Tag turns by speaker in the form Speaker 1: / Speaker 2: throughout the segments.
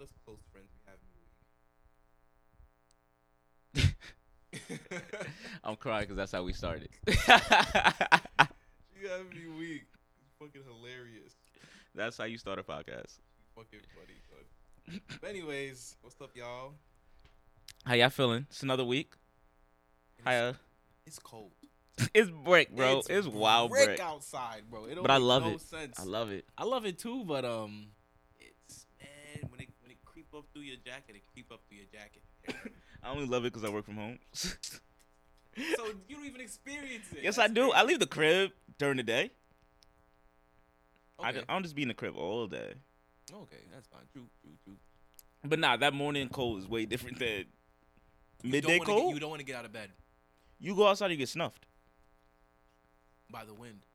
Speaker 1: I'm crying because that's how we started.
Speaker 2: You gotta be weak. It's fucking hilarious.
Speaker 1: that's how you start a podcast.
Speaker 2: Fucking funny, son. But anyways, what's up, y'all?
Speaker 1: How y'all feeling? It's another week. Hi,
Speaker 2: It's,
Speaker 1: uh,
Speaker 2: it's cold,
Speaker 1: it's brick, bro. It's, wild brick.
Speaker 2: outside, bro. It don't
Speaker 1: But I
Speaker 2: make
Speaker 1: love
Speaker 2: no
Speaker 1: it.
Speaker 2: Sense.
Speaker 1: I love it.
Speaker 2: I love it too, but um, it's man when it when it creep up through your jacket, it creep up through your jacket.
Speaker 1: I only love it because I work from home.
Speaker 2: so you don't even experience it.
Speaker 1: yes, I
Speaker 2: That's
Speaker 1: do.
Speaker 2: crazy.
Speaker 1: I leave the crib during the day. I,
Speaker 2: Okay.
Speaker 1: don't- I don't just um, be in the crib all day.
Speaker 2: okay, that's fine. True, true, true. You
Speaker 1: But nah, that morning cold is way different than
Speaker 2: don't
Speaker 1: midday
Speaker 2: wanna get-
Speaker 1: cold.
Speaker 2: you
Speaker 1: You,
Speaker 2: don't want to get out of bed
Speaker 1: go outside, you get snuffed.
Speaker 2: by the wind.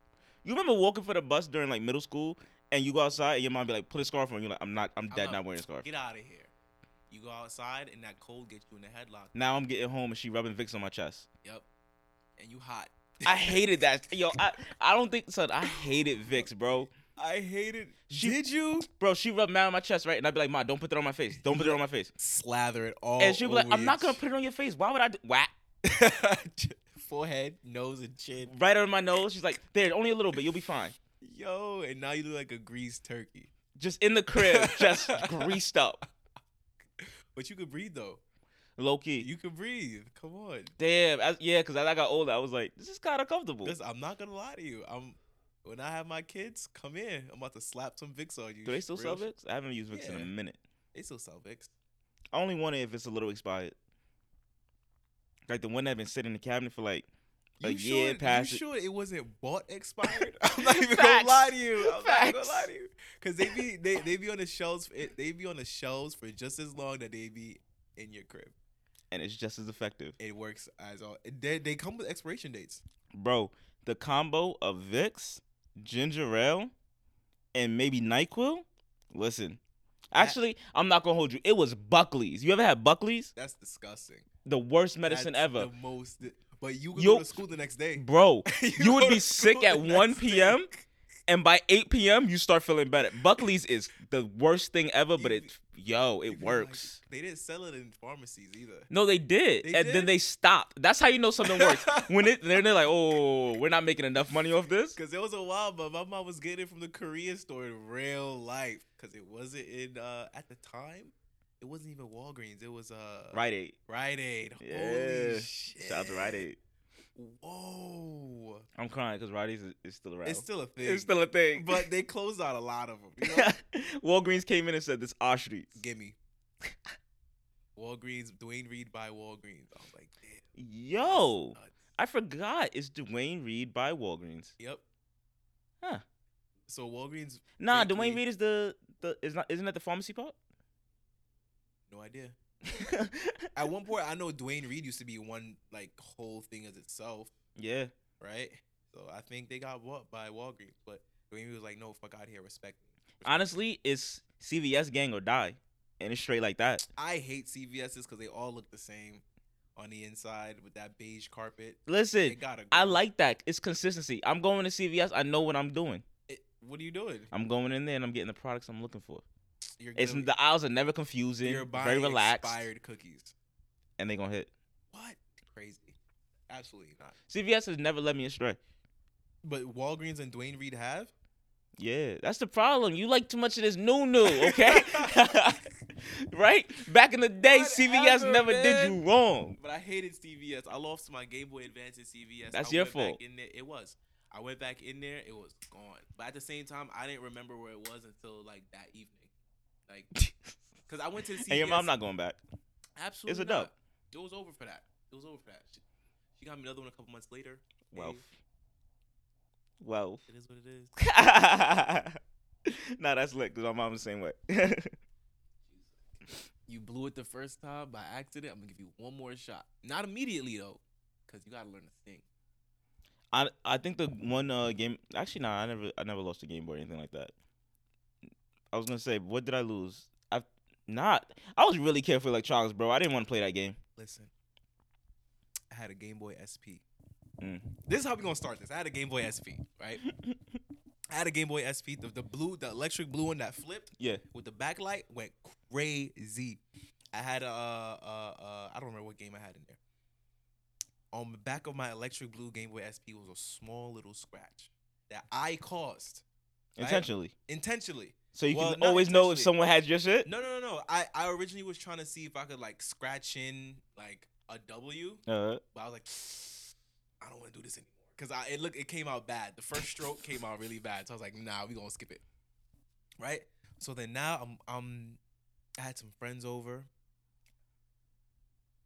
Speaker 1: You remember walking for the bus during like middle school, and you go outside, and your mom be like, "Put a scarf on." You're like, "I'm not. I'm dead.
Speaker 2: not-
Speaker 1: Not, wearing a scarf."
Speaker 2: Get out of here. You go outside and that cold gets you in the headlock.
Speaker 1: Now I'm getting home, and she rubbing Vicks on my chest.
Speaker 2: Yep, and you hot.
Speaker 1: I hated that, yo. I, I don't think, son. I hated Vicks, bro.
Speaker 2: I hate it.
Speaker 1: She-
Speaker 2: Did you
Speaker 1: Bro, she rubbed mad on my chest, right? And I'd be like, "Ma, don't put that on my face. Don't put it on my face."
Speaker 2: slather it all?
Speaker 1: and she'd be like,
Speaker 2: over
Speaker 1: "I'm not
Speaker 2: your
Speaker 1: gonna put it on your face. Why would I do whack
Speaker 2: forehead, nose, and chin.
Speaker 1: right on my nose?" She's like, "There, only a little bit. You'll be fine."
Speaker 2: Yo, and now you look like a greased turkey.
Speaker 1: Just in the crib, just greased up,
Speaker 2: But you could breathe though.
Speaker 1: low key.
Speaker 2: You could breathe. Come on.
Speaker 1: Damn. As, yeah, because as I got older, I was like, this is kind of comfortable.
Speaker 2: Listen, I'm not gonna lie to you. I'm when I have my kids, come in. I'm about to slap some Vicks on you.
Speaker 1: Do they still
Speaker 2: Real
Speaker 1: sell
Speaker 2: sh-
Speaker 1: Vicks? I haven't used Vicks in
Speaker 2: Yeah.
Speaker 1: a minute.
Speaker 2: They still sell Vicks.
Speaker 1: I only want it if it's a little expired. Like the one that been sitting in the cabinet for like a
Speaker 2: You
Speaker 1: year
Speaker 2: sure,
Speaker 1: past.
Speaker 2: You
Speaker 1: it.
Speaker 2: sure it wasn't bought expired? I'm not even gonna lie
Speaker 1: Facts.
Speaker 2: to you. I'm not gonna
Speaker 1: Facts.
Speaker 2: lie to you. Cause they be they, they be on the shelves. It, they be on the shelves for just as long that they be in your crib.
Speaker 1: And it's just as effective.
Speaker 2: It works as all. They, they come with expiration dates.
Speaker 1: Bro, the combo of Vicks, ginger ale, and maybe NyQuil. Listen.
Speaker 2: That-
Speaker 1: Actually, I'm not gonna hold you. It was Buckley's. You ever had Buckley's?
Speaker 2: That's disgusting.
Speaker 1: The worst medicine
Speaker 2: That's
Speaker 1: ever.
Speaker 2: The most. But you could
Speaker 1: Yo-
Speaker 2: go to school the next day.
Speaker 1: Bro,
Speaker 2: You
Speaker 1: you would
Speaker 2: go
Speaker 1: be
Speaker 2: to
Speaker 1: sick
Speaker 2: school
Speaker 1: at
Speaker 2: the
Speaker 1: 1
Speaker 2: next day.
Speaker 1: p.m. and by 8 p.m. you start feeling better. Buckley's is the worst thing ever, but
Speaker 2: You-
Speaker 1: it
Speaker 2: You
Speaker 1: yo, it
Speaker 2: feel
Speaker 1: works.
Speaker 2: like- they didn't sell it in pharmacies either.
Speaker 1: No, they did,
Speaker 2: They
Speaker 1: and then
Speaker 2: did?
Speaker 1: they stopped. That's how you know something works. when it then they're like, oh, we're not making enough money off this.
Speaker 2: Cause there was a while, but my mom was getting it from the Korean store in real life. Cause it wasn't in uh at the time. It wasn't even Walgreens. It was uh
Speaker 1: Right Aid,
Speaker 2: Rite Aid.
Speaker 1: Yeah.
Speaker 2: Holy shit!
Speaker 1: shout out to Rite Aid.
Speaker 2: Whoa,
Speaker 1: I'm crying because Rite Aid is, is still around.
Speaker 2: it's still a thing.
Speaker 1: It's still a thing.
Speaker 2: but they closed out a lot of them. You know?
Speaker 1: Walgreens came in and said this our streets.
Speaker 2: Gimme. Walgreens, Dwayne Reed by Walgreens. I was like, damn. that's
Speaker 1: Yo,
Speaker 2: nuts.
Speaker 1: I forgot. It's Dwayne Reed by Walgreens.
Speaker 2: Yep.
Speaker 1: Huh.
Speaker 2: So Walgreens,
Speaker 1: Nah,
Speaker 2: Thank
Speaker 1: Dwayne
Speaker 2: you.
Speaker 1: Reed is the the is not isn't that the pharmacy part?
Speaker 2: no idea. At one point, I know Dwayne Reed used to be one like whole thing as itself,
Speaker 1: yeah.
Speaker 2: right? So I think they got bought by Walgreens, but Dwayne Reed was like, no, fuck out here, respect. me."
Speaker 1: Honestly, it's CVS gang or die, and it's straight like that.
Speaker 2: I hate CVS's because they all look the same on the inside with that beige carpet. They
Speaker 1: Listen,
Speaker 2: gotta. Go.
Speaker 1: I like that. It's consistency. I'm going to CVS. I know what I'm doing.
Speaker 2: It, what are you doing?
Speaker 1: I'm going in there and I'm getting the products I'm looking for.
Speaker 2: You're
Speaker 1: It's
Speaker 2: gonna-
Speaker 1: the aisles are never confusing.
Speaker 2: you're buying
Speaker 1: Very relaxed,
Speaker 2: expired cookies.
Speaker 1: and they gonna hit.
Speaker 2: What? Crazy. Absolutely not.
Speaker 1: CVS has never led me astray.
Speaker 2: But Walgreens and Dwayne Reed have.
Speaker 1: Yeah, that's the problem. You like too much of this new new, Oh, okay? right? Back in the day, CVS
Speaker 2: Whatever,
Speaker 1: never did
Speaker 2: man.
Speaker 1: you wrong.
Speaker 2: But I hated CVS. I lost my Game Boy Advance in CVS.
Speaker 1: That's
Speaker 2: I
Speaker 1: your
Speaker 2: went
Speaker 1: fault.
Speaker 2: Back in there, it was. I went back in there. It was gone. But at the same time, I didn't remember where it was until like that evening, like because I went to CVS.
Speaker 1: And your mom not going back.
Speaker 2: absolutely
Speaker 1: it's a
Speaker 2: not.
Speaker 1: dub.
Speaker 2: It was over for that. It was over for that. She, she got me another one a couple months later. Hey,
Speaker 1: Wealth. Wealth.
Speaker 2: it is what it is.
Speaker 1: nah, that's lit because my mom's the same way.
Speaker 2: You blew it the first time by accident. I'm gonna give you one more shot. Not immediately though, because you gotta learn to think.
Speaker 1: I I think the one uh, game actually nah I never I never lost a game boy or anything like that. I was gonna say what did I lose? I not I was really careful with electronics, bro. I didn't want to play that game.
Speaker 2: Listen, I had a Game Boy SP.
Speaker 1: Mm.
Speaker 2: This is how we gonna start this. I had a Game Boy SP, right? I had a Game Boy SP, the, the blue, the electric blue one that flipped
Speaker 1: Yeah,
Speaker 2: with the backlight went crazy. I had a, uh, uh, uh, I don't remember what game I had in there. on the back of my electric blue Game Boy SP was a small little scratch that I caused Right?
Speaker 1: intentionally.
Speaker 2: intentionally.
Speaker 1: So you
Speaker 2: Well,
Speaker 1: can
Speaker 2: not
Speaker 1: always know if
Speaker 2: intentionally.
Speaker 1: someone had your shit.
Speaker 2: No, no, no, no. I, I originally was trying to see if I could like scratch in like a W,
Speaker 1: Uh,
Speaker 2: but I was like, I don't want to do this anymore because I it look it came out bad. The first stroke came out really bad, so I was like, nah, we gonna skip it, right? So then now I'm I'm I had some friends over.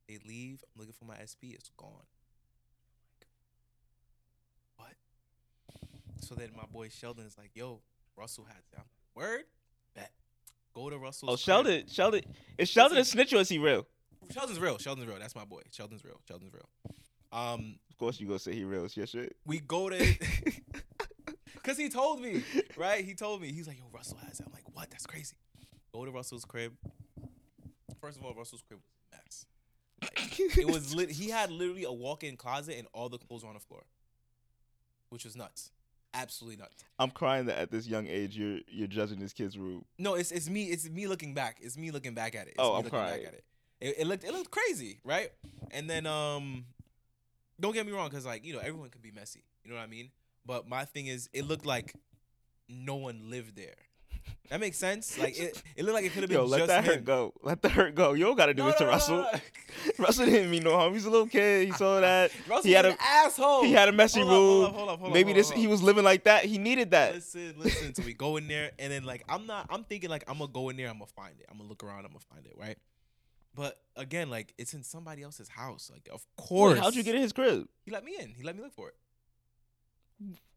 Speaker 2: They leave. I'm looking for my SP. It's gone. What? So then my boy Sheldon is like, yo, Russell has it. I'm like, word. Bet. Go to Russell's.
Speaker 1: oh,
Speaker 2: crib.
Speaker 1: Sheldon, Sheldon, is Sheldon a snitch or is he real?
Speaker 2: Sheldon's real. Sheldon's real. That's my boy. Sheldon's real. Sheldon's real. Um,
Speaker 1: Of course you gonna say he real. It's your shit.
Speaker 2: we go to because he told me right he told me he's like yo russell has it i'm like what that's crazy go to russell's crib first of all russell's crib was a mess it was lit he had literally a walk-in closet and all the clothes were on the floor which was nuts absolutely nuts
Speaker 1: I'm crying that at this young age you're you're judging this kid's room.
Speaker 2: no it's, it's me it's me looking back it's me looking back at it it's
Speaker 1: Oh,
Speaker 2: me
Speaker 1: I'm
Speaker 2: looking
Speaker 1: crying.
Speaker 2: back at it. it it looked it looked crazy right and then um don't get me wrong because like you know everyone can be messy you know what i mean but my thing is it looked like no one lived there that makes sense like it, it looked like it could have been
Speaker 1: Yo, let
Speaker 2: just
Speaker 1: that
Speaker 2: him.
Speaker 1: hurt go. Let the hurt go. You don't gotta do
Speaker 2: No,
Speaker 1: this to
Speaker 2: no, no,
Speaker 1: Russell.
Speaker 2: no,
Speaker 1: Russell didn't mean no harm. He's a little kid. He saw that.
Speaker 2: no. Russell's
Speaker 1: He had
Speaker 2: an
Speaker 1: a-
Speaker 2: asshole
Speaker 1: He had a messy
Speaker 2: Oh, Hold
Speaker 1: room.
Speaker 2: up, hold up, hold up, hold up,
Speaker 1: Maybe
Speaker 2: hold up,
Speaker 1: this
Speaker 2: hold
Speaker 1: he
Speaker 2: up.
Speaker 1: was living like that. He needed that.
Speaker 2: Listen, listen. So we go in there, and then like I'm not. I'm thinking like I'm gonna go in there. I'm gonna find it. I'm gonna look around. I'm gonna find it. Right. But again, like it's in somebody else's house. Like of course.
Speaker 1: Wait, how'd you get in his crib?
Speaker 2: He let me in. He let me look for it.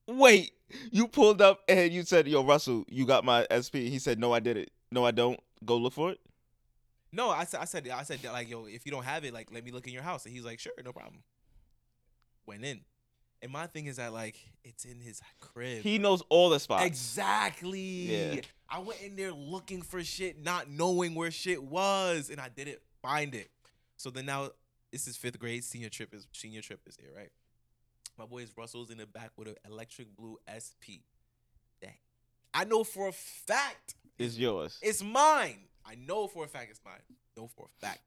Speaker 1: Wait, you pulled up and you said, "Yo, Russell, you got my SP." He said, "No, I did it. No, I don't. Go look for it."
Speaker 2: No, I said. I said. I said like yo, if you don't have it, like let me look in your house. And he's like, sure, no problem. Went in, and my thing is that like it's in his crib.
Speaker 1: He knows all the spots.
Speaker 2: Exactly.
Speaker 1: Yeah.
Speaker 2: I went in there looking for shit, not knowing where shit was, and I didn't find it. So then now this is fifth grade senior trip is senior trip is here, right? My boy is Russell's in the back with an electric blue SP. Dang. I know for a fact
Speaker 1: It's yours.
Speaker 2: it's mine. I know for a fact it's mine. Know for a fact.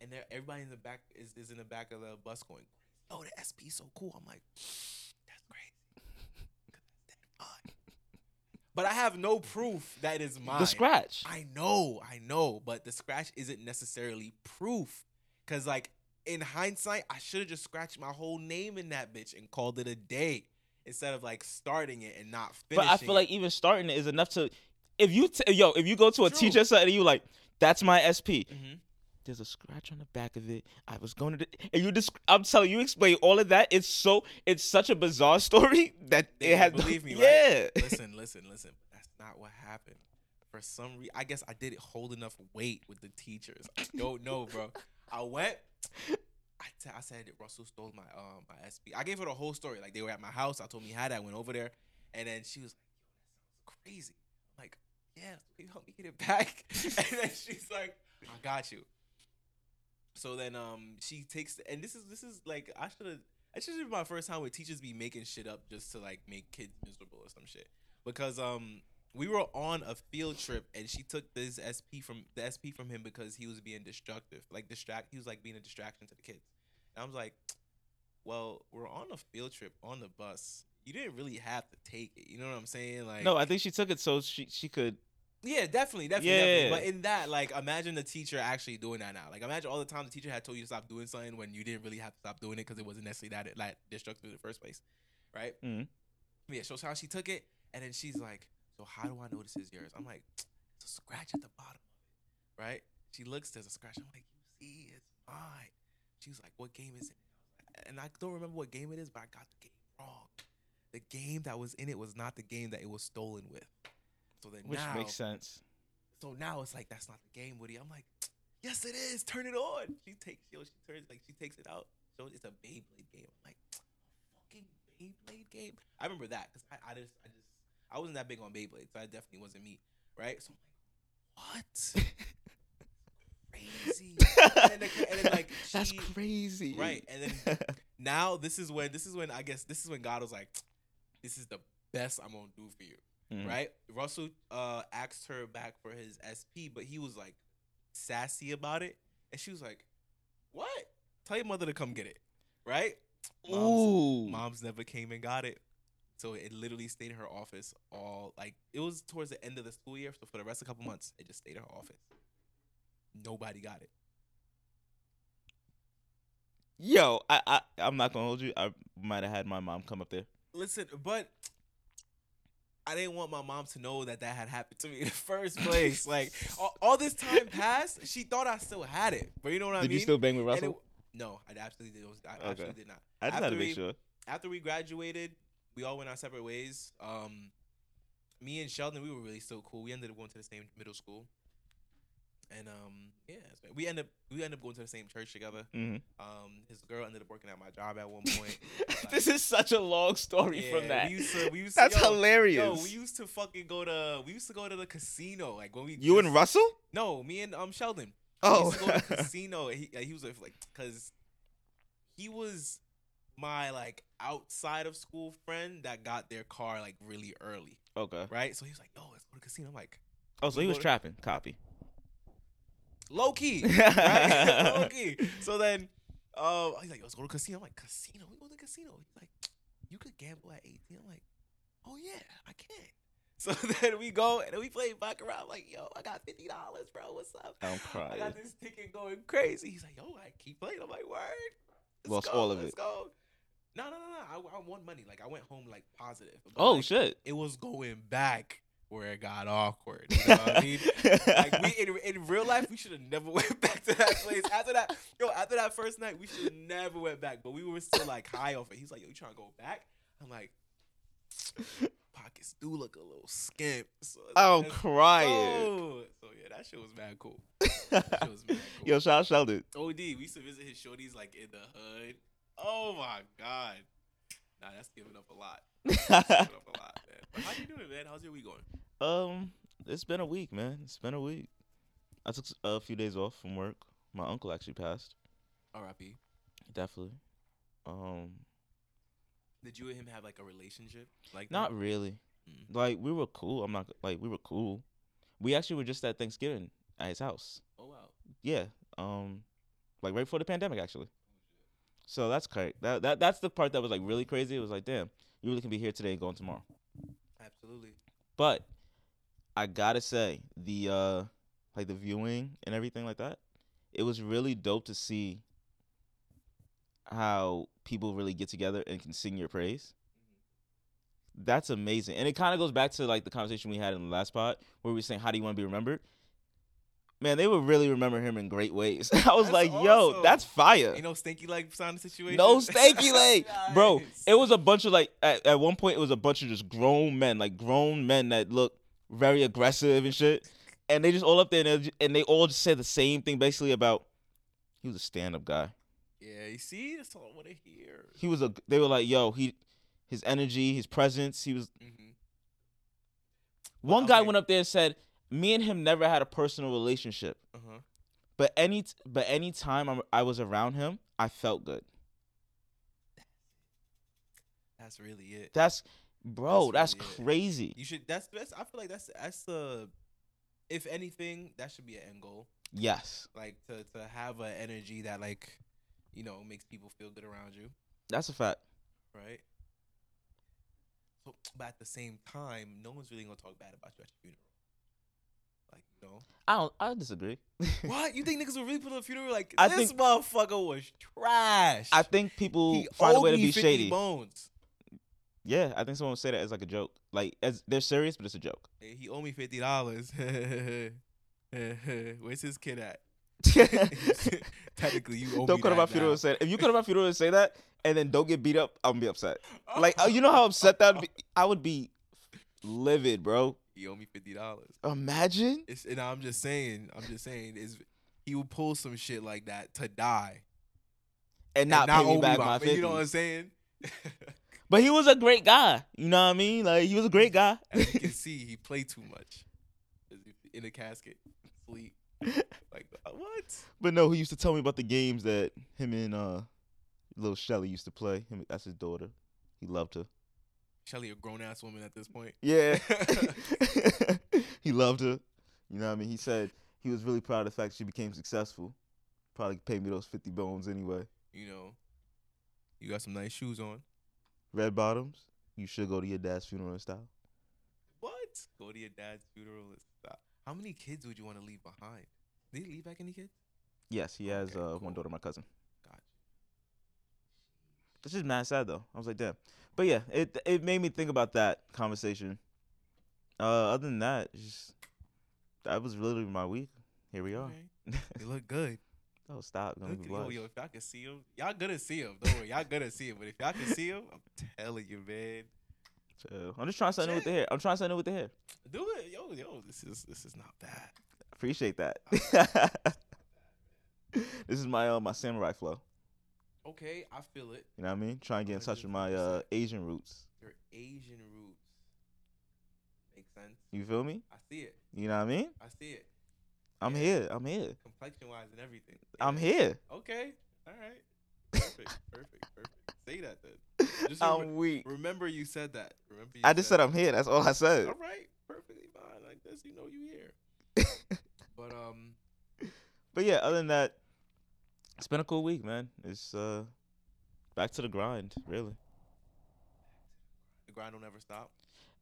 Speaker 2: And there, everybody in the back is, is in the back of the bus going, "Oh, the SP so cool." I'm like, "That's crazy." But I have no proof that it's mine.
Speaker 1: the scratch.
Speaker 2: I know, I know, but the scratch isn't necessarily proof. Cause like in hindsight, I should have just scratched my whole name in that bitch and called it a day instead of like starting it and not
Speaker 1: but
Speaker 2: finishing.
Speaker 1: I feel
Speaker 2: it.
Speaker 1: like even starting it is enough to. If you t- yo, if you go to a
Speaker 2: True.
Speaker 1: teacher site and you like, "That's my SP."
Speaker 2: Mhm.
Speaker 1: There's a scratch on the back of it. I was going to, the, and you just. I'm telling you, explain all of that. It's so. It's such a bizarre story that
Speaker 2: They
Speaker 1: it
Speaker 2: won't
Speaker 1: had.
Speaker 2: believe me, right?
Speaker 1: yeah.
Speaker 2: listen, listen, listen. That's not what happened. For some reason, I guess I didn't hold enough weight with the teachers. I don't know, bro. I went. I t- I said Russell stole my um my SP. I gave her the whole story. Like they were at my house. I told me how that I went over there, and then she was like, "Yo, that sounds crazy." I'm like, "Yeah, can you help me get it back?" and then she's like, "I got you." So then um she takes and this is this is like I should have that should be my first time where teachers be making shit up just to like make kids miserable or some shit. Because um we were on a field trip and she took this SP from the SP from him because he was being destructive, like distract. He was like being a distraction to the kids. And I was like, well, we're on a field trip on the bus. You didn't really have to take it. You know what I'm saying? Like
Speaker 1: No, I think she took it so she she could.
Speaker 2: yeah, definitely, definitely,
Speaker 1: Yeah.
Speaker 2: definitely. But in that, like, imagine the teacher actually doing that now. Like, imagine all the time the teacher had told you to stop doing something when you didn't really have to stop doing it because it wasn't necessarily that like destructive in the first place, right?
Speaker 1: Mhm.
Speaker 2: Yeah. So how she took it, and then she's like, "So how do I know this is yours?" I'm like, "It's a scratch at the bottom of it, right?" She looks, there's a scratch. I'm like, "You see, it's mine." She was like, "What game is it?" And I don't remember what game it is, but I got the game wrong. The game that was in it was not the game that it was stolen with. So then
Speaker 1: Which
Speaker 2: now,
Speaker 1: makes sense.
Speaker 2: so now it's like that's not the game, Woody. I'm like, yes, it is. Turn it on. She takes yo. She turns like she takes it out. So it's a Beyblade game. I'm like, fucking Beyblade game. I remember that because I, I just I just I wasn't that big on Beyblade, so that definitely wasn't me, right? So I'm like, what? Crazy. And then, the- and then, like
Speaker 1: That's
Speaker 2: she,
Speaker 1: crazy.
Speaker 2: right, and then now this is when this is when I guess this is when God was like, this is the best I'm gonna do for you
Speaker 1: Mhm.
Speaker 2: right? Russell uh asked her back for his SP, but he was like sassy about it, and she was like, "What? Tell your mother to come get it." right? Mom's,
Speaker 1: Ooh.
Speaker 2: mom's never came and got it. So it literally stayed in her office all like it was towards the end of the school year. So for the rest of the couple months, it just stayed in her office. Nobody got it.
Speaker 1: Yo, I, I, I'm not gonna hold you. I might have had my mom come up there.
Speaker 2: Listen, but I didn't want my mom to know that that had happened to me in the first place. like all, all this time passed, she thought I still had it. But you know what I
Speaker 1: Did
Speaker 2: mean?
Speaker 1: you still bang with
Speaker 2: And it-
Speaker 1: Russell?
Speaker 2: no, I absolutely did. I
Speaker 1: Okay.
Speaker 2: absolutely did not.
Speaker 1: I just had to
Speaker 2: after we-
Speaker 1: make sure.
Speaker 2: after we graduated, we all went our separate ways. Um, me and Sheldon, we were really still cool. We ended up going to the same middle school, and um, yeah, so we ended up we ended up going to the same church together.
Speaker 1: hmm
Speaker 2: Um, his girl ended up working at my job at one point.
Speaker 1: this is such a long story
Speaker 2: Yeah,
Speaker 1: from that.
Speaker 2: we used to- we used to-
Speaker 1: That's
Speaker 2: yo,
Speaker 1: hilarious.
Speaker 2: Yo, we used to fucking go to we used to go to the casino like when we
Speaker 1: you and
Speaker 2: just-
Speaker 1: Russell?
Speaker 2: no me and um Sheldon
Speaker 1: Oh,
Speaker 2: we used to go to the casino. and He, like, he was like, because he was my like outside of school friend that got their car like really early,
Speaker 1: okay.
Speaker 2: right? So he was like, "Yo, let's go to the casino." I'm like,
Speaker 1: Oh, so he was
Speaker 2: Go to-
Speaker 1: trapping. Copy.
Speaker 2: "Low key, right? Low key." So then, um, he's like, "Let's go to the casino." I'm like, "Casino? We go to the casino?" He's like, "You could gamble at 18." I'm like, "Oh yeah, I can." So then we go and then we play baccarat. I'm like, "Yo, I got fifty dollars, bro. What's up?"
Speaker 1: I'm
Speaker 2: I
Speaker 1: crying.
Speaker 2: got this ticket going crazy. He's like, yo, I keep playing. I'm like, word. Let's
Speaker 1: Lost
Speaker 2: go,
Speaker 1: all of
Speaker 2: let's
Speaker 1: it.
Speaker 2: Go. No, no, no, no. I, I won money. Like I went home like positive. But,
Speaker 1: Oh
Speaker 2: like,
Speaker 1: shit.
Speaker 2: It was going back where it got awkward. You know what I mean? Like we in, in real life, we should have never went back to that place. After that, yo, after that first night, we should never went back. But we were still like high off it. He's like, yo, you trying to go back? I'm like, pockets do look a little skimp. So it's like,
Speaker 1: Oh, I'm
Speaker 2: let's
Speaker 1: crying.
Speaker 2: go. So yeah, that shit was mad cool. That shit was mad cool.
Speaker 1: Yo, shout out Sheldon.
Speaker 2: OD, we used to visit his shorties like in the hood. Oh my god. Nah, that's giving up a lot. That's giving up a lot, man. But how you doing, man? How's your week going?
Speaker 1: um, it's been a week, man. It's been a week. I took s- a few days off from work. My uncle actually passed.
Speaker 2: R.I.P.
Speaker 1: Definitely. Um,
Speaker 2: Did you and him have like a relationship? Like
Speaker 1: Not really.
Speaker 2: Mm.
Speaker 1: Like we were cool. I'm not like we were cool. We actually were just at Thanksgiving at his house.
Speaker 2: Oh wow.
Speaker 1: Yeah. Um, like right before the pandemic actually. So that's crazy. That, that that's the part that was like really crazy. It was like, damn, you really can be here today and going tomorrow.
Speaker 2: Absolutely.
Speaker 1: But I gotta say the uh like the viewing and everything like that, it was really dope to see how people really get together and can sing your praise. That's amazing. And it kind of goes back to like the conversation we had in the last pod where we were saying, How do you want to be remembered? Man, they would really remember him in great ways. I was
Speaker 2: That's
Speaker 1: like,
Speaker 2: awesome.
Speaker 1: yo, that's fire.
Speaker 2: Ain't no stinky leg sign situation.
Speaker 1: Uh, No stanky leg, bro.
Speaker 2: Nice.
Speaker 1: It was a bunch of like at, at one point it was a bunch of just grown men, like grown men that look very aggressive and shit, and they just all up there and they, ju- and they all just said the same thing basically about he was a stand up guy.
Speaker 2: Yeah, you see, that's all I want to hear.
Speaker 1: He was a they were like yo he his energy his presence he was
Speaker 2: Mm-hmm.
Speaker 1: one guy
Speaker 2: Okay.
Speaker 1: went up there and said me and him never had a personal relationship
Speaker 2: Uh huh.
Speaker 1: but any t- but any time I'm, I was around him I felt good.
Speaker 2: That's really it.
Speaker 1: That's bro
Speaker 2: That's
Speaker 1: that's,
Speaker 2: really it.
Speaker 1: crazy.
Speaker 2: You should. That's that's. I feel like that's that's the. If anything, that should be an end goal.
Speaker 1: Yes,
Speaker 2: like to to have an energy that like you know makes people feel good around you
Speaker 1: that's a fact.
Speaker 2: right but, but at the same time no one's really gonna talk bad about you at your funeral like you know
Speaker 1: I don't I disagree.
Speaker 2: what you think niggas will really put on a funeral like
Speaker 1: I
Speaker 2: this
Speaker 1: think-
Speaker 2: motherfucker was trash
Speaker 1: I think people
Speaker 2: he
Speaker 1: find a
Speaker 2: owed
Speaker 1: way to
Speaker 2: me
Speaker 1: be
Speaker 2: 50
Speaker 1: shady.
Speaker 2: bones
Speaker 1: Yeah, I think someone would say that as like a joke. Like as they're serious, but it's a joke.
Speaker 2: Hey, he owed me fifty dollars where's his kid at technically you owe
Speaker 1: don't
Speaker 2: me
Speaker 1: go to
Speaker 2: that
Speaker 1: my funeral
Speaker 2: now.
Speaker 1: and say if you go to my funeral and say that and then don't get beat up, I'm gonna be upset. Like uh, you know how upset that would be? I would be livid, bro.
Speaker 2: he owed me fifty dollars
Speaker 1: Imagine.
Speaker 2: It's, and I'm just saying, I'm just saying, is he will pull some shit like that to die
Speaker 1: And not,
Speaker 2: and
Speaker 1: pay
Speaker 2: owe
Speaker 1: me
Speaker 2: me
Speaker 1: back
Speaker 2: my-
Speaker 1: my fifty.
Speaker 2: You know what I'm saying?
Speaker 1: but he was a great guy. You know what I mean? Like he was a great guy.
Speaker 2: As you can see, he played too much 'Cause he- in the casket, sleep. Like uh, what?
Speaker 1: but no, he used to tell me about the games that him and uh little Shelly used to play. Him that's his daughter. He loved her.
Speaker 2: Shelly, a grown ass woman at this point.
Speaker 1: Yeah. he loved her. You know what I mean? He said he was really proud of the fact she became successful. Probably paid me those 50 bones anyway.
Speaker 2: You know, You got some nice shoes on.
Speaker 1: Red bottoms. You should go to your dad's funeral in style.
Speaker 2: What? Go to your dad's funeral and stuff. How many kids would you want to leave behind? Did he leave back any kids?
Speaker 1: Yes, he has
Speaker 2: Okay,
Speaker 1: uh, one
Speaker 2: cool.
Speaker 1: daughter, my cousin.
Speaker 2: Gotcha.
Speaker 1: This is mad sad though. I was like, damn. But yeah, it it made me think about that conversation. Uh, other than that, it's just that was literally my week. Here we are.
Speaker 2: Okay. They look good.
Speaker 1: oh, stop! Don't
Speaker 2: Look,
Speaker 1: even
Speaker 2: yo,
Speaker 1: blush.
Speaker 2: yo, if y'all can see him, y'all gonna see him. Don't worry, y'all gonna see him. But if y'all can see him, I'm telling you, man,
Speaker 1: Chill. I'm just trying something with the hair. I'm trying something with the hair.
Speaker 2: do it, yo, yo. This is this is not bad.
Speaker 1: Appreciate that. this is my uh, my samurai flow.
Speaker 2: Okay, I feel it.
Speaker 1: You know what I mean? Try and get in touch with my uh, Asian roots.
Speaker 2: Your Asian roots makes sense.
Speaker 1: You feel me?
Speaker 2: I see it.
Speaker 1: You know what I mean?
Speaker 2: I see it.
Speaker 1: I'm
Speaker 2: Yeah.
Speaker 1: here. I'm here.
Speaker 2: Complexion wise and everything. Say
Speaker 1: I'm
Speaker 2: that.
Speaker 1: here.
Speaker 2: Okay. All right. Perfect. perfect. Perfect. Say that then. Just remember,
Speaker 1: I'm weak.
Speaker 2: remember you said that. Remember. You
Speaker 1: I just said I'm here. That's all I said.
Speaker 2: All right. Perfectly fine. Like this, you know you here. but um,
Speaker 1: But yeah, other than that, it's been a cool week, man. It's uh back to the grind, really.
Speaker 2: the grind will never stop.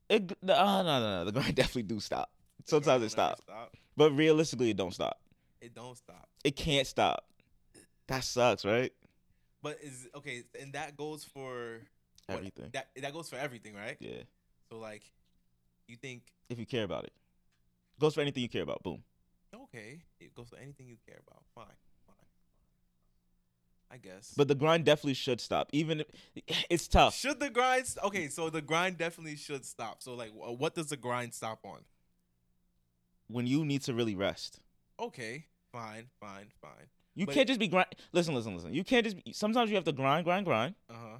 Speaker 1: It g- no, oh, no, no, no. The grind definitely do stop.
Speaker 2: The grind
Speaker 1: Sometimes
Speaker 2: will
Speaker 1: it stops,
Speaker 2: never stop.
Speaker 1: but realistically, it don't stop.
Speaker 2: It don't stop.
Speaker 1: It can't stop. That sucks, right?
Speaker 2: But is okay, and that goes for what-
Speaker 1: Everything.
Speaker 2: that that goes for everything, right?
Speaker 1: Yeah,
Speaker 2: So like, you think
Speaker 1: if you care about it, goes for anything you care about. Boom.
Speaker 2: okay, it goes for anything you care about. Fine, fine. I guess.
Speaker 1: But the grind definitely should stop. Even if it's tough.
Speaker 2: should the grind? St- okay, so the grind definitely should stop. So like, wh- what does the grind stop on?
Speaker 1: when you need to really rest.
Speaker 2: Okay, fine, fine, fine.
Speaker 1: You
Speaker 2: But-
Speaker 1: can't just be grind. Listen, listen, listen. You can't just. Be- Sometimes you have to grind, grind, grind.
Speaker 2: Uh huh.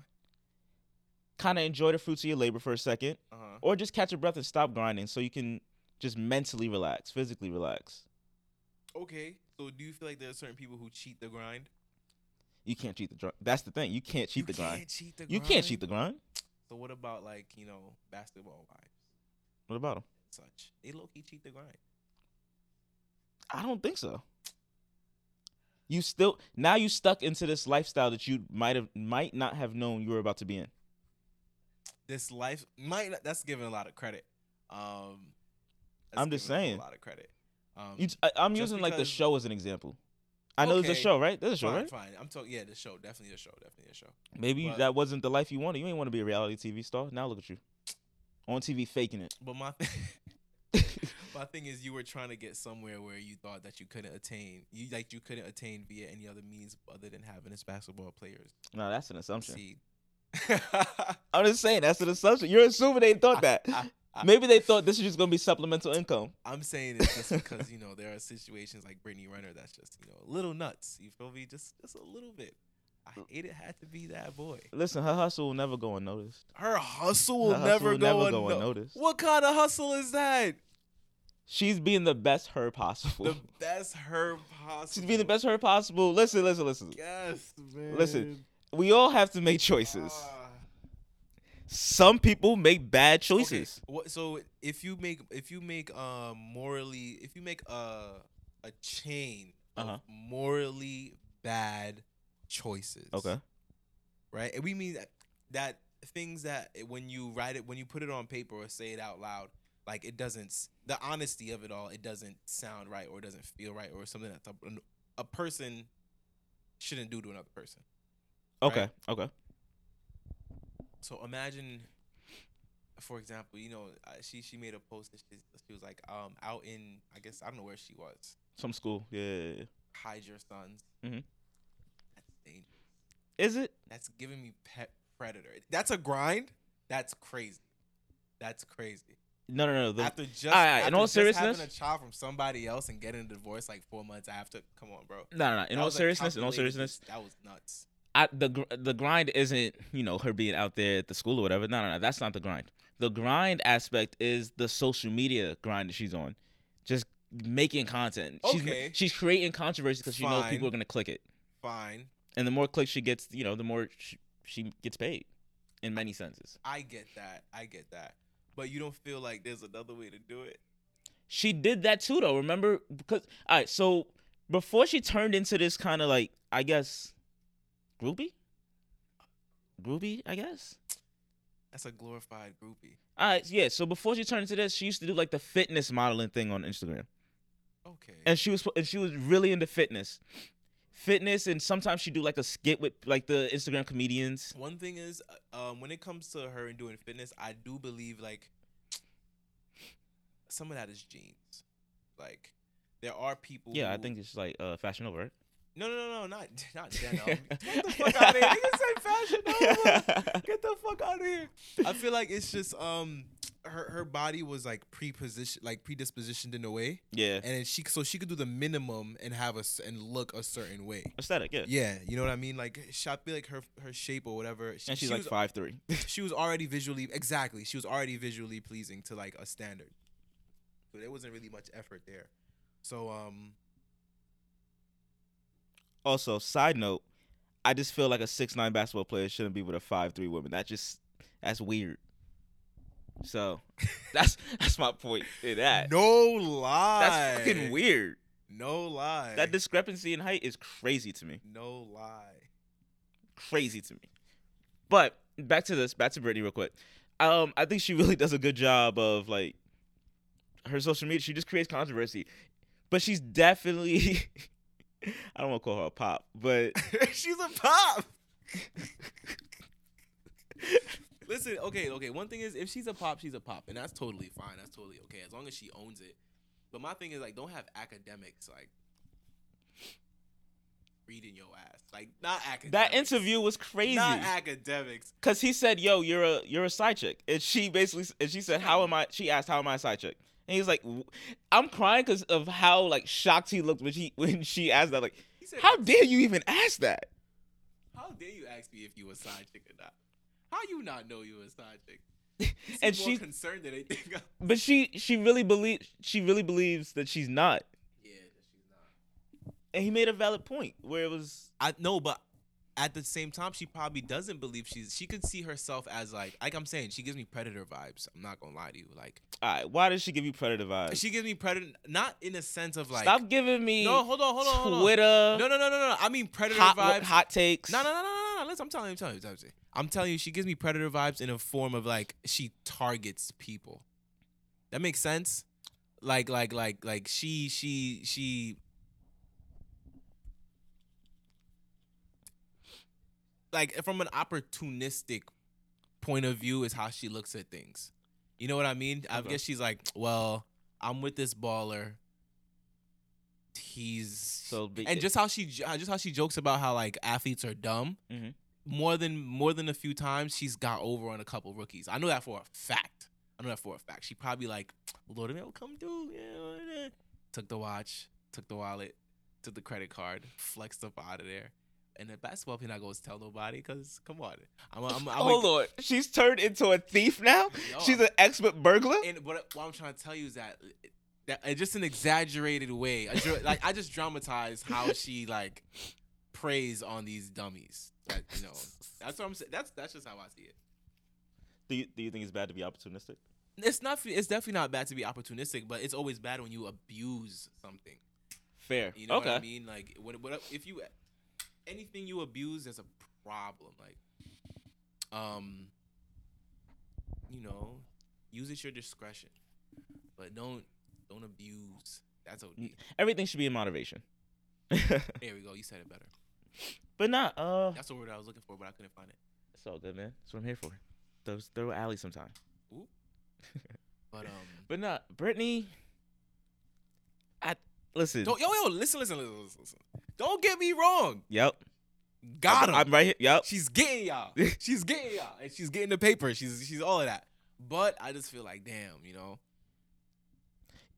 Speaker 1: Kind of enjoy the fruits of your labor for a second,
Speaker 2: Uh huh.
Speaker 1: or just catch your breath and stop grinding, so you can just mentally relax, physically relax.
Speaker 2: Okay. So do you feel like there are certain people who cheat the grind?
Speaker 1: You can't cheat the grind. That's the thing. You can't cheat
Speaker 2: You
Speaker 1: the grind.
Speaker 2: can't cheat the
Speaker 1: You can't cheat the
Speaker 2: grind?
Speaker 1: grind.
Speaker 2: So what about like you know basketball wives
Speaker 1: What about him?
Speaker 2: and such? They low key cheat the grind.
Speaker 1: I don't think so. You still now you stuck into this lifestyle that you might have might not have known you were about to be in.
Speaker 2: this life might not- that's giving a lot of credit. Um, that's
Speaker 1: I'm just
Speaker 2: giving them
Speaker 1: saying.
Speaker 2: a lot of credit. Um,
Speaker 1: You, I, am
Speaker 2: Just
Speaker 1: using like the
Speaker 2: because-
Speaker 1: show as an example. I know there's
Speaker 2: Okay.
Speaker 1: a show, right? There's a show,
Speaker 2: fine,
Speaker 1: right?
Speaker 2: fine. I'm talking. Yeah, the show definitely the show, definitely the show.
Speaker 1: Maybe you
Speaker 2: But-
Speaker 1: that wasn't the life you wanted. You ain't want to be a reality TV star. Now look at you, on TV faking it.
Speaker 2: But my my thing is, you were trying to get somewhere where you thought that you couldn't attain. You like you couldn't attain via any other means other than having as basketball players.
Speaker 1: no, that's an assumption.
Speaker 2: See,
Speaker 1: I'm just saying that's an assumption. You're assuming they thought that.
Speaker 2: I-
Speaker 1: Maybe they thought this is just gonna be supplemental income.
Speaker 2: I'm saying it's just because you know there are situations like Brittany Renner that's just you know a little nuts. You feel me? Just just a little bit. I hate it had to be that boy.
Speaker 1: Listen, her hustle will never go unnoticed.
Speaker 2: Her hustle
Speaker 1: Her
Speaker 2: will
Speaker 1: hustle
Speaker 2: never,
Speaker 1: will
Speaker 2: go,
Speaker 1: never go
Speaker 2: unno-
Speaker 1: unnoticed.
Speaker 2: What kind of hustle is that?
Speaker 1: She's being the best her possible.
Speaker 2: The best her possible.
Speaker 1: She's being the best her possible. Listen, listen, listen.
Speaker 2: Yes, man.
Speaker 1: Listen, We all have to make choices.
Speaker 2: Ah.
Speaker 1: Some people make bad
Speaker 2: Okay,
Speaker 1: choices.
Speaker 2: What? So if you make if you make um morally if you make a a chain
Speaker 1: Uh-huh.
Speaker 2: of morally bad choices.
Speaker 1: Okay.
Speaker 2: right? And we mean that, that things that it- when you write it, when you put it on paper or say it out loud, like it doesn't, s- the honesty of it all, it doesn't sound right or it doesn't feel right or something that a, a person shouldn't do to another person.
Speaker 1: Okay. Okay.
Speaker 2: So imagine, for example, you know, uh, she she made a post and she, she was like, um, out in, I guess, I don't know where she was,
Speaker 1: Some school. Yeah. yeah, yeah.
Speaker 2: hide your sons.
Speaker 1: Mhm.
Speaker 2: That's dangerous.
Speaker 1: Is it?
Speaker 2: That's giving me pet predator. That's a grind. That's crazy. That's crazy.
Speaker 1: No, no, no. the-
Speaker 2: after just,
Speaker 1: all right, in
Speaker 2: after
Speaker 1: all
Speaker 2: just having a
Speaker 1: seriousness-
Speaker 2: child from somebody else and getting a divorce like four months after. Come on, bro.
Speaker 1: no, no, no. In
Speaker 2: That
Speaker 1: all
Speaker 2: was a
Speaker 1: seriousness, in all
Speaker 2: calculated
Speaker 1: seriousness,
Speaker 2: risk. that was nuts.
Speaker 1: I, the gr- the grind isn't you know her being out there at the school or whatever. No, no, no. That's not the grind. The grind aspect is the social media grind that she's on, just making content. She's, ma-
Speaker 2: Okay.
Speaker 1: she's creating controversy because she knows
Speaker 2: Fine.
Speaker 1: people are gonna click it,
Speaker 2: Fine,
Speaker 1: and the more clicks she gets, you know, the more she, she gets paid, in many senses.
Speaker 2: I get that. I get that. But you don't feel like there's another way to do it.
Speaker 1: She did that too, though. Remember, because all right, so before she turned into this kind of like I guess groupie, Ruby, I guess.
Speaker 2: That's a glorified groupie.
Speaker 1: All right, yeah. So before she turned into this, she used to do like the fitness modeling thing on Instagram,
Speaker 2: Okay.
Speaker 1: and she was and she was really into fitness, fitness, and sometimes she do like a skit with like the Instagram comedians.
Speaker 2: One thing is, uh, um, when it comes to her and doing fitness, I do believe like some of that is genes. Like there are people.
Speaker 1: Yeah, I
Speaker 2: who-
Speaker 1: think it's like uh, Fashion Nova. Right?
Speaker 2: No, no, no, no, not not denim. Get the fuck out of here! Nigga said fashion Nova. Get the fuck out of here! I feel like it's just um her her body was like preposition like predispositioned in a way,
Speaker 1: yeah,
Speaker 2: and then she so she could do the minimum and have a s- and look a certain way.
Speaker 1: aesthetic. Yeah,
Speaker 2: Yeah, you know what I mean. Like sh- I feel like her her shape or whatever. She,
Speaker 1: and she's
Speaker 2: she
Speaker 1: like
Speaker 2: was
Speaker 1: five three.
Speaker 2: she was already visually exactly she was already visually pleasing to like a standard so there wasn't really much effort there so um
Speaker 1: Also, side note, I just feel like a six nine basketball player shouldn't be with a five three woman. That just that's weird. So that's that's my point in that.
Speaker 2: no lie
Speaker 1: that's fucking weird.
Speaker 2: no lie
Speaker 1: That discrepancy in height is crazy to me.
Speaker 2: no lie
Speaker 1: Crazy to me. But back to this, back to Brittany real quick. Um, I think she really does a good job of like her social media. She just creates controversy, but she's definitely. I don't want to call her a pop, but
Speaker 2: she's a pop listen okay okay one thing is if she's a pop she's a pop and that's totally fine that's totally okay as long as she owns it but my thing is like don't have academics like reading your ass like not academics
Speaker 1: that interview was crazy.
Speaker 2: Not academics.
Speaker 1: Cause he said, "Yo, you're a you're a side chick," and she basically and she said, "How am I?" She asked, "How am I a side chick?" And he's like, "W- "I'm crying because of how like shocked he looked when she when she asked that. Like,
Speaker 2: He said,
Speaker 1: how dare you even ask that?
Speaker 2: "How dare you ask me if you a side chick or not? How you not know you a side chick?" You
Speaker 1: And
Speaker 2: seem
Speaker 1: she-
Speaker 2: more concerned than anything else.
Speaker 1: But she she really believes she really believes that she's not.
Speaker 2: Yeah, she's not.
Speaker 1: And he made a valid point where it was
Speaker 2: I no, but at the same time, she probably doesn't believe she's. She could see herself as like, like I'm saying, she gives me predator vibes. I'm not gonna lie to you. Like
Speaker 1: all right. Why did she give you predator vibes?
Speaker 2: she gives me predator, not in a sense of like.
Speaker 1: Stop giving me
Speaker 2: no, hold on, hold on, hold on.
Speaker 1: Twitter
Speaker 2: No, no, no, no, no. I mean predator
Speaker 1: hot
Speaker 2: vibes.
Speaker 1: hot takes.
Speaker 2: No, no, no, no, no, no. Listen, I'm telling you, I'm telling you, I'm telling you. I'm telling you, she gives me predator vibes in a form of like she targets people. That makes sense. Like, like, like, like she, she, she. Like from an opportunistic point of view is how she looks at things. You know what I mean? I
Speaker 1: Okay.
Speaker 2: guess she's like, well, I'm with this baller. He's
Speaker 1: So be-
Speaker 2: and just how she j- just how she jokes about how like athletes are dumb.
Speaker 1: Mhm.
Speaker 2: More than more than a few times, she's got over on a couple rookies. I know that for a fact. I know that for a fact. She probably like, Lord, will come through. Yeah, yeah." Took the watch, took the wallet, took the credit card, flexed up out of there. And the basketball player not goes tell nobody because come on, I'm, I'm, I'm
Speaker 1: oh lord, she's turned into a thief now.
Speaker 2: Yo,
Speaker 1: she's
Speaker 2: I'm-
Speaker 1: an expert burglar.
Speaker 2: and what, what I'm trying to tell you is that that it's just an exaggerated way. I dra- like I just dramatize how she like preys on these dummies. That, you know, that's what I'm saying. That's that's just how I see it.
Speaker 1: Do you, do you think it's bad to be opportunistic?
Speaker 2: It's not. It's definitely not bad to be opportunistic, but it's always bad when you abuse something.
Speaker 1: Fair.
Speaker 2: You know
Speaker 1: okay.
Speaker 2: what I mean? Like, what, what if you anything you abuse, there's a problem. Like, um, you know, use at your discretion, but don't don't abuse. That's
Speaker 1: Mm.
Speaker 2: OD.
Speaker 1: Everything should be in moderation.
Speaker 2: There we go. You said it better.
Speaker 1: but not. Uh,
Speaker 2: That's the word I was looking for, but I couldn't find it.
Speaker 1: it's all good, man. That's what I'm here for. Those throw alley sometime.
Speaker 2: But um,
Speaker 1: But not Brittany. I listen.
Speaker 2: don't, yo yo listen listen listen listen. listen. Don't get me wrong.
Speaker 1: yep.
Speaker 2: Got
Speaker 1: I'm,
Speaker 2: him.
Speaker 1: I'm right here. Yep.
Speaker 2: She's getting y'all. She's getting y'all, and she's getting the paper. She's she's all of that. But I just feel like, damn, you know,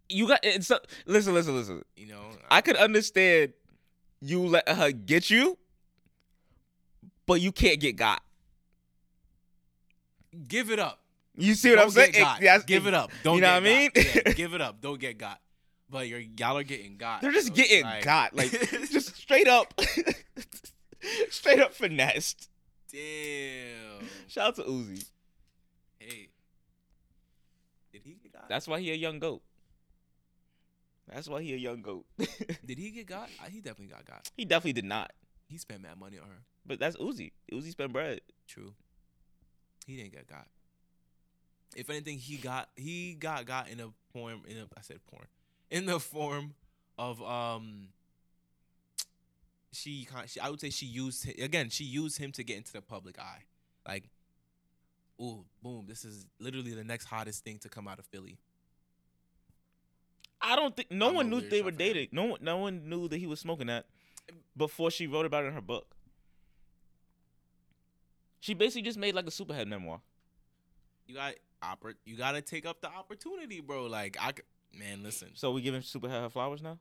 Speaker 1: You got. It's a, listen, listen, listen.
Speaker 2: you know.
Speaker 1: I could understand you let her get you, but you can't get got.
Speaker 2: give it up.
Speaker 1: You see what I'm
Speaker 2: Don't
Speaker 1: saying?
Speaker 2: get got.
Speaker 1: It- that's-
Speaker 2: give it up. Don't
Speaker 1: you know
Speaker 2: get
Speaker 1: what I mean?
Speaker 2: got. Yeah, give it up. Don't get got. But your y'all are getting got.
Speaker 1: They're just
Speaker 2: so it's
Speaker 1: getting
Speaker 2: like,
Speaker 1: got, like just straight up, straight up finessed.
Speaker 2: damn.
Speaker 1: Shout out to Uzi.
Speaker 2: Hey, did he get got?
Speaker 1: That's why he a young goat. That's why he a young goat.
Speaker 2: did he get got? Uh, He definitely got got.
Speaker 1: he definitely did not.
Speaker 2: He spent mad money on her.
Speaker 1: But that's Uzi. Uzi spent bread.
Speaker 2: True. He didn't get got. If anything, he got he got got in a form in a I said porn in the form of um. She, kind- she I would say she used him, again. She used him to get into the public eye, like, ooh, boom! This is literally the next hottest thing to come out of Philly.
Speaker 1: I don't think no
Speaker 2: I'm a
Speaker 1: one knew
Speaker 2: weird
Speaker 1: they were
Speaker 2: shopper.
Speaker 1: dating. No one, no one knew that he was smoking that before she wrote about it in her book. She basically just made like a superhead memoir.
Speaker 2: You got oppor- You gotta take up the opportunity, bro. Like I, c- man, listen.
Speaker 1: So we giving superhead her flowers now?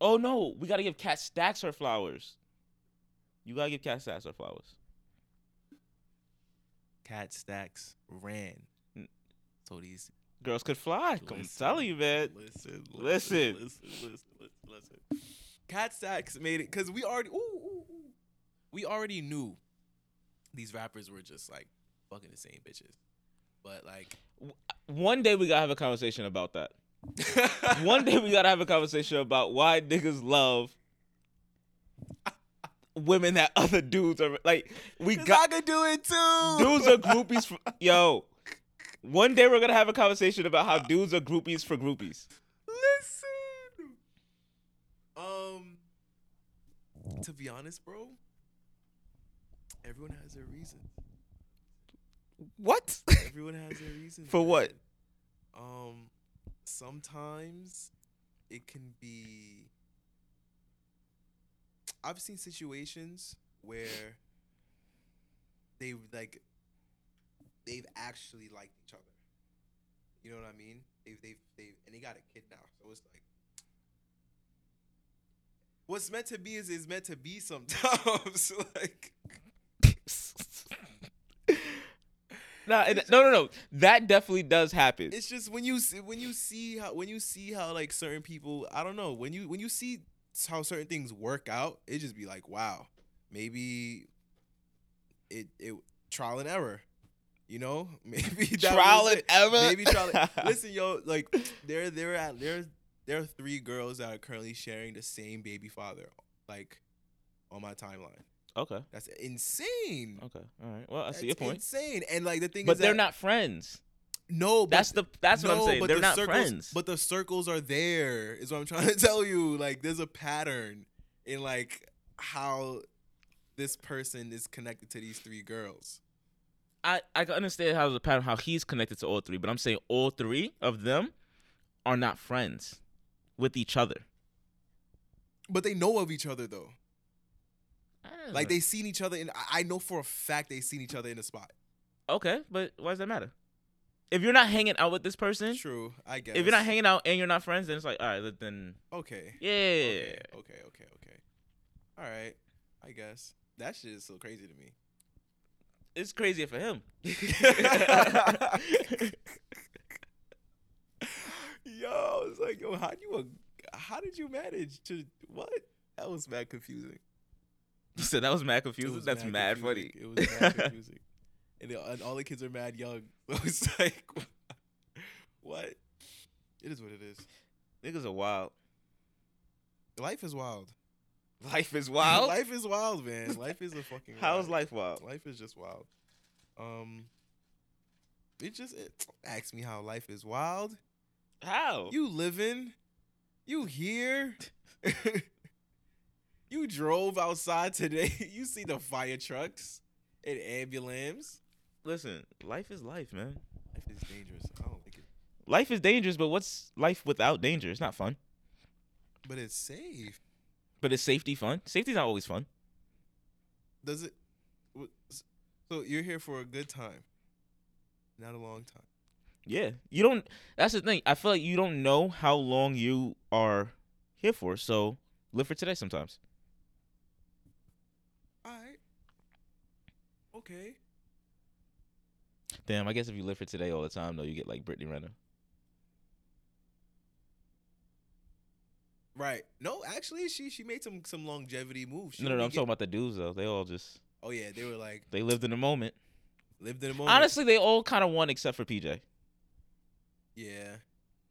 Speaker 1: Oh no, we gotta give Cat Stacks her flowers. You gotta give Cat Stacks her flowers.
Speaker 2: Cat Stacks ran.
Speaker 1: Mm.
Speaker 2: So these
Speaker 1: Girls could fly. I'm
Speaker 2: Listen,
Speaker 1: telling you, man.
Speaker 2: Listen,
Speaker 1: Eh, Listen.
Speaker 2: listen, listen, listen, listen. Cat Stacks made it because we already, ooh, ooh, ooh. we already knew these rappers were just like fucking the same bitches, but like
Speaker 1: One day we gotta have a conversation about that. One day we gotta have a conversation about why niggas love women that other dudes are like. We got
Speaker 2: I could do it too.
Speaker 1: dudes are groupies for yo. One day we're gonna have a conversation about how dudes are groupies for groupies.
Speaker 2: Listen. Um, to be honest, bro, everyone has their reasons.
Speaker 1: What?
Speaker 2: Everyone has their reasons.
Speaker 1: For
Speaker 2: man.
Speaker 1: what?
Speaker 2: Um, sometimes it can be. I've seen situations where they like they've actually liked each other. You know what I mean? They've they've they've and they got a kid now, so it's like what's meant to be is is meant to be sometimes. like
Speaker 1: nah, it- no, no, no. That definitely does happen.
Speaker 2: it's just when you see, when you see how when you see how like certain people I don't know when you when you see how certain things work out it just be like wow maybe it it trial and error you know maybe that
Speaker 1: trial
Speaker 2: was
Speaker 1: and
Speaker 2: it.
Speaker 1: error.
Speaker 2: maybe trial and, listen yo like there there are there there are three girls that are currently sharing the same baby father like on my timeline
Speaker 1: Okay.
Speaker 2: that's insane
Speaker 1: Okay. All right. Well, Oh, I
Speaker 2: that's
Speaker 1: see your point.
Speaker 2: insane and like the thing
Speaker 1: But
Speaker 2: is
Speaker 1: they're
Speaker 2: that-
Speaker 1: not friends.
Speaker 2: no but
Speaker 1: That's the. That's what I'm
Speaker 2: No,
Speaker 1: saying.
Speaker 2: but
Speaker 1: They're
Speaker 2: the
Speaker 1: not
Speaker 2: circles-
Speaker 1: friends.
Speaker 2: But the circles are there, is what I'm trying to tell you. Like there's a pattern in like how this person is connected to these three girls.
Speaker 1: I I can understand how the pattern how he's connected to all three, but I'm saying all three of them are not friends with each other.
Speaker 2: But they know of each other though. Like
Speaker 1: they.
Speaker 2: they seen each other in I I know for a fact they seen each other in a spot.
Speaker 1: Okay, but why does that matter? If you're not hanging out with this person,
Speaker 2: True, I guess.
Speaker 1: Mm-hmm. if you're not hanging out and you're not friends, then it's like, all right, then
Speaker 2: Okay.
Speaker 1: yeah.
Speaker 2: Okay, okay, okay, okay. All right. I guess. That shit is so crazy to me.
Speaker 1: It's crazier for him.
Speaker 2: yo, it's like, yo, how do you, how did you manage to what? That was mad confusing.
Speaker 1: so that was mad
Speaker 2: It
Speaker 1: confusing.
Speaker 2: was
Speaker 1: That's mad,
Speaker 2: confusing.
Speaker 1: funny.
Speaker 2: It was mad confusing, and, it- and all the kids are mad young. So it's like, what? It is what it is.
Speaker 1: Niggas are wild.
Speaker 2: Life is wild.
Speaker 1: Life is wild.
Speaker 2: Life is wild, man. Life is a fucking.
Speaker 1: How's
Speaker 2: wild.
Speaker 1: life wild?
Speaker 2: Life is just wild. Um, it just it, ask me how life is wild.
Speaker 1: How?
Speaker 2: You living, you here. you drove outside today. You see the fire trucks and ambulance.
Speaker 1: listen. Life is life, man.
Speaker 2: Life is dangerous. I don't like it,
Speaker 1: Life is dangerous, but what's life without danger? It's not fun.
Speaker 2: but it's safe.
Speaker 1: But is safety fun? Safety's not always fun.
Speaker 2: Does it? wh- s- So you're here for a good time, not a long time.
Speaker 1: Yeah. You don't that's the thing. I feel like you don't know how long you are here for, so live for today sometimes.
Speaker 2: All right. Okay.
Speaker 1: Damn, I guess if you live for today all the time though, you get like Brittany Renner.
Speaker 2: Right. No, actually, she she made some some longevity moves. She
Speaker 1: no no no,
Speaker 2: really
Speaker 1: I'm
Speaker 2: get-
Speaker 1: talking about the dudes though. They all just
Speaker 2: Oh yeah, they were like
Speaker 1: they lived in the moment.
Speaker 2: lived in the moment.
Speaker 1: Honestly, they all kinda won except for PJ.
Speaker 2: Yeah.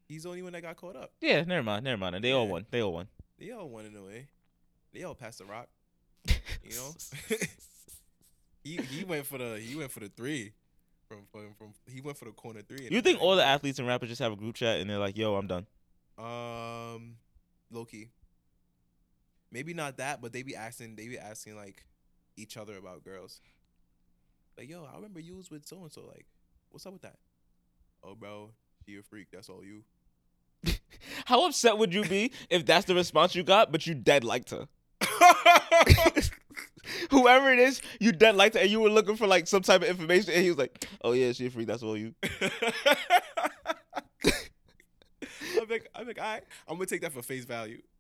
Speaker 2: He's the only one that got caught up.
Speaker 1: Yeah, never mind, never mind. And they all
Speaker 2: Yeah.
Speaker 1: won. They all won.
Speaker 2: They all won in a way. They all passed the rock. You know, he he went for the he went for the three. From, from, from he went for the corner three. and
Speaker 1: You
Speaker 2: it
Speaker 1: think
Speaker 2: banged.
Speaker 1: all the athletes and rappers just have a group chat and they're like, "Yo, I'm done."
Speaker 2: Um, Loki. Maybe not that, but they be asking, they be asking like each other about girls. Like, yo, I remember you was with so and so. Like, what's up with that? Oh, bro, she a freak. That's all you.
Speaker 1: How upset would you be if that's the response you got, but you dead liked her? Whoever it is, you dead liked her, and you were looking for like some type of information, and he was like, "Oh yeah, she a freak. That's all you."
Speaker 2: I'm like, I'm like, all right, I'm gonna take that for face value.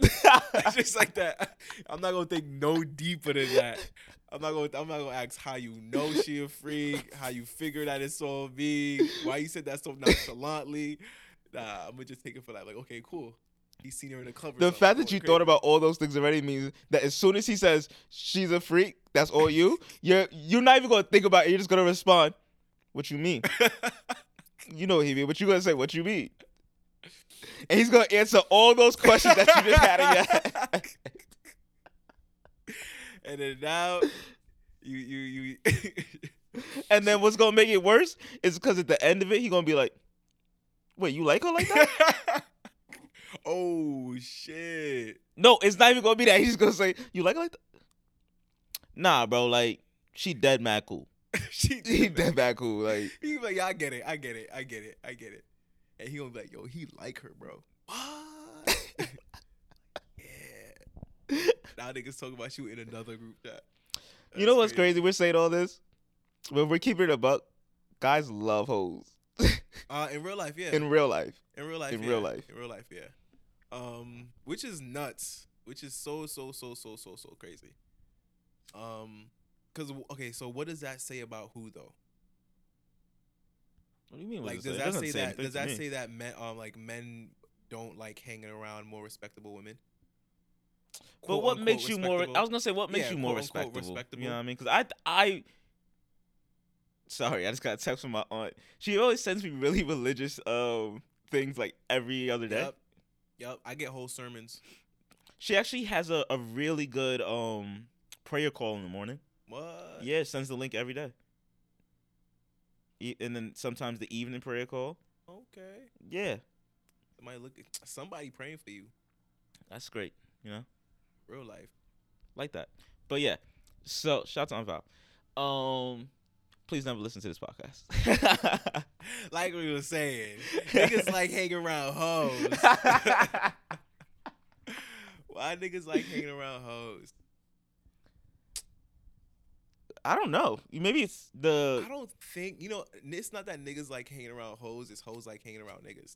Speaker 2: Just like that. I'm not gonna think no deeper than that. I'm not gonna, I'm not gonna ask how you know she a freak, how you figure that it's all me, why you said that so nonchalantly. Nah, I'm gonna just take it for that. Like, okay, cool. He's seen her in the cover.
Speaker 1: the fact that you thought about all those things already means that as soon as he says she's a freak, that's all you. You're you're not even gonna think about it. You're just gonna respond, "What you mean?" you know what he mean, but you're gonna say, "What you mean?" And he's gonna answer all those questions that you just had in your head.
Speaker 2: and then now you you you
Speaker 1: And then what's gonna make it worse is because at the end of it, he gonna be like, "Wait, you like her like that?"
Speaker 2: oh shit.
Speaker 1: no, it's not even gonna be that. He's gonna say, "You like her like that?" Nah, bro. Like she dead mad cool.
Speaker 2: she
Speaker 1: She
Speaker 2: did that.
Speaker 1: dead mad cool. Like
Speaker 2: He's like, yeah, I get it, I get it, I get it, I get it. And he gonna be like, yo, he like her, bro. What? yeah. Now niggas talking about you in another group chat.
Speaker 1: you know what's crazy? We're saying all this, but we're keeping it a buck. Guys love hoes
Speaker 2: Uh, in real life, yeah.
Speaker 1: in real life.
Speaker 2: In real life.
Speaker 1: In
Speaker 2: yeah.
Speaker 1: real life.
Speaker 2: In real life, yeah. Um, which is nuts. Which is so so so so so so crazy. Um, cause okay, so what does that say about who though?
Speaker 1: What do you mean?
Speaker 2: Like, does that say that? Does that say that men um like men don't like hanging around more respectable women?
Speaker 1: But
Speaker 2: Quote,
Speaker 1: what
Speaker 2: unquote,
Speaker 1: makes you more? I
Speaker 2: respectable.
Speaker 1: was gonna say what makes
Speaker 2: Yeah,
Speaker 1: you more
Speaker 2: quote, unquote,
Speaker 1: respectable? You know
Speaker 2: respectable.
Speaker 1: what I mean? Because I, I. Sorry, I just got a text from my aunt. She always sends me really religious um things like every other day.
Speaker 2: Yep. Yep. I get whole sermons.
Speaker 1: She actually has a, a really good um prayer call in the morning.
Speaker 2: What?
Speaker 1: Yeah, sends the link every day. E- and then sometimes the evening prayer call.
Speaker 2: Okay.
Speaker 1: Yeah,
Speaker 2: Somebody look. Somebody praying for you.
Speaker 1: that's great. You know,
Speaker 2: Real life.
Speaker 1: like that. But yeah, so shout out to Unvow. Um, please never listen to this podcast.
Speaker 2: Like we were saying, niggas like hanging around hoes. Why niggas like hanging around hoes?
Speaker 1: I don't know. Maybe it's the
Speaker 2: I don't think you know. It's not that niggas like hanging around hoes. It's hoes like hanging around niggas.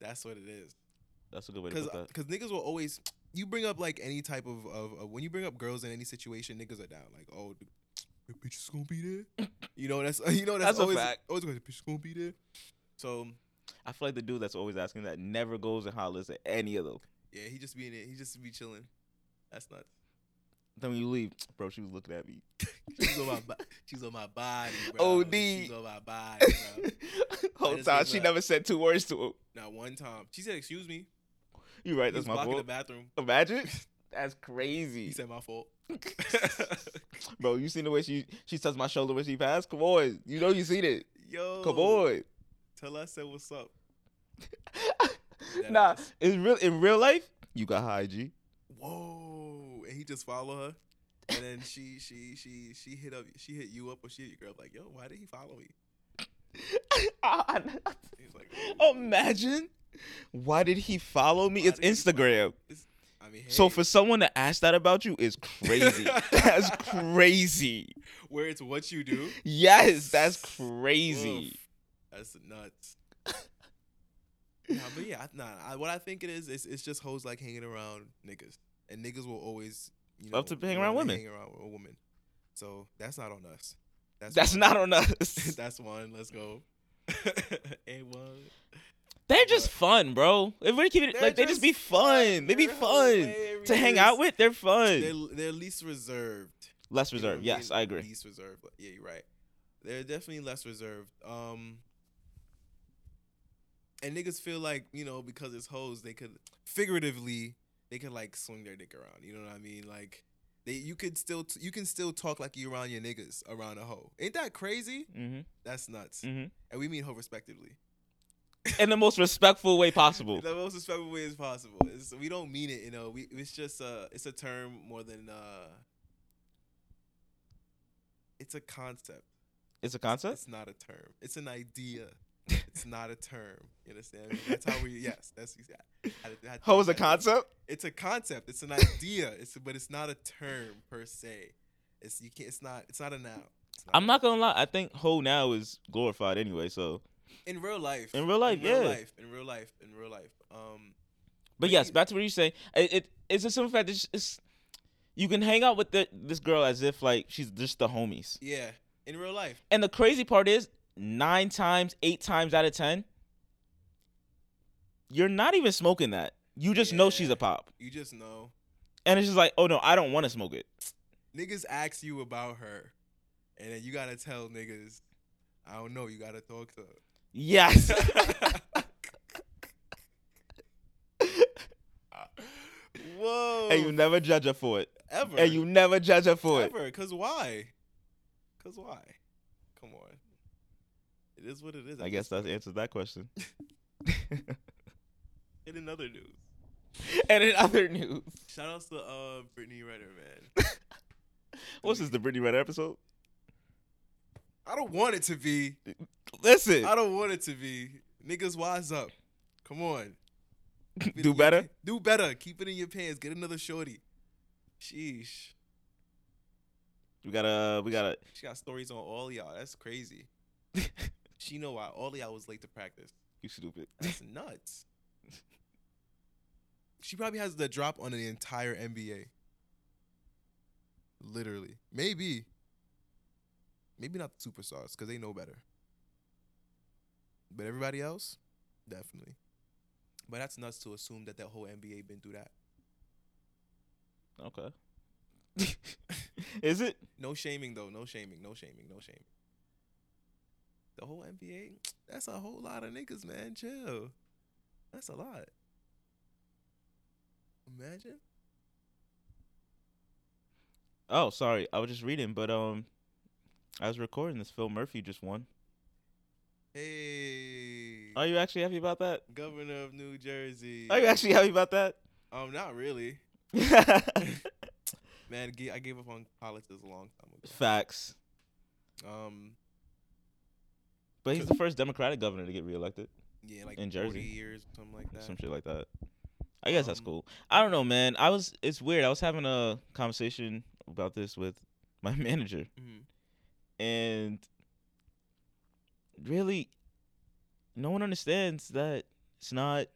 Speaker 2: That's what it is.
Speaker 1: that's a good way to
Speaker 2: Because
Speaker 1: put that.
Speaker 2: because niggas will always you bring up like any type of, of of when you bring up girls in any situation, niggas are down. Like oh, the the bitch is gonna be there. You know that's you know that's,
Speaker 1: That's a
Speaker 2: always
Speaker 1: fact.
Speaker 2: always going bitch is gonna be there. So
Speaker 1: I feel like the dude that's always asking that never goes and hollers at any of those.
Speaker 2: yeah, he just being it. He just be chilling. That's nuts.
Speaker 1: Then when you leave, bro, she was looking at me.
Speaker 2: She's on my bo- she's on my body. Bro.
Speaker 1: OD.
Speaker 2: She's on my body. Bro. I
Speaker 1: Whole
Speaker 2: just
Speaker 1: time
Speaker 2: was
Speaker 1: she
Speaker 2: like-
Speaker 1: never said two words to him.
Speaker 2: Not one time. She said, "Excuse me."
Speaker 1: You right?
Speaker 2: He was
Speaker 1: That's my
Speaker 2: blocking the
Speaker 1: fault.
Speaker 2: bathroom.
Speaker 1: Imagine. That's
Speaker 2: He
Speaker 1: crazy,
Speaker 2: said, "My fault."
Speaker 1: bro. You seen the way she she touched my shoulder when she passed? Come on, you know you seen it.
Speaker 2: Yo,
Speaker 1: Come on.
Speaker 2: Tell us said what's up.
Speaker 1: Nah, it's real in real life. You got high, G.
Speaker 2: whoa and he just follow her and then she she she she hit up she hit you up or she hit your girl like yo why did he follow me he's like oh.
Speaker 1: Imagine. Why did he follow me?
Speaker 2: Why
Speaker 1: It's
Speaker 2: did he follow-
Speaker 1: Instagram.
Speaker 2: i mean
Speaker 1: So
Speaker 2: hey,
Speaker 1: for someone to ask that about you is crazy. that's crazy.
Speaker 2: where it's what you do
Speaker 1: Yes, that's crazy.
Speaker 2: oof, that's nuts nah, but yeah I- nah I, what i think it is it's, it's just hoes like hanging around niggas and niggas will always you know
Speaker 1: Love to hang around
Speaker 2: wanna
Speaker 1: women.
Speaker 2: hang around with a woman so that's not on us
Speaker 1: That's
Speaker 2: one.
Speaker 1: not on us.
Speaker 2: that's one let's go a one
Speaker 1: They're just fun, bro. If we're keeping it,
Speaker 2: They're
Speaker 1: like they just be fun. They be
Speaker 2: They're
Speaker 1: fun to hang out
Speaker 2: hilarious.
Speaker 1: with. They're
Speaker 2: They're,
Speaker 1: fun.
Speaker 2: they're least reserved.
Speaker 1: Less
Speaker 2: You know what mean?
Speaker 1: reserved. Yes, I agree.
Speaker 2: Least reserved. but- Yeah, you're right. They're definitely less reserved. Um, and niggas feel like you know because it's hoes, they could figuratively they could like swing their dick around. You know what I mean? Like They, you could still t- you can still talk like you around your niggas around a hoe. Ain't that crazy?
Speaker 1: Mm-hmm.
Speaker 2: That's nuts.
Speaker 1: Mm-hmm.
Speaker 2: And we mean hoe respectively.
Speaker 1: In the most respectful way possible.
Speaker 2: The most respectful way as possible. It's, we don't mean it, you know. We it's just a it's a term more than uh. It's a concept.
Speaker 1: It's a concept.
Speaker 2: It's not a term. It's an idea. it's not a term. You understand? me? That's how we. Yes, that's exactly.
Speaker 1: Hoe is a concept.
Speaker 2: It's a concept. It's an idea. It's but it's not a term per se. It's you can't. It's not. It's not a noun. It's
Speaker 1: I'm not gonna lie. I think hoe now is glorified anyway. So,
Speaker 2: in real life.
Speaker 1: In real life, yeah.
Speaker 2: life, in real life. In real life. Um.
Speaker 1: but
Speaker 2: Maybe-
Speaker 1: yes, back to what you say. It, it it's a simple fact. It's, it's you can hang out with the, this girl as if like she's just the homies.
Speaker 2: Yeah. In real life.
Speaker 1: And the crazy part is, nine times, eight times out of ten, you're not even smoking that. You just know she's
Speaker 2: Yeah.
Speaker 1: a pop,
Speaker 2: You just know.
Speaker 1: and it's just like, oh no, I don't want to smoke it.
Speaker 2: Niggas ask you about her, and then you gotta tell niggas. I don't know. You gotta talk to. her."
Speaker 1: Yes.
Speaker 2: Whoa.
Speaker 1: and you never judge her for it.
Speaker 2: ever.
Speaker 1: And you never judge her for it.
Speaker 2: Ever, cause why? Cause why? Come on. It is what it is.
Speaker 1: I guess that answers that question.
Speaker 2: In another news,
Speaker 1: and in other news,
Speaker 2: shout outs to uh Brittany Renner, man.
Speaker 1: what's this? The Brittany Renner episode?
Speaker 2: I don't want it to be.
Speaker 1: Listen,
Speaker 2: I don't want it to be. Niggas, wise up. Come on. Keep it
Speaker 1: Do
Speaker 2: in your-
Speaker 1: better?
Speaker 2: do better. Keep it in your pants. Get another shorty. Sheesh.
Speaker 1: we gotta, we gotta.
Speaker 2: She got stories on all y'all. That's crazy. she know why all y'all was late to practice.
Speaker 1: You stupid.
Speaker 2: That's nuts. She probably has the drop on the entire NBA. Literally. Maybe. Maybe not the superstars because they know better. But everybody else, definitely. But that's nuts to assume that that whole NBA been through that.
Speaker 1: Okay. Is it?
Speaker 2: No shaming though. No shaming. No shaming. No shaming. The whole NBA, that's a whole lot of niggas, man. Chill. That's a lot. Imagine.
Speaker 1: Oh, sorry. I was just reading, but um, I was recording this. Phil Murphy just won.
Speaker 2: Hey,
Speaker 1: Are you actually happy about that?
Speaker 2: governor of New Jersey.
Speaker 1: Are you actually happy about that?
Speaker 2: um, not really, man. g- I gave up on politics a long time ago.
Speaker 1: Facts.
Speaker 2: Um,
Speaker 1: But he's the first Democratic governor to get reelected.
Speaker 2: yeah, like
Speaker 1: In Jersey.
Speaker 2: forty years, or something like that.
Speaker 1: Some shit like that. I guess that's
Speaker 2: Um,
Speaker 1: cool. I don't know, man. I was. It's weird. I was having a conversation about this with my manager,
Speaker 2: Mhm.
Speaker 1: and really, no one understands that it's not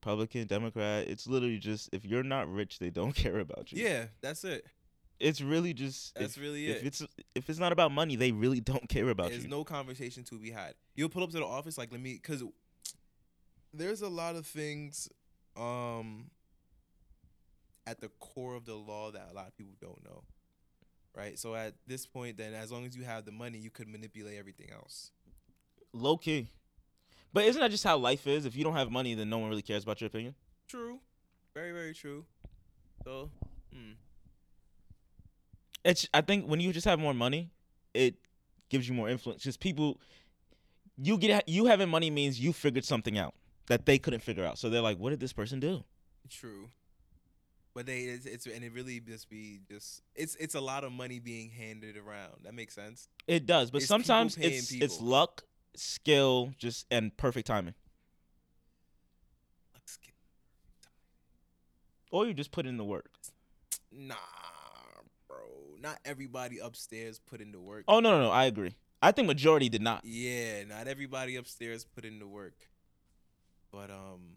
Speaker 1: Republican, Democrat. It's literally just if you're not rich, they don't care about you.
Speaker 2: Yeah, that's it.
Speaker 1: It's really just
Speaker 2: That's
Speaker 1: if,
Speaker 2: really
Speaker 1: if
Speaker 2: it.
Speaker 1: it's if it's not about money, they really don't care about
Speaker 2: There's
Speaker 1: you.
Speaker 2: no conversation to be had. You'll pull up to the office like, let me, because there's a lot of things, um, at the core of the law that a lot of people don't know, right? So at this point, then as long as you have the money, you could manipulate everything else.
Speaker 1: Low key. But isn't that just how life is? If you don't have money, then no one really cares about your opinion.
Speaker 2: True. Very, very true. So, mm,
Speaker 1: It's I think when you just have more money, it gives you more influence. Just people, you get you having money means you figured something out that they couldn't figure out. So they're like, "What did this person do?"
Speaker 2: true. But they, it's, it's, and it really just be just, it's, it's a lot of money being handed around. That makes sense.
Speaker 1: It does, but
Speaker 2: It's people
Speaker 1: sometimes
Speaker 2: paying
Speaker 1: it's it's
Speaker 2: people.
Speaker 1: luck, skill, just and perfect timing,
Speaker 2: Let's get,
Speaker 1: or you just put in the work.
Speaker 2: nah, bro. Not everybody upstairs put in the work.
Speaker 1: Oh no, no, no! I agree. I think majority did not.
Speaker 2: Yeah, not everybody upstairs put in the work. But um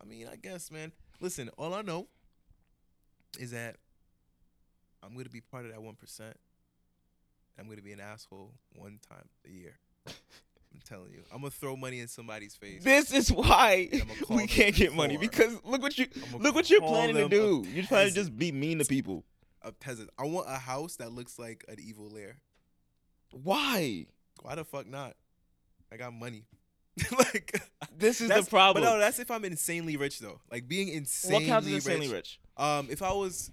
Speaker 2: I mean, I guess, man. Listen, all I know is that I'm gonna be part of that one percent. I'm gonna be an asshole one time a year. I'm telling you. I'm gonna throw money in somebody's face.
Speaker 1: This is why
Speaker 2: And I'ma call
Speaker 1: we
Speaker 2: them
Speaker 1: can't get money
Speaker 2: before.
Speaker 1: because look what you
Speaker 2: I'ma
Speaker 1: look what you're
Speaker 2: call
Speaker 1: planning to
Speaker 2: them a
Speaker 1: do. You're trying
Speaker 2: peasant.
Speaker 1: to just be mean to people.
Speaker 2: A peasant. Uh, I want a house that looks like an evil lair.
Speaker 1: Why?
Speaker 2: Why the fuck not? I got money. like
Speaker 1: This is
Speaker 2: that's,
Speaker 1: the problem.
Speaker 2: But no, that's if I'm insanely rich though. Like being insanely
Speaker 1: what counts as insanely
Speaker 2: rich.
Speaker 1: rich?
Speaker 2: Um, if I was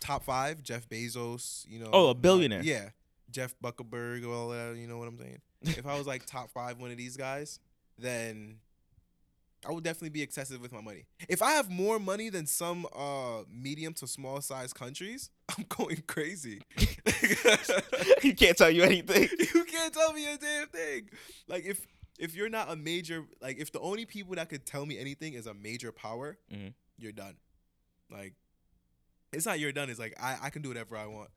Speaker 2: top five, Jeff Bezos, you know.
Speaker 1: Oh, a
Speaker 2: um,
Speaker 1: billionaire.
Speaker 2: yeah, Jeff Buckerberg, all that. You know what I'm saying? if I was like top five, one of these guys, then I would definitely be excessive with my money. If I have more money than some uh medium to small size countries, I'm going crazy.
Speaker 1: you can't tell you anything.
Speaker 2: you can't tell me a damn thing. Like if if you're not a major, like if the only people that could tell me anything is a major power,
Speaker 1: Mhm.
Speaker 2: you're done. Like it's not you're done. It's like I I can do whatever I want.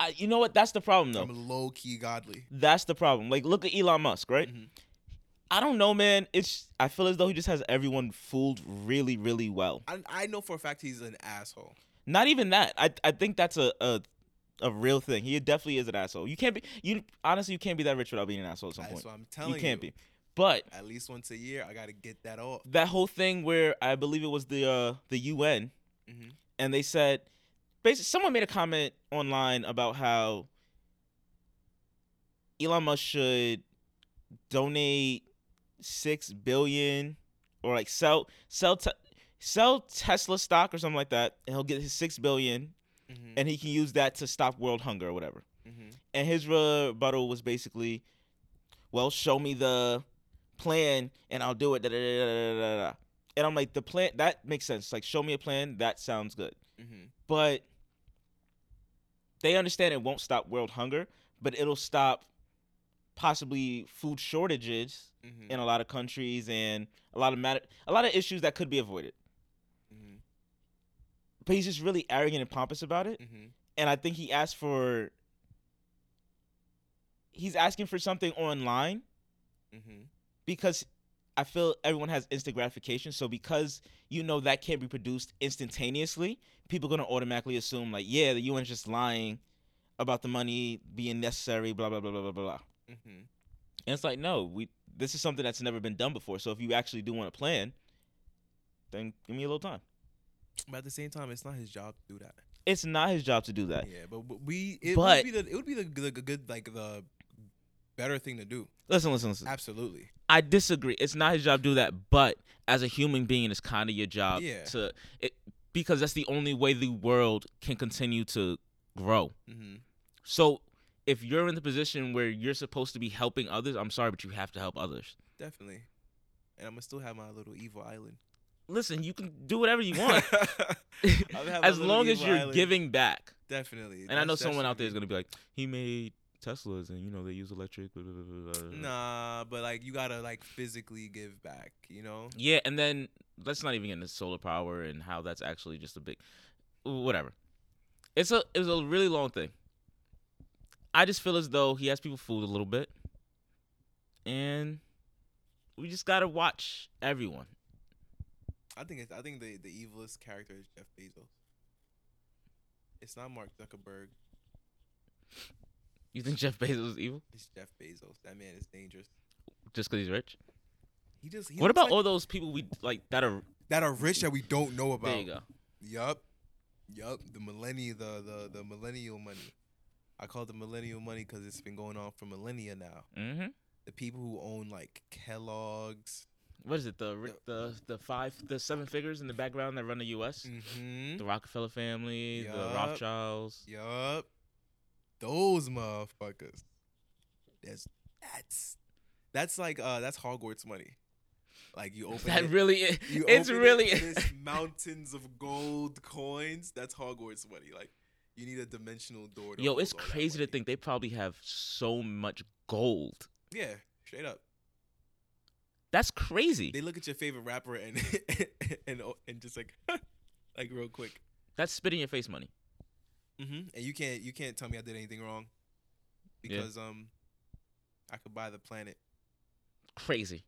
Speaker 1: I, you know what? That's the problem, though.
Speaker 2: I'm low key godly.
Speaker 1: That's the problem. Like, look at Elon Musk, right?
Speaker 2: Mhm.
Speaker 1: I don't know, man. It's I feel as though he just has everyone fooled really, really well.
Speaker 2: I I know for a fact he's an asshole.
Speaker 1: Not even that. I I think that's a a, a real thing. He definitely is an asshole. You can't be you honestly you can't be that rich without being an asshole at some
Speaker 2: That's
Speaker 1: point.
Speaker 2: what I'm
Speaker 1: You
Speaker 2: telling you.
Speaker 1: can't be. But
Speaker 2: At least once a year, I gotta get that off.
Speaker 1: that whole thing where I believe it was the uh the UN
Speaker 2: Mhm.
Speaker 1: and they said basically someone made a comment online about how Elon Musk should donate 6 billion or like sell sell te- sell Tesla stock or something like that and he'll get his 6 billion
Speaker 2: Mhm.
Speaker 1: and he can use that to stop world hunger or whatever.
Speaker 2: Mhm.
Speaker 1: And his rebuttal was basically, "Well, show me the plan, and I'll do it." Da, da, da, da, da, da, da. And I'm like, "The plan that makes sense. Like, show me a plan. That sounds good."
Speaker 2: Mhm.
Speaker 1: But they understand it won't stop world hunger, but it'll stop possibly food shortages
Speaker 2: Mhm.
Speaker 1: in a lot of countries and a lot of mat- a lot of issues that could be avoided.
Speaker 2: Mhm.
Speaker 1: But he's just really arrogant and pompous about it.
Speaker 2: Mhm.
Speaker 1: and I think he asked for he's asking for something online
Speaker 2: Mhm.
Speaker 1: because I feel everyone has instant gratification. So because you know that can't be produced instantaneously, people gonna automatically assume like, yeah, the UN's just lying about the money being necessary, blah blah blah blah blah blah.
Speaker 2: Mhm.
Speaker 1: And it's like, no, we this is something that's never been done before. So if you actually do want to plan, then give me a little time.
Speaker 2: But at the same time, it's not his job to do that.
Speaker 1: It's not his job to do that.
Speaker 2: Yeah, but w- we it
Speaker 1: But-
Speaker 2: would be the it would be the, the good like the better thing to do.
Speaker 1: Listen, listen, listen.
Speaker 2: Absolutely.
Speaker 1: I disagree. It's not his job to do that, but as a human being, it's kind of your job
Speaker 2: Yeah.
Speaker 1: to it, because that's the only way the world can continue to grow.
Speaker 2: Mm-hmm.
Speaker 1: So if you're in the position where you're supposed to be helping others, I'm sorry, but you have to help others.
Speaker 2: Definitely. And I'm gonna still have my little evil island.
Speaker 1: Listen, you can do whatever you want
Speaker 2: I'll have a
Speaker 1: as
Speaker 2: little
Speaker 1: long as
Speaker 2: evil
Speaker 1: you're
Speaker 2: island.
Speaker 1: giving back.
Speaker 2: Definitely.
Speaker 1: And I know
Speaker 2: That's- that
Speaker 1: someone
Speaker 2: should
Speaker 1: out there is
Speaker 2: be-
Speaker 1: going to be like, he made Teslas and you know they use electric. Blah, blah, blah, blah, blah.
Speaker 2: Nah, but like you gotta like physically give back, you know.
Speaker 1: Yeah, and then let's not even get into solar power and how that's actually just a big whatever. It's a it was a really long thing. I just feel as though he has people fooled a little bit. And we just gotta watch everyone.
Speaker 2: I think it's, I think the the evilest character is Jeff Bezos. It's not Mark Zuckerberg.
Speaker 1: You think Jeff Bezos is evil
Speaker 2: It's Jeff Bezos. That man is dangerous.
Speaker 1: just because he's rich?
Speaker 2: He just. He
Speaker 1: what
Speaker 2: looks
Speaker 1: about
Speaker 2: like-
Speaker 1: all those people we like that are?
Speaker 2: that are rich that we don't know about?
Speaker 1: There you go.
Speaker 2: Yup. Yup. The millennial the the the millennial money. I call it the millennial money because it's been going on for millennia now.
Speaker 1: Mm-hmm.
Speaker 2: The people who own like Kellogg's,
Speaker 1: What is it?
Speaker 2: uh,
Speaker 1: The ri- the the five the seven figures in the background that run the U.S.
Speaker 2: mm-hmm.
Speaker 1: The Rockefeller family, the
Speaker 2: Yup.
Speaker 1: Rothschilds.
Speaker 2: yup, those motherfuckers. That's that's that's like uh that's Hogwarts money. Like you open
Speaker 1: That
Speaker 2: it-
Speaker 1: really is.
Speaker 2: you
Speaker 1: it's
Speaker 2: open it,
Speaker 1: really
Speaker 2: there's mountains of gold coins. That's Hogwarts money. Like you need a dimensional door. To
Speaker 1: Yo,
Speaker 2: hold
Speaker 1: it's
Speaker 2: all that
Speaker 1: crazy to
Speaker 2: money.
Speaker 1: think they probably have so much gold.
Speaker 2: Yeah, straight up.
Speaker 1: That's crazy.
Speaker 2: they look at your favorite rapper and and and just like like real quick.
Speaker 1: That's spit in your face money.
Speaker 2: Mm-hmm. And you can't you can't tell me I did anything wrong
Speaker 1: Yeah.
Speaker 2: because um I could buy the planet
Speaker 1: Crazy.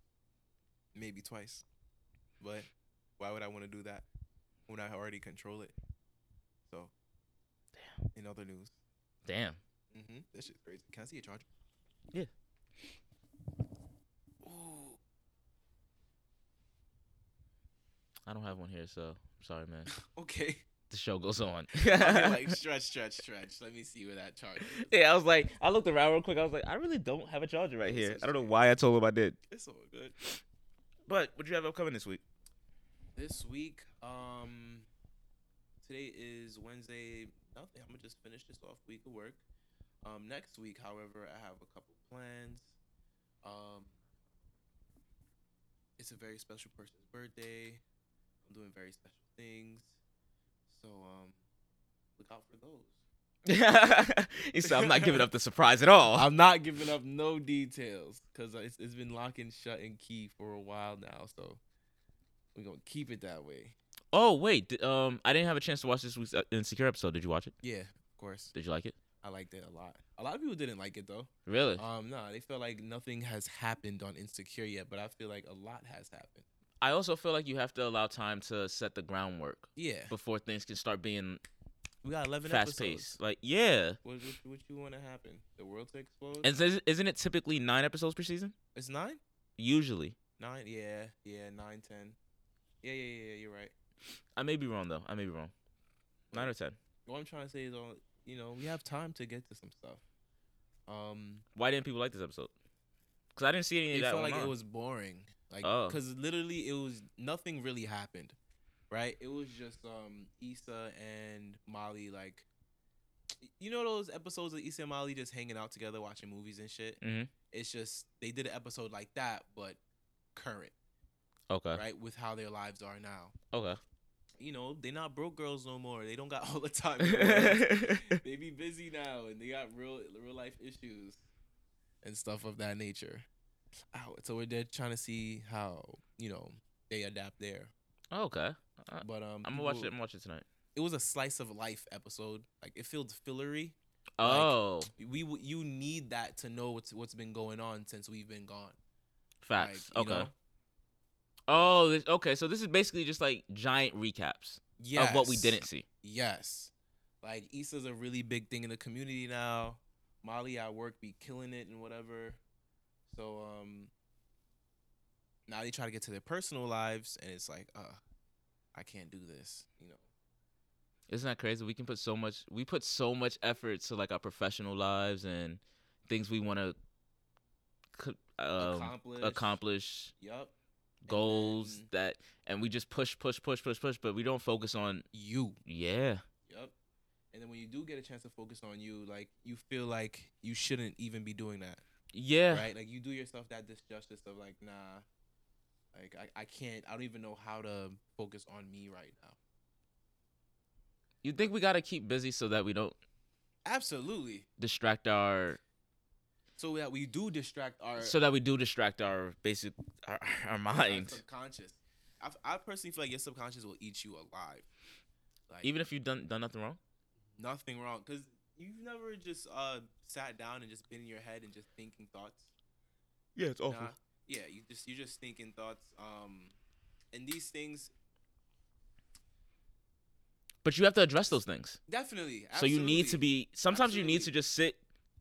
Speaker 2: maybe twice, but why would I want to do that when I already control it? So, damn. In other news,
Speaker 1: Damn.
Speaker 2: mm-hmm. that shit's crazy. Can I see a charger?
Speaker 1: Yeah.
Speaker 2: Ooh.
Speaker 1: I don't have one here, so I'm sorry, man.
Speaker 2: Okay.
Speaker 1: the show goes on.
Speaker 2: Okay, like stretch, stretch, stretch. Let me see where that charger is.
Speaker 1: yeah, I was like, I looked around real quick. I was like, I really don't have a charger right here. I don't know why I told him I did.
Speaker 2: It's all good.
Speaker 1: But what do you have upcoming this week?
Speaker 2: This week, um, today is Wednesday. Nothing. I'm gonna just finish this off week of work. Um, next week, however, I have a couple plans. Um, it's a very special person's birthday. I'm doing very special things, so um, look out for those.
Speaker 1: he said, I'm not giving up the surprise at all.
Speaker 2: I'm not giving up no details because it's, it's been locking shut and key for a while now, so we're gonna keep it that way.
Speaker 1: Oh wait, d- um, I didn't have a chance to watch this week's uh, Insecure episode. Did you watch it?
Speaker 2: Yeah, of course.
Speaker 1: Did you like it?
Speaker 2: I liked it a lot. A lot of people didn't like it though.
Speaker 1: Really?
Speaker 2: Um, no, they felt like nothing has happened on Insecure yet, but I feel like a lot has happened.
Speaker 1: I also feel like you have to allow time to set the groundwork
Speaker 2: Yeah,
Speaker 1: before things can start being
Speaker 2: we got eleven
Speaker 1: fast paced. Like, yeah.
Speaker 2: What, what, what you want to happen? The world to explode?
Speaker 1: And is- isn't it typically nine episodes per season?
Speaker 2: it's nine,
Speaker 1: Usually.
Speaker 2: nine. Yeah, yeah, nine, ten. Yeah, yeah, yeah. yeah, You're right.
Speaker 1: I may be wrong though. I may be wrong. Nine or ten.
Speaker 2: What I'm trying to say is, all you know, we have time to get to some stuff. Um,
Speaker 1: Why didn't people like this episode? Because I didn't see any of
Speaker 2: it
Speaker 1: that.
Speaker 2: felt
Speaker 1: one
Speaker 2: like it
Speaker 1: on.
Speaker 2: was boring like
Speaker 1: Oh.
Speaker 2: because literally it was nothing really happened right it was just um Issa and Molly like you know those episodes of Issa and Molly just hanging out together watching movies and shit
Speaker 1: Mhm.
Speaker 2: it's just they did an episode like that but current
Speaker 1: okay.
Speaker 2: right with how their lives are now
Speaker 1: Okay.
Speaker 2: you know they're not broke girls no more they don't got all the time in the world
Speaker 1: yeah,
Speaker 2: they be busy now and they got real real life issues and stuff of that nature. Ow, so we're there trying to see how you know they adapt there.
Speaker 1: okay. I-
Speaker 2: But um,
Speaker 1: I'm gonna Uh, watch it.
Speaker 2: people-
Speaker 1: I'm watching tonight.
Speaker 2: It was a slice of life episode. Like it feels fillery. Like-
Speaker 1: Oh,
Speaker 2: We w- you need that to know what's what's been going on since we've been gone. Like,
Speaker 1: facts.
Speaker 2: you
Speaker 1: okay.
Speaker 2: know?
Speaker 1: Oh, this, okay. So this is basically just like giant recaps of what we
Speaker 2: Yes.
Speaker 1: didn't see.
Speaker 2: Yes. Like Issa's a really big thing in the community now. Molly at work be killing it and whatever. So um now they try to get to their personal lives and it's like, uh, I can't do this, you know.
Speaker 1: Isn't that crazy? We can put so much. We put so much effort to like our professional lives and things we want to um,
Speaker 2: accomplish.
Speaker 1: accomplish
Speaker 2: Yup. And
Speaker 1: goals
Speaker 2: then
Speaker 1: that and we just push push push push push but we don't focus on
Speaker 2: you.
Speaker 1: yeah
Speaker 2: Yup. And then when you do get a chance to focus on you, like you feel like you shouldn't even be doing that.
Speaker 1: yeah
Speaker 2: right? Like you do yourself that disjustice of like, nah, like I, I can't, I don't even know how to focus on me right now.
Speaker 1: you think we got to keep busy so that we don't
Speaker 2: Absolutely.
Speaker 1: distract our
Speaker 2: So that we do distract our,
Speaker 1: so that we do distract our basic our, our
Speaker 2: our
Speaker 1: mind
Speaker 2: subconscious. I, I personally feel like your subconscious will eat you alive. Like
Speaker 1: even if you've done done nothing wrong
Speaker 2: nothing wrong, because you've never just uh sat down and just been in your head and just thinking thoughts.
Speaker 1: yeah it's
Speaker 2: Nah, yeah, you just you just thinking thoughts. Um, and these things
Speaker 1: but you have to address those things
Speaker 2: definitely.
Speaker 1: so you need to
Speaker 2: absolutely.
Speaker 1: be sometimes you need to
Speaker 2: Absolutely.
Speaker 1: just sit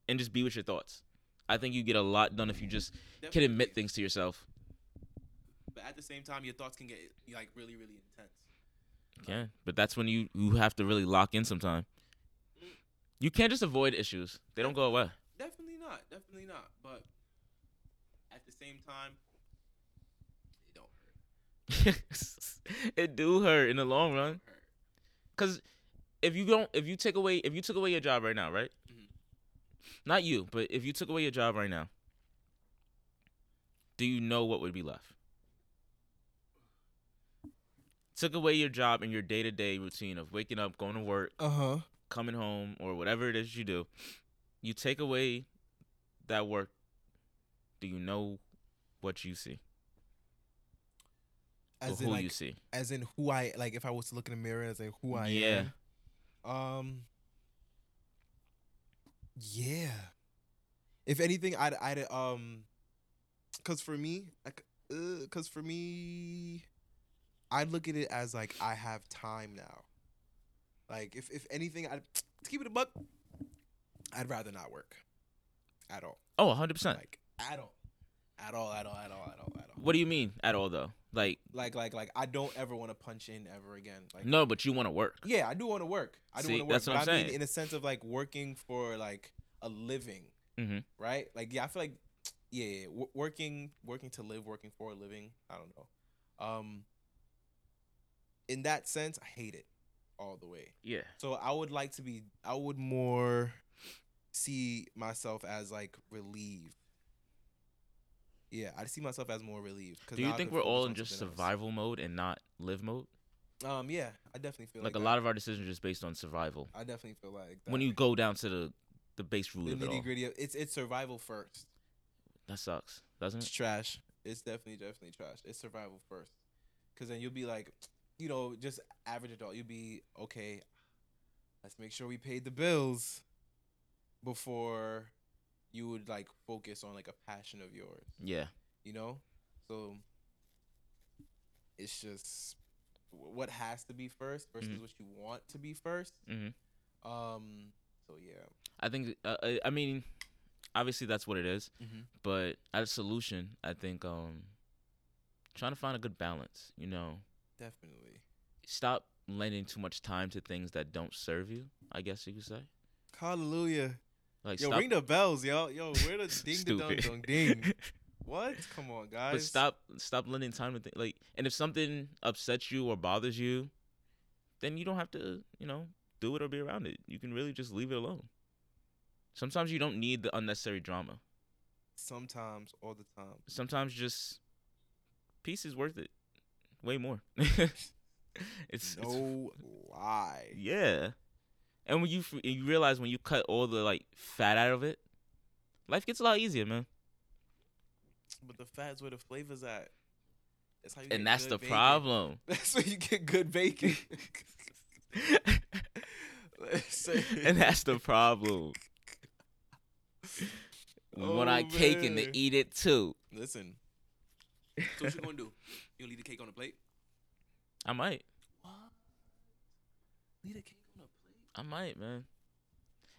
Speaker 1: and just be with your thoughts i think you get a lot done if you just can admit
Speaker 2: Definitely.
Speaker 1: things to yourself
Speaker 2: but at the same time, your thoughts can get like really, really intense.
Speaker 1: yeah but that's when you you have to really lock in sometime you can't just avoid issues they don't go away
Speaker 2: Definitely not. Definitely not. But at the same time, it don't hurt.
Speaker 1: it do hurt in the long run.
Speaker 2: Don't hurt.
Speaker 1: Cause if you don't, if you take away, if you took away your job right now, right?
Speaker 2: Mhm.
Speaker 1: Not you, but if you took away your job right now, do you know what would be left? Took away your job and your day to day routine of waking up, going to work,
Speaker 2: Uh huh.
Speaker 1: coming home, or whatever it is you do. You take away that work. Do you know what you see or
Speaker 2: As
Speaker 1: who
Speaker 2: in like,
Speaker 1: you see?
Speaker 2: as in who I like. If I was to look in the mirror, as like who I
Speaker 1: Yeah.
Speaker 2: am. Um. Yeah. If anything, I'd I'd um. Cause for me, like, uh, cause for me, I'd look at it as like I have time now. Like if if anything, I'd to keep it a buck. I'd rather not work, at all.
Speaker 1: Oh, 100%.
Speaker 2: Like at all, at all, at all, at all, at all, at all.
Speaker 1: What do you mean at all though? Like
Speaker 2: Like like like I don't ever want to punch in ever again. Like
Speaker 1: no, but you want to work.
Speaker 2: Yeah, I do want to work. I do
Speaker 1: See,
Speaker 2: want to work.
Speaker 1: that's what
Speaker 2: but
Speaker 1: I'm
Speaker 2: I mean
Speaker 1: saying.
Speaker 2: in a sense of like working for like a living,
Speaker 1: Mhm.
Speaker 2: right? Like yeah, I feel like yeah, yeah, yeah, wo- working, working to live, working for a living. I don't know. Um, in that sense, I hate it all the way.
Speaker 1: Yeah.
Speaker 2: So I would like to be. I would more see myself as like relieved. Yeah, I see myself as more relieved. 'cause
Speaker 1: Do
Speaker 2: now
Speaker 1: you
Speaker 2: I
Speaker 1: think
Speaker 2: can
Speaker 1: we're
Speaker 2: focus
Speaker 1: all
Speaker 2: on
Speaker 1: in just
Speaker 2: something else.
Speaker 1: survival mode and not live mode?
Speaker 2: Um, yeah, I definitely feel
Speaker 1: Like,
Speaker 2: like,
Speaker 1: a lot of our decisions are just based on survival.
Speaker 2: I definitely feel like
Speaker 1: When
Speaker 2: that.
Speaker 1: you go down to the the base root
Speaker 2: the
Speaker 1: of it all,
Speaker 2: nitty gritty of it's it's survival first.
Speaker 1: that sucks, doesn't
Speaker 2: It's
Speaker 1: it?
Speaker 2: trash. It's definitely definitely trash. It's survival first, because then you'll be like, you know, just average adult. You'll be okay. Let's make sure we paid the bills before you would like focus on like a passion of yours.
Speaker 1: Yeah.
Speaker 2: You know, so it's just wh- what has to be first versus
Speaker 1: Mhm.
Speaker 2: what you want to be 1st
Speaker 1: Mhm.
Speaker 2: Um. So yeah.
Speaker 1: I think. Uh, I- I mean, obviously that's what it is,
Speaker 2: Mhm.
Speaker 1: but as a solution, I think um, trying to find a good balance. You know,
Speaker 2: Definitely.
Speaker 1: stop lending too much time to things that don't serve you. I guess you could say.
Speaker 2: Hallelujah.
Speaker 1: Like
Speaker 2: Yo,
Speaker 1: stop.
Speaker 2: ring the bells, yo. Yo, where the ding the dong
Speaker 1: Stupid.
Speaker 2: dong ding? What? Come on, guys.
Speaker 1: but stop. Stop lending time to think. Like, and if something upsets you or bothers you, then you don't have to. You know, do it or be around it. You can really just leave it alone. Sometimes you don't need the unnecessary drama.
Speaker 2: Sometimes, all the time.
Speaker 1: sometimes just peace is worth it way more it's, it's
Speaker 2: no lie.
Speaker 1: yeah and when you f- you realize when you cut all the like fat out of it life gets a lot easier man
Speaker 2: But the fat's where the flavor's at. That's how you get
Speaker 1: and that's
Speaker 2: good
Speaker 1: the
Speaker 2: bacon.
Speaker 1: problem
Speaker 2: That's where you get good bacon. Let's say-
Speaker 1: and that's the problem we want our
Speaker 2: Oh,
Speaker 1: cake and
Speaker 2: man.
Speaker 1: to eat it too
Speaker 2: Listen. So what you gonna do? You gonna leave the cake on the plate?
Speaker 1: i might
Speaker 2: What? Leave the cake on the plate?
Speaker 1: i might man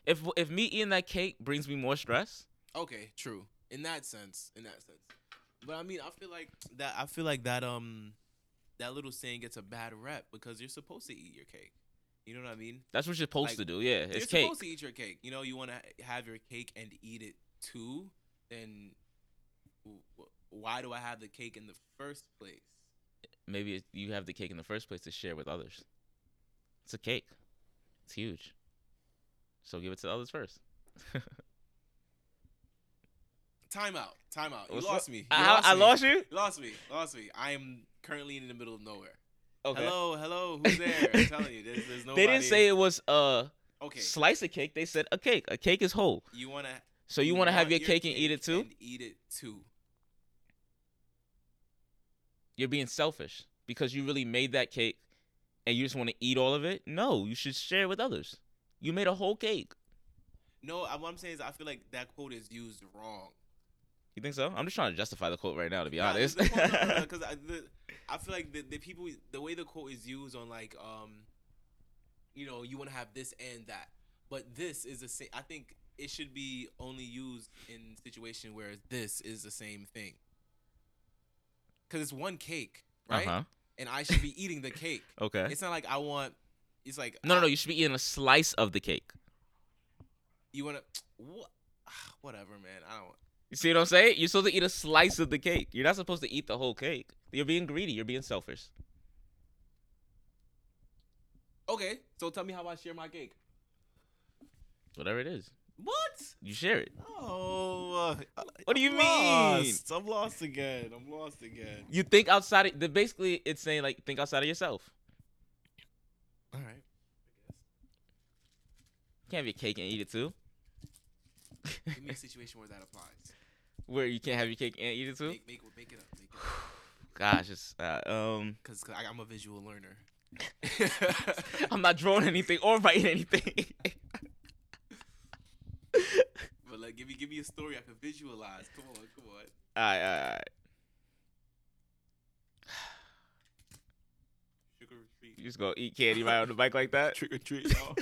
Speaker 1: if if me eating that cake brings me more stress
Speaker 2: Okay, true. In that sense, in that sense. But I mean, I feel like that. I feel like that. Um, that little saying gets a bad rep because you're supposed to eat your cake. You know what I mean?
Speaker 1: that's what you're supposed
Speaker 2: Like,
Speaker 1: to do yeah
Speaker 2: you're
Speaker 1: it's cake
Speaker 2: supposed to eat your cake. You know, you want to have your cake and eat it too. Then, w- w- why do I have the cake in the first place?
Speaker 1: maybe it- you have the cake in the first place to share with others. It's a cake. It's huge. So give it to others first.
Speaker 2: Time out. Time out. You
Speaker 1: What's
Speaker 2: lost
Speaker 1: up?
Speaker 2: me. You
Speaker 1: I, I
Speaker 2: me.
Speaker 1: lost you.
Speaker 2: You lost me. Lost me. I am currently in the middle of nowhere.
Speaker 1: Okay.
Speaker 2: Hello, hello. Who's there? I'm telling you, there's, there's nobody.
Speaker 1: They didn't say it was a
Speaker 2: Okay.
Speaker 1: slice of cake. They said a cake. A cake is whole.
Speaker 2: You wanna.
Speaker 1: So you, want to have your cake and eat it too?
Speaker 2: and eat it too.
Speaker 1: You're being selfish because you really made that cake and you just want to eat all of it. No, you should share it with others. You made a whole cake.
Speaker 2: No, I, what I'm saying is, I feel like that quote is used wrong.
Speaker 1: You think so? I'm just trying to justify the quote right now, to be
Speaker 2: Nah, the-
Speaker 1: honest.
Speaker 2: the quote- uh, no, no, no, 'cause I, the- I feel like the, the people, the way the quote is used on like, um, you know, you want to have this and that, but this is the same. I think it should be only used in situation where this is the same thing. Cause it's one cake, right?
Speaker 1: Uh-huh.
Speaker 2: And I should be eating the cake.
Speaker 1: Okay.
Speaker 2: It's not like I want. It's like
Speaker 1: No, no,
Speaker 2: I-
Speaker 1: no. You should be eating a slice of the cake.
Speaker 2: You want to what? Whatever, man. I don't.
Speaker 1: You see what I'm saying? You're supposed to eat a slice of the cake. You're not supposed to eat the whole cake. You're being greedy. You're being selfish.
Speaker 2: Okay, so tell me how I share my cake.
Speaker 1: Whatever it is,
Speaker 2: What?
Speaker 1: you share it.
Speaker 2: Oh, uh,
Speaker 1: What do you
Speaker 2: I'm
Speaker 1: mean?
Speaker 2: lost. I'm lost again. I'm lost again.
Speaker 1: You think outside. Of, the basically, it's saying like think outside of yourself.
Speaker 2: All right.
Speaker 1: You can't have your cake and eat it too.
Speaker 2: Give me a situation where that applies.
Speaker 1: Where you can't have your cake and eat it too.
Speaker 2: Make, make, make it up. Make it up.
Speaker 1: Gosh, it's, uh, um,
Speaker 2: Cause, 'cause I, I'm a visual learner.
Speaker 1: I'm not drawing anything or writing anything.
Speaker 2: but like, give me give me a story I can visualize. Come on, come on.
Speaker 1: all right, all right, all right.
Speaker 2: Sugar retreat.
Speaker 1: You just gonna eat candy right on the bike like that?
Speaker 2: Trick or treat, y'all.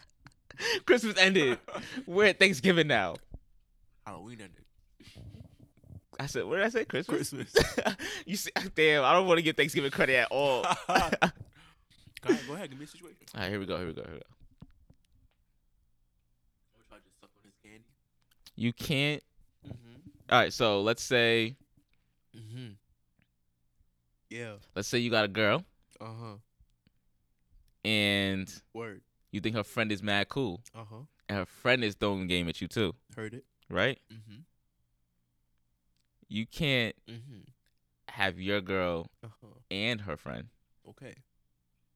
Speaker 1: Christmas ended. We're at Thanksgiving now.
Speaker 2: Halloween ended.
Speaker 1: I I said, what did I say? Christmas.
Speaker 2: Christmas.
Speaker 1: you see, damn, I don't want to get Thanksgiving credit at all. all
Speaker 2: Go ahead, go ahead, give me a situation.
Speaker 1: right, here we go. Here we go. Here we go.
Speaker 2: I just suck on his candy.
Speaker 1: You can't.
Speaker 2: Mm-hmm.
Speaker 1: All right, so let's say
Speaker 2: Mm-hmm. Yeah.
Speaker 1: let's say you got a girl
Speaker 2: Uh huh.
Speaker 1: and
Speaker 2: Word.
Speaker 1: you think her friend is mad cool,
Speaker 2: Uh huh.
Speaker 1: and her friend is throwing game at you too,
Speaker 2: Heard it.
Speaker 1: right?
Speaker 2: Mm-hmm.
Speaker 1: You can't
Speaker 2: Mm-hmm.
Speaker 1: have your girl
Speaker 2: Uh huh.
Speaker 1: and her friend,
Speaker 2: Okay.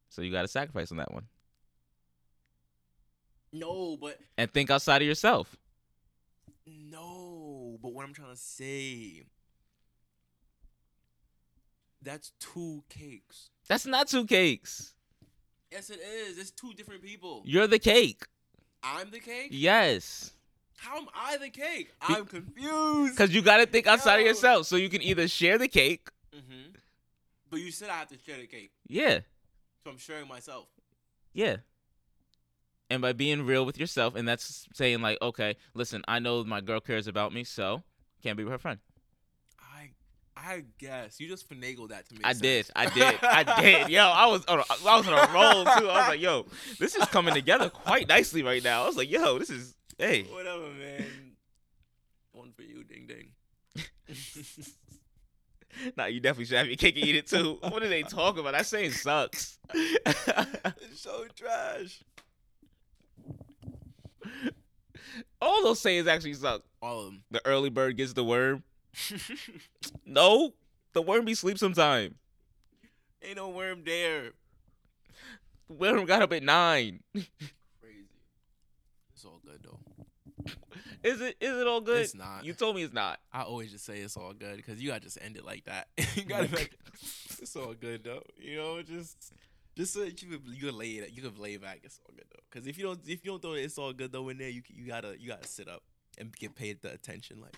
Speaker 1: so you got to sacrifice on that one
Speaker 2: No, but
Speaker 1: and think outside of yourself.
Speaker 2: no, but what I'm trying to say. That's two cakes.
Speaker 1: That's not two cakes.
Speaker 2: Yes, it is. It's two different people.
Speaker 1: You're the cake.
Speaker 2: I'm the cake.
Speaker 1: Yes.
Speaker 2: How am I the cake? I'm confused.
Speaker 1: Because you got to think outside of
Speaker 2: No.
Speaker 1: yourself. So you can either share the cake.
Speaker 2: Mm-hmm. But you said I have to share the cake,
Speaker 1: Yeah.
Speaker 2: so I'm sharing myself.
Speaker 1: Yeah. And by being real with yourself, and that's saying, like, okay, listen, I know my girl cares about me, so can't be with her friend.
Speaker 2: I, I guess you just finagled that to me.
Speaker 1: I did. I did. I did. Yo, I was on a, I was on a roll, too. I was like, yo, this is coming together quite nicely right now. I was like, yo, this is, hey.
Speaker 2: Whatever, man. One for you, ding ding.
Speaker 1: Nah, you definitely should have your cake and eat it, too. What are they talking about? That saying sucks.
Speaker 2: it's so trash.
Speaker 1: All those sayings actually suck.
Speaker 2: All of them.
Speaker 1: The early bird gets the worm. No, the worm be sleep sometime.
Speaker 2: Ain't no worm there.
Speaker 1: The worm got up at nine.
Speaker 2: Crazy. It's all good though.
Speaker 1: Is it? Is it all good?
Speaker 2: It's not.
Speaker 1: You told me it's not.
Speaker 2: I always just say it's all good because you gotta just end it like that. you gotta be like, it's all good though. You know, just just so that you could, you could lay it. You could lay back. It's all good though. Because if you don't if you don't throw the it's all good though in there, you you gotta you gotta sit up and get paid the attention. Like,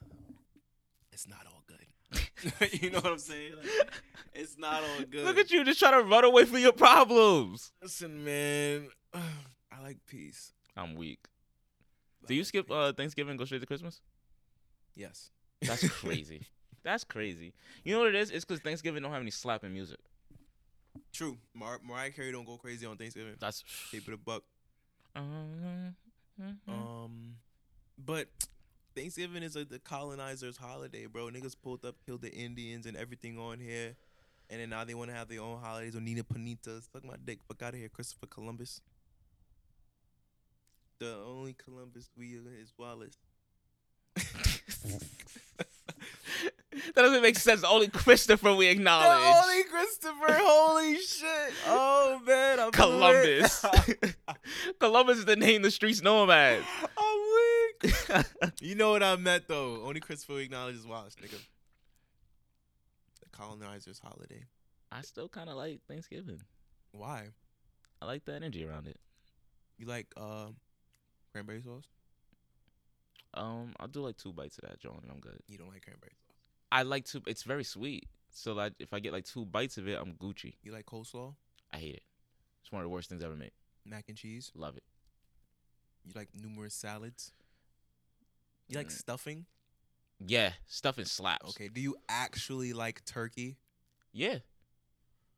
Speaker 2: it's not all good. you know what I'm saying? Like, it's not all good.
Speaker 1: Look at you, just trying to run away from your problems.
Speaker 2: Listen, man. I like peace.
Speaker 1: I'm weak.
Speaker 2: I
Speaker 1: Do you
Speaker 2: like
Speaker 1: skip
Speaker 2: peace.
Speaker 1: uh, Thanksgiving and go straight to Christmas?
Speaker 2: yes.
Speaker 1: That's crazy. That's crazy. You know what it is? It's because Thanksgiving don't have any slapping music.
Speaker 2: True. Mar- Mariah Carey don't go crazy on Thanksgiving.
Speaker 1: That's.
Speaker 2: Keep it a buck.
Speaker 1: Um,
Speaker 2: Um, but Thanksgiving is like the colonizers' holiday, bro. Niggas pulled up, killed the Indians and everything on here, and then now they want to have their own holidays. or Nina Panita, suck my dick, fuck out of here, Christopher Columbus. The only Columbus we is Wallace.
Speaker 1: that doesn't make sense. Only Christopher we acknowledge.
Speaker 2: Christopher, holy shit! Oh man, I'm
Speaker 1: Columbus. Columbus is the name the streets know him as.
Speaker 2: I'm weak. You know what I meant though. Only Christopher acknowledges Wallace, nigga. The colonizers' holiday.
Speaker 1: I still kind of like Thanksgiving.
Speaker 2: Why?
Speaker 1: I like the energy around it.
Speaker 2: You like uh, cranberry sauce?
Speaker 1: Um, I'll do like two bites of that, John, and I'm good.
Speaker 2: You don't like cranberry sauce.
Speaker 1: I like two. It's very sweet. So like, if I get like two bites of it, I'm Gucci.
Speaker 2: You like coleslaw,
Speaker 1: I hate it. It's one of the worst things I ever made.
Speaker 2: mac and cheese.
Speaker 1: Love it.
Speaker 2: You like numerous salads. You like
Speaker 1: Mm.
Speaker 2: stuffing.
Speaker 1: Yeah, stuffing slaps.
Speaker 2: Okay. Do you actually like turkey?
Speaker 1: Yeah.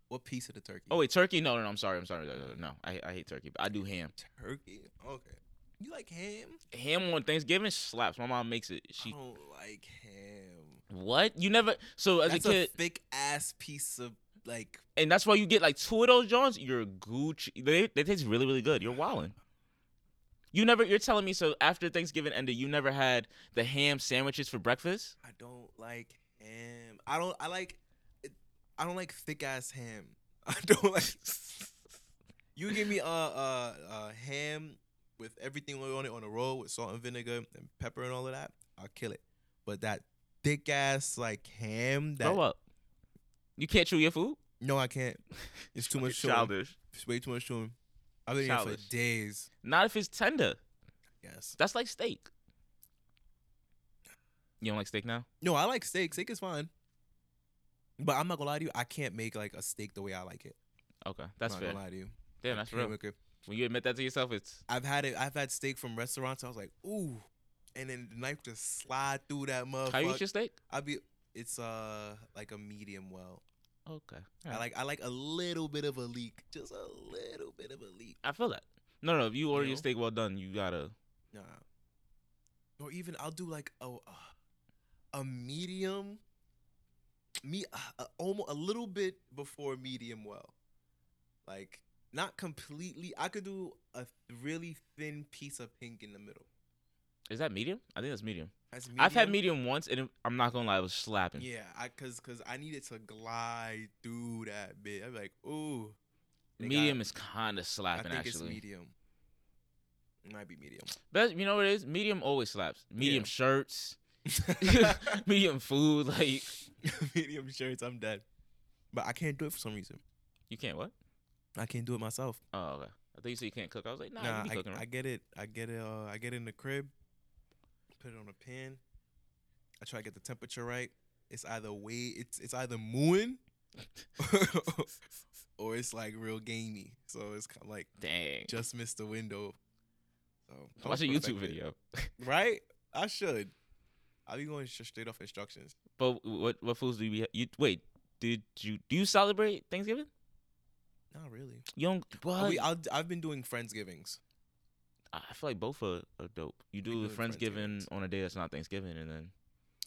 Speaker 2: What piece of the turkey?
Speaker 1: Oh wait, turkey? No, no, no. I'm sorry. I'm sorry. No, no, no, no. I I hate turkey, but I do ham.
Speaker 2: turkey. Okay. You like ham?
Speaker 1: Ham on Thanksgiving slaps. My mom makes it.
Speaker 2: She
Speaker 1: She
Speaker 2: I don't like ham.
Speaker 1: Oh. what? You never. So as
Speaker 2: That's
Speaker 1: a kid,
Speaker 2: thick ass piece of like.
Speaker 1: and that's why you get like two of those Johns. You're Gucci. They they taste really really good. You're wildin'. You never. You're telling me so after Thanksgiving ended, you never had the ham sandwiches for breakfast.
Speaker 2: I don't like ham. I don't. I like. it- I don't like thick ass ham. I don't like. you give me a uh, uh, uh, ham with everything on it on a roll with salt and vinegar and pepper and all of that. I'll kill it. But that thick ass like ham. That
Speaker 1: Grow up. You can't chew your food.
Speaker 2: no, I can't. It's too much chewing.
Speaker 1: childish.
Speaker 2: It's way too much chewing. I've been eating it
Speaker 1: Childish.
Speaker 2: for days.
Speaker 1: Not if it's tender.
Speaker 2: Yes.
Speaker 1: That's like steak. You don't like steak now?
Speaker 2: No, I like steak. Steak is fine. But I'm not gonna lie to you. I can't make like a steak the way I like it.
Speaker 1: Okay, that's
Speaker 2: I'm not
Speaker 1: fair.
Speaker 2: gonna lie to you.
Speaker 1: Damn,
Speaker 2: I
Speaker 1: that's
Speaker 2: can't
Speaker 1: real.
Speaker 2: make it.
Speaker 1: When you admit that to yourself, it's
Speaker 2: I've had it. I've had steak from restaurants. I was like, ooh, and then the knife just slide through that motherfucker.
Speaker 1: How you eat your steak?
Speaker 2: I be it's uh like a medium well.
Speaker 1: Okay.
Speaker 2: I like I like a little bit of a leak, just a little bit of a leak.
Speaker 1: I feel that. No, no. If you order
Speaker 2: know?
Speaker 1: your steak well done, you gotta.
Speaker 2: Nah. Or even I'll do like a a, a medium, me a, almost a little bit before medium well, like not completely. I could do a really thin piece of pink in the middle.
Speaker 1: Is that medium? I think that's medium.
Speaker 2: That's
Speaker 1: I've had medium once, and it- I'm not gonna lie, it was slapping.
Speaker 2: Yeah, I cause cause I needed to glide through that bit. I'm like, ooh. They got-
Speaker 1: medium is kind of
Speaker 2: I
Speaker 1: slapping
Speaker 2: think it's
Speaker 1: actually.
Speaker 2: medium. It might be medium.
Speaker 1: But you know what it is? Medium always slaps. Medium
Speaker 2: Yeah.
Speaker 1: shirts, medium food. Like
Speaker 2: medium shirts. I'm dead. But I can't do it for some reason.
Speaker 1: you can't what?
Speaker 2: I can't do it myself.
Speaker 1: Oh, okay. I thought you said you can't cook. I was like, nah,
Speaker 2: Nah,
Speaker 1: you be
Speaker 2: I,
Speaker 1: cooking.
Speaker 2: I
Speaker 1: right?
Speaker 2: get it. I get it. Uh, I get it in the crib. Put it on a pan. I try to get the temperature right. It's either way. It's it's either mooing, or it's like real gamey. So it's kind of like
Speaker 1: Dang.
Speaker 2: just missed the window. So I
Speaker 1: Watch a
Speaker 2: was perfected.
Speaker 1: YouTube video.
Speaker 2: right? I should. I be going sh- straight off instructions.
Speaker 1: But what what foods do you, you wait? Did you do you celebrate Thanksgiving?
Speaker 2: Not really.
Speaker 1: You don't.
Speaker 2: Uh,
Speaker 1: What?
Speaker 2: we, I'll, I've been doing friendsgivings.
Speaker 1: I I feel like both are, are dope. You
Speaker 2: do
Speaker 1: do
Speaker 2: it
Speaker 1: Friendsgiving
Speaker 2: Friendsgivings.
Speaker 1: on a day that's not Thanksgiving, and then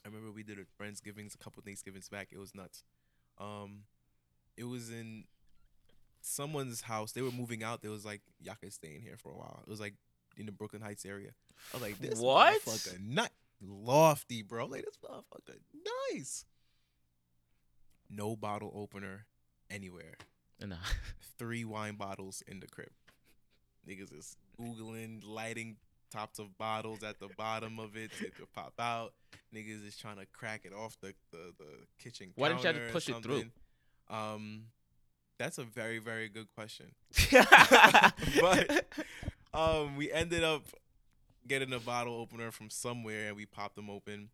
Speaker 2: I remember we did a Friendsgivings a couple Thanksgivings back. It was nuts. Um, it was in someone's house. They were moving out. They was like, y'all can stay in here for a while. It was like in the Brooklyn Heights area. I was like, this
Speaker 1: What?
Speaker 2: motherfucker not lofty, bro. I'm Like this motherfucker nice. No bottle opener anywhere.
Speaker 1: and nah.
Speaker 2: Three wine bottles in the crib. Niggas is googling, lighting tops of bottles at the bottom of it to to pop out. Niggas is trying to crack it off the the, the kitchen.
Speaker 1: Why didn't you have to
Speaker 2: counter or
Speaker 1: push it through?
Speaker 2: something. Um, that's a very very good question.
Speaker 1: but
Speaker 2: Um, we ended up getting a bottle opener from somewhere and we popped them open.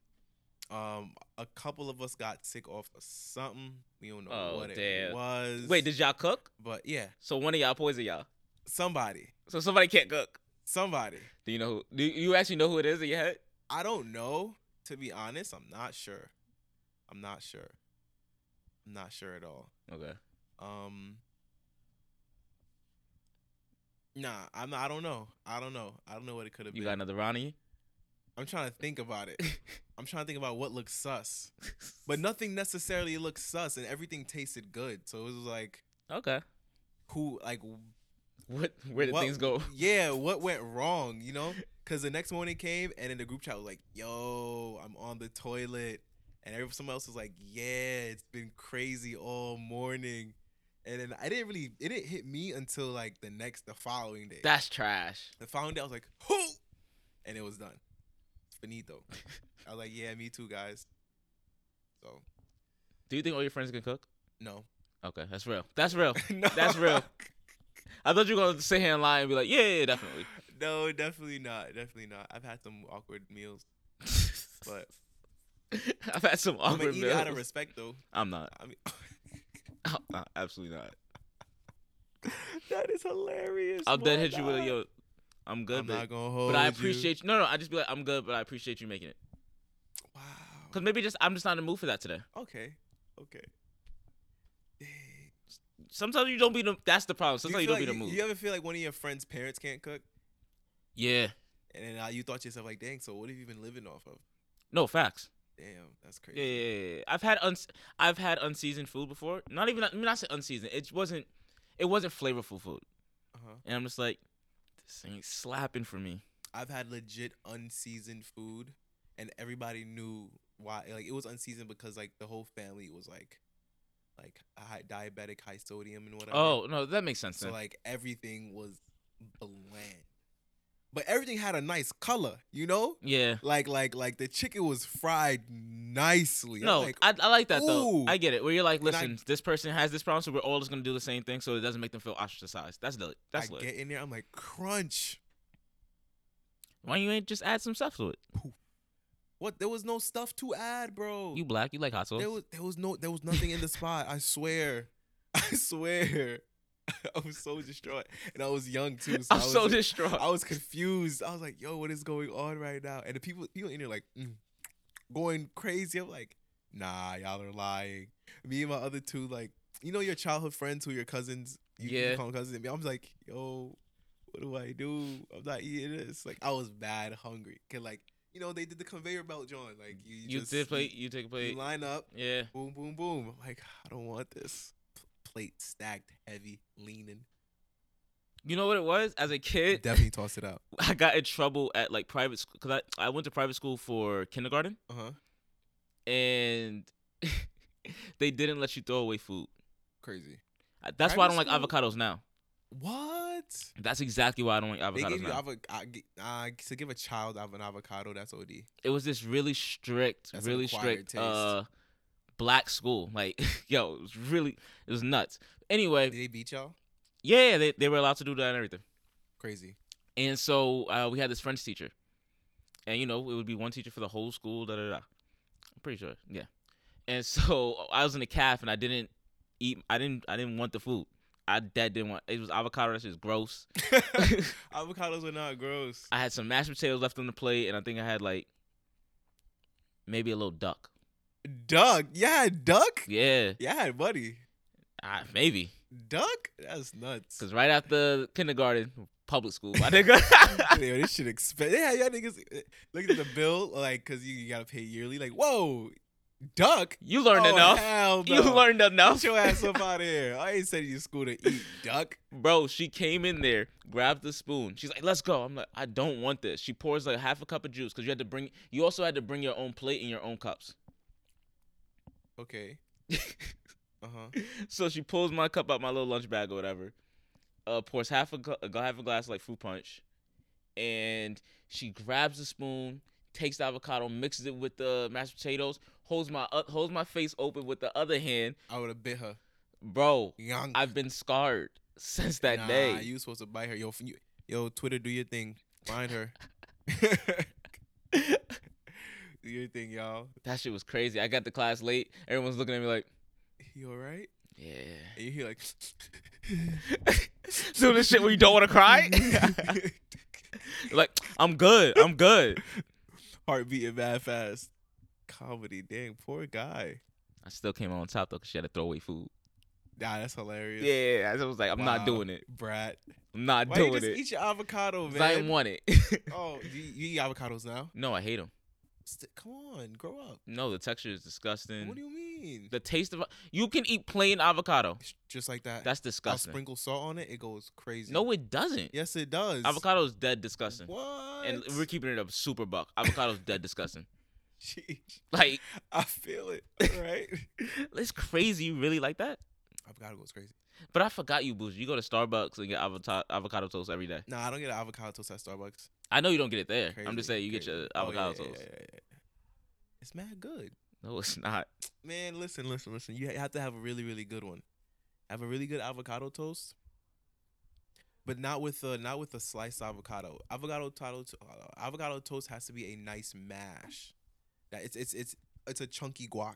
Speaker 2: Um, a couple of us got sick off of something. We don't know
Speaker 1: Oh,
Speaker 2: what
Speaker 1: damn.
Speaker 2: it was.
Speaker 1: wait, did y'all cook?
Speaker 2: but yeah,
Speaker 1: So one of y'all poisoned y'all.
Speaker 2: somebody,
Speaker 1: So somebody can't cook.
Speaker 2: somebody.
Speaker 1: Do you know who? Do you actually know who it is in your head?
Speaker 2: I don't know. To be honest, I'm not sure. I'm not sure. I'm not sure at all.
Speaker 1: Okay.
Speaker 2: Um. Nah, I'm. I don't know. I don't know. I don't know what it could have
Speaker 1: You
Speaker 2: been.
Speaker 1: got another Ronnie?
Speaker 2: I'm trying to think about it. I'm trying to think about what looks sus, but nothing necessarily looks sus, and everything tasted good. So it was like,
Speaker 1: okay.
Speaker 2: who, like,
Speaker 1: What? Where did
Speaker 2: What-
Speaker 1: things go?
Speaker 2: yeah, what went wrong? You know? Because the next morning came, and in the group chat was like, "Yo, I'm on the toilet," and everyone, someone else was like, "Yeah, it's been crazy all morning," and then I didn't really, it didn't hit me until like the next, the following day.
Speaker 1: That's trash.
Speaker 2: The following day, I was like, who? And it was done. Finito. I was like, yeah, me too, guys. So,
Speaker 1: Do you think all your friends can cook?
Speaker 2: no.
Speaker 1: Okay, that's real. That's real.
Speaker 2: no.
Speaker 1: That's real. I thought you were gonna sit here and lie and be like, yeah, yeah, definitely.
Speaker 2: No, definitely not. Definitely not. I've had some awkward meals, but
Speaker 1: I've had some
Speaker 2: I'm
Speaker 1: awkward
Speaker 2: going to eat it out of
Speaker 1: meals.
Speaker 2: respect, though.
Speaker 1: I'm not.
Speaker 2: I mean,
Speaker 1: I'm not. Absolutely not.
Speaker 2: that is hilarious.
Speaker 1: I'll then
Speaker 2: Why
Speaker 1: hit you with a
Speaker 2: not?
Speaker 1: yo. I'm good,
Speaker 2: I'm
Speaker 1: but,
Speaker 2: not gonna hold
Speaker 1: but I
Speaker 2: you.
Speaker 1: appreciate you. No, no, I just be like, I'm good, but I appreciate you making it. Cause
Speaker 2: Wow.
Speaker 1: maybe just I'm just not in the mood for that today.
Speaker 2: Okay. Okay. Dang.
Speaker 1: Sometimes you don't be the. That's the problem.
Speaker 2: Do
Speaker 1: Sometimes you,
Speaker 2: feel
Speaker 1: don't be
Speaker 2: like
Speaker 1: in the mood.
Speaker 2: You ever feel like one of your friends' parents can't cook,
Speaker 1: yeah.
Speaker 2: and then uh, you thought to yourself like, "Dang, so what have you been living off of?"
Speaker 1: No facts.
Speaker 2: Damn, that's crazy.
Speaker 1: Yeah, yeah, yeah, yeah. I've had uns. I've had unseasoned food before. Not even. I mean, I said unseasoned. It wasn't. It wasn't flavorful food,
Speaker 2: Uh-huh.
Speaker 1: and I'm just like, this ain't slapping for me.
Speaker 2: I've had legit unseasoned food, and everybody knew why. Like it was unseasoned because like the whole family was like, like high, diabetic, high sodium, and whatever.
Speaker 1: Oh no, that makes sense.
Speaker 2: so
Speaker 1: then.
Speaker 2: like everything was bland, but everything had a nice color, you know.
Speaker 1: yeah.
Speaker 2: Like like like the chicken was fried nicely. I'm
Speaker 1: No,
Speaker 2: like,
Speaker 1: I, I like that though.
Speaker 2: ooh.
Speaker 1: I get it. Where you're like,
Speaker 2: And I-
Speaker 1: listen, this person has this problem, so we're all just gonna do the same thing, so it doesn't make them feel ostracized. That's lit.
Speaker 2: I
Speaker 1: That's lit.
Speaker 2: get in there. I'm like crunch.
Speaker 1: Why you ain't just add some stuff to it?
Speaker 2: What? There was no stuff to add, bro.
Speaker 1: You black, you like hot sauce.
Speaker 2: There was there was no there was nothing in the spot. I swear, I swear. I was so distraught, and I was young too. So
Speaker 1: I'm
Speaker 2: I was
Speaker 1: so
Speaker 2: like-
Speaker 1: distraught.
Speaker 2: I was confused. I was like, "Yo, what is going on right now?" And the people, people in there like mm, going crazy. I'm like, "Nah, y'all are lying." Me and my other two, like, you know, your childhood friends who are your cousins. You, you
Speaker 1: Yeah.
Speaker 2: call them cousins. And me, I was like, "Yo, what do I do? I'm not eating this." Like, I was bad hungry. Cause like, you know, they did the conveyor belt, John. Like, you,
Speaker 1: you
Speaker 2: just,
Speaker 1: did play. You take
Speaker 2: You,
Speaker 1: a play.
Speaker 2: you line up.
Speaker 1: Yeah.
Speaker 2: Boom, boom, boom. I'm like, I don't want this. P- plate stacked, heavy, leaning.
Speaker 1: You know what it was? As a kid,
Speaker 2: Definitely toss it out.
Speaker 1: I got in trouble at like private school because I, I went to private school for kindergarten
Speaker 2: Uh huh.
Speaker 1: and they didn't let you throw away food.
Speaker 2: Crazy.
Speaker 1: I- That's why I don't
Speaker 2: Private
Speaker 1: like avocados now.
Speaker 2: What?
Speaker 1: That's exactly why I don't like
Speaker 2: They
Speaker 1: avocados
Speaker 2: gave you
Speaker 1: now.
Speaker 2: avocado. Uh, to give a child av- an avocado, that's OD.
Speaker 1: it was this really strict,
Speaker 2: That's an
Speaker 1: really
Speaker 2: acquired
Speaker 1: strict
Speaker 2: taste.
Speaker 1: uh black school. Like, yo, it was really it was nuts. Anyway,
Speaker 2: Did they beat y'all?
Speaker 1: yeah, they, they were allowed to do that and everything.
Speaker 2: Crazy.
Speaker 1: And so uh, we had this French teacher. And you know, it would be one teacher for the whole school, da da da. I'm pretty sure. Yeah. And so I was in the calf and I didn't eat I didn't I didn't want the food. I that didn't want it was avocado, that shit was gross.
Speaker 2: Avocados are not gross.
Speaker 1: I had some mashed potatoes left on the plate, and I think I had like maybe a little duck.
Speaker 2: Duck. Yeah, duck.
Speaker 1: Yeah,
Speaker 2: Yeah, buddy.
Speaker 1: I, maybe
Speaker 2: Duck. That's nuts.
Speaker 1: because right after kindergarten, public school, my nigga.
Speaker 2: Yo, this should expect. Yeah, y'all niggas eh, look at the bill, like, cause you, you gotta pay yearly. Like, whoa, duck.
Speaker 1: you learned
Speaker 2: oh,
Speaker 1: enough.
Speaker 2: Hell no.
Speaker 1: You learned enough,
Speaker 2: Get your ass up out of here. I ain't sending you to school to eat duck.
Speaker 1: bro. She came in there, grabbed the spoon. She's like, "Let's go." I'm like, "I don't want this." She pours like half a cup of juice because you had to bring. You also had to bring your own plate and your own cups.
Speaker 2: Okay. Uh huh.
Speaker 1: so she pulls my cup out my little lunch bag or whatever, uh, pours half a, gla- a gla- half a glass of, like fruit punch, and she grabs the spoon, takes the avocado, mixes it with the mashed potatoes, holds my uh, holds my face open with the other hand,
Speaker 2: I would have bit her.
Speaker 1: bro.
Speaker 2: Young.
Speaker 1: I've been scarred since that
Speaker 2: nah,
Speaker 1: day.
Speaker 2: You supposed to bite her. Yo, f- you, yo, Twitter, do your thing. Find her. do your thing, y'all.
Speaker 1: that shit was crazy. I got to class late. Everyone's looking at me like,
Speaker 2: You all right?
Speaker 1: yeah.
Speaker 2: And you hear like.
Speaker 1: Do this shit where you don't want to cry. like I'm good. I'm good.
Speaker 2: Heart beating mad fast. Comedy, dang, poor guy.
Speaker 1: I still came out on top though, cause she had to throw away food.
Speaker 2: Nah, that's hilarious.
Speaker 1: Yeah, I was like, I'm
Speaker 2: Wow.
Speaker 1: not doing it.
Speaker 2: Brat.
Speaker 1: I'm not
Speaker 2: Why you
Speaker 1: doing
Speaker 2: just
Speaker 1: it.
Speaker 2: eat your avocado,
Speaker 1: 'Cause I didn't
Speaker 2: man?
Speaker 1: want it.
Speaker 2: Oh, you, you eat avocados now?
Speaker 1: no, I hate them.
Speaker 2: St- Come on, grow up.
Speaker 1: No, the texture is disgusting.
Speaker 2: What do you mean?
Speaker 1: the taste of you can eat plain avocado.
Speaker 2: Just like that.
Speaker 1: That's
Speaker 2: I'll
Speaker 1: disgusting.
Speaker 2: sprinkle salt on it. It goes crazy.
Speaker 1: No, it doesn't.
Speaker 2: Yes, it does.
Speaker 1: Avocado is dead disgusting.
Speaker 2: What?
Speaker 1: And we're keeping it up super buck. Avocado's dead disgusting.
Speaker 2: Sheesh.
Speaker 1: Like
Speaker 2: I feel it. All right.
Speaker 1: it's crazy. You really like that?
Speaker 2: avocado goes crazy.
Speaker 1: But I forgot you, bougie. You go to Starbucks and get avocado avocado toast every day.
Speaker 2: Nah, I don't get an avocado toast at Starbucks.
Speaker 1: I know you don't get it there.
Speaker 2: Crazy.
Speaker 1: I'm just saying you get
Speaker 2: crazy.
Speaker 1: your
Speaker 2: Oh, yeah,
Speaker 1: avocado
Speaker 2: yeah,
Speaker 1: toast.
Speaker 2: yeah, yeah, yeah. It's mad good.
Speaker 1: No, it's not.
Speaker 2: Man, listen, listen, listen. You have to have a really, really good one. Have a really good avocado toast, but not with a not with a sliced avocado. Avocado toast, uh, avocado toast has to be a nice mash. That it's it's it's it's a chunky guac.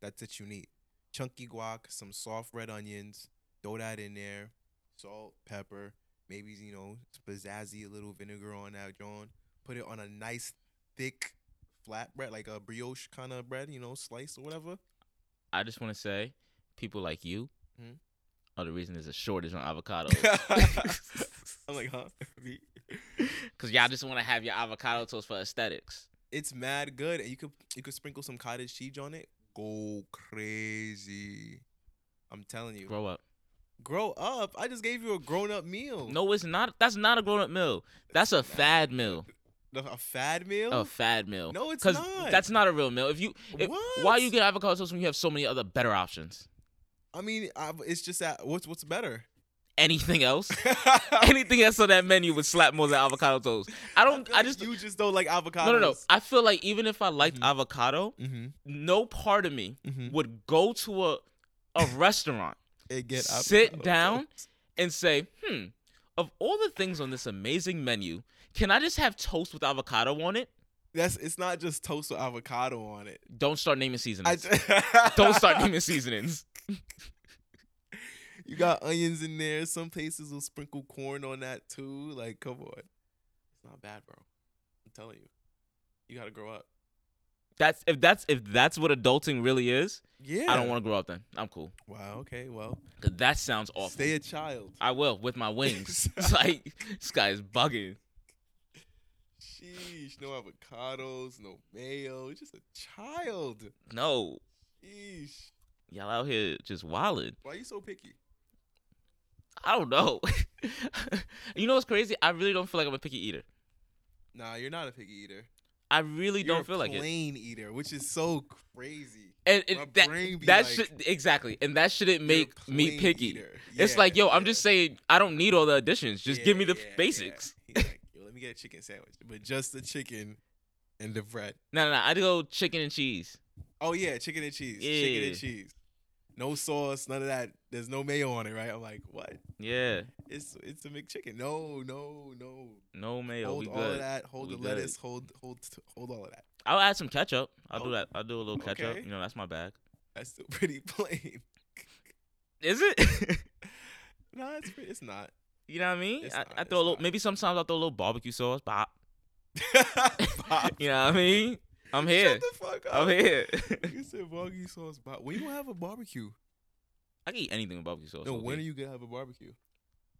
Speaker 2: That's what you need. Chunky guac, some soft red onions. Throw that in there. Salt, pepper, maybe you know spazazzy, a little vinegar on that, John. Put it on a nice thick flat bread, like a brioche kind of bread, you know, slice or whatever.
Speaker 1: I just want to say, people like you
Speaker 2: Mhm.
Speaker 1: are the reason there's a shortage on
Speaker 2: I'm
Speaker 1: avocados.
Speaker 2: like, huh? Me?
Speaker 1: Cause y'all just want to have your avocado toast for aesthetics.
Speaker 2: It's mad good, and you could you could sprinkle some cottage cheese on it. Go crazy! I'm telling you, grow,
Speaker 1: Grow up.
Speaker 2: up. I just gave you a grown up meal.
Speaker 1: No, it's not. That's not a grown up meal. That's a fad meal.
Speaker 2: The- a fad meal.
Speaker 1: A fad meal.
Speaker 2: no, it's
Speaker 1: Oh, Cause
Speaker 2: not.
Speaker 1: that's not a real meal. If you, if,
Speaker 2: what?
Speaker 1: why you get avocado toast when you have so many other better options?
Speaker 2: I mean, I, it's just that. What's what's better?
Speaker 1: Anything else? Anything else on that menu would slap more than avocado toast. I don't.
Speaker 2: feel
Speaker 1: I
Speaker 2: like
Speaker 1: just.
Speaker 2: you just don't like avocados.
Speaker 1: No, no, no. I feel like even if I liked
Speaker 2: Mhm.
Speaker 1: avocado,
Speaker 2: Mm-hmm.
Speaker 1: no part of me
Speaker 2: Mm-hmm.
Speaker 1: would go to a a restaurant
Speaker 2: It get
Speaker 1: sit
Speaker 2: avocado
Speaker 1: down
Speaker 2: toast.
Speaker 1: and say, hmm, of all the things on this amazing menu, can I just have toast with avocado on it?
Speaker 2: That's it's not just toast with avocado on it.
Speaker 1: Don't start naming
Speaker 2: I
Speaker 1: seasonings.
Speaker 2: ju-
Speaker 1: Don't start naming seasonings.
Speaker 2: You got onions in there. Some places will sprinkle corn on that too. Like, come on. It's not bad, bro. I'm telling you. You gotta grow up.
Speaker 1: That's if that's if that's what adulting really is.
Speaker 2: Yeah.
Speaker 1: I don't want to grow up. Then I'm cool.
Speaker 2: Wow, okay, well.
Speaker 1: 'Cause that sounds awful.
Speaker 2: Stay a child.
Speaker 1: I will with my wings. it's like this guy is bugging.
Speaker 2: Sheesh, no avocados, no mayo. Just a child.
Speaker 1: No,
Speaker 2: Sheesh.
Speaker 1: y'all out here just wilding.
Speaker 2: Why you so picky?
Speaker 1: I don't know. you know what's crazy? I really don't feel like I'm a picky eater.
Speaker 2: Nah, you're not a picky eater.
Speaker 1: I really
Speaker 2: You're
Speaker 1: don't feel
Speaker 2: a
Speaker 1: like it.
Speaker 2: plain eater, which is so crazy.
Speaker 1: And,
Speaker 2: My
Speaker 1: and that
Speaker 2: brain be
Speaker 1: that
Speaker 2: like,
Speaker 1: should exactly, and that shouldn't
Speaker 2: You're a
Speaker 1: make me
Speaker 2: plain
Speaker 1: picky.
Speaker 2: eater.
Speaker 1: it's
Speaker 2: Yeah,
Speaker 1: like, yo, I'm
Speaker 2: yeah.
Speaker 1: just saying, I don't need all the additions. Just give me
Speaker 2: Yeah,
Speaker 1: the
Speaker 2: yeah, yeah.
Speaker 1: basics.
Speaker 2: He's like, yo, let me get a chicken sandwich, but just the chicken and the bread.
Speaker 1: No, no, no. I'd go chicken and cheese.
Speaker 2: Oh yeah, chicken and cheese. Chicken and
Speaker 1: Yeah.
Speaker 2: cheese. No sauce, none of that. There's no mayo on it, right? I'm like, what?
Speaker 1: Yeah,
Speaker 2: It's it's a McChicken. No, no, no.
Speaker 1: no mayo.
Speaker 2: hold
Speaker 1: we
Speaker 2: all of
Speaker 1: good.
Speaker 2: that. Hold
Speaker 1: We
Speaker 2: the
Speaker 1: good.
Speaker 2: lettuce. Hold hold hold all of that.
Speaker 1: I'll add some ketchup. I'll
Speaker 2: Oh,
Speaker 1: do that. I'll do a little ketchup.
Speaker 2: okay.
Speaker 1: You know, that's my bag.
Speaker 2: That's still pretty plain.
Speaker 1: Is it?
Speaker 2: no, it's pretty, it's not.
Speaker 1: you know what I mean?
Speaker 2: It's
Speaker 1: I,
Speaker 2: not,
Speaker 1: I
Speaker 2: it's
Speaker 1: throw a little.
Speaker 2: not.
Speaker 1: Maybe sometimes I'll throw a little barbecue sauce. Pop.
Speaker 2: Bob,
Speaker 1: you know what I mean? I'm
Speaker 2: Shut
Speaker 1: here.
Speaker 2: the fuck up.
Speaker 1: I'm here.
Speaker 2: You said barbecue sauce. Bob. When you gonna have a barbecue?
Speaker 1: I can eat anything with barbecue sauce.
Speaker 2: No,
Speaker 1: okay?
Speaker 2: when are you gonna have a barbecue?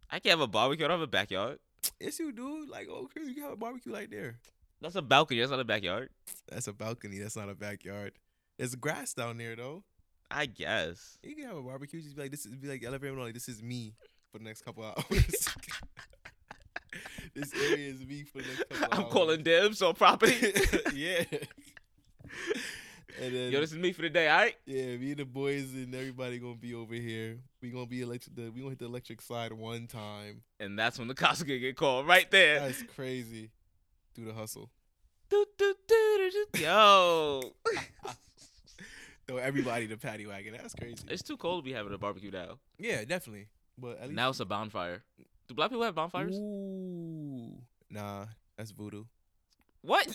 Speaker 1: I can have a barbecue. I don't have a backyard.
Speaker 2: Yes, you do. Like, oh, Chris, you can have a barbecue right there.
Speaker 1: That's a balcony. That's not a backyard.
Speaker 2: That's a balcony. That's not a backyard. There's grass down there though.
Speaker 1: I guess.
Speaker 2: You can have a barbecue. Just be like, this is be like, let everyone know, like, this is me for the next couple hours. this area is me for the next couple
Speaker 1: I'm
Speaker 2: hours.
Speaker 1: calling dibs on property.
Speaker 2: yeah. And then,
Speaker 1: Yo, this is me for the day. All right.
Speaker 2: yeah, me and the boys and everybody gonna be over here. We gonna be electric. The, we gonna hit the electric slide one time.
Speaker 1: And that's when the cops are gonna get called right there.
Speaker 2: That's crazy. Do the hustle.
Speaker 1: Do, do, do, do, do. Yo,
Speaker 2: Throw everybody the paddy wagon. That's crazy.
Speaker 1: it's too cold to be having a barbecue now.
Speaker 2: Yeah, definitely. But at least
Speaker 1: Now it's a bonfire. Do black people have bonfires?
Speaker 2: Ooh. Nah, that's voodoo.
Speaker 1: What?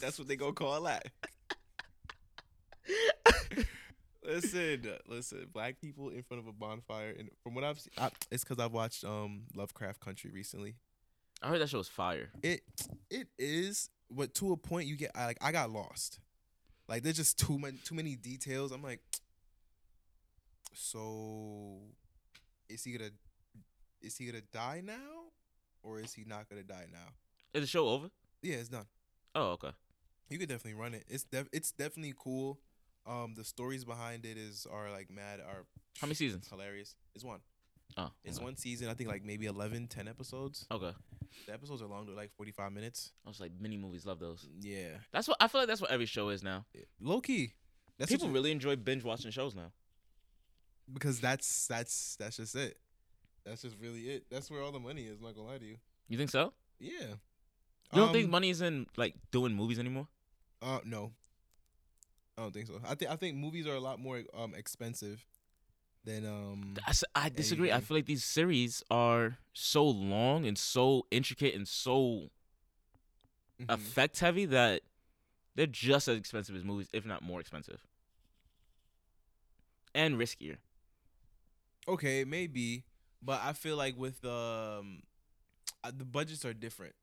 Speaker 2: that's what they gonna call that. listen, listen. Black people in front of a bonfire, and from what I've seen, I, it's because I've watched um Lovecraft Country recently.
Speaker 1: I heard that show was fire.
Speaker 2: It it is, but to a point you get I, like I got lost. Like there's just too many too many details. I'm like, so is he gonna is he gonna die now, or is he not gonna die now?
Speaker 1: Is the show over?
Speaker 2: Yeah, it's done.
Speaker 1: Oh, okay.
Speaker 2: You could definitely run it. It's def- it's definitely cool. Um, the stories behind it is are like mad are
Speaker 1: How many seasons?
Speaker 2: hilarious. It's one.
Speaker 1: Oh,
Speaker 2: It's
Speaker 1: okay.
Speaker 2: one season. I think like maybe 11, 10 episodes.
Speaker 1: Okay.
Speaker 2: The episodes are long. They're like forty five minutes.
Speaker 1: I was like, mini movies love those.
Speaker 2: Yeah,
Speaker 1: That's what I feel like. That's what every show is now.
Speaker 2: low key. That's
Speaker 1: People
Speaker 2: what you-
Speaker 1: really enjoy binge watching shows now.
Speaker 2: because that's that's that's just it. That's just really it. That's where all the money is. I'm not gonna lie to you.
Speaker 1: You think so?
Speaker 2: Yeah.
Speaker 1: You don't think
Speaker 2: Um,
Speaker 1: money is in like doing movies anymore?
Speaker 2: Uh, no. I don't think so. I think I think movies are a lot more um expensive than um.
Speaker 1: I, s- I disagree. I
Speaker 2: anything.
Speaker 1: feel like these series are so long and so intricate and so
Speaker 2: mhm.
Speaker 1: effect heavy that they're just as expensive as movies, if not more expensive, and riskier.
Speaker 2: Okay, maybe, but I feel like with the um, uh, the budgets are different,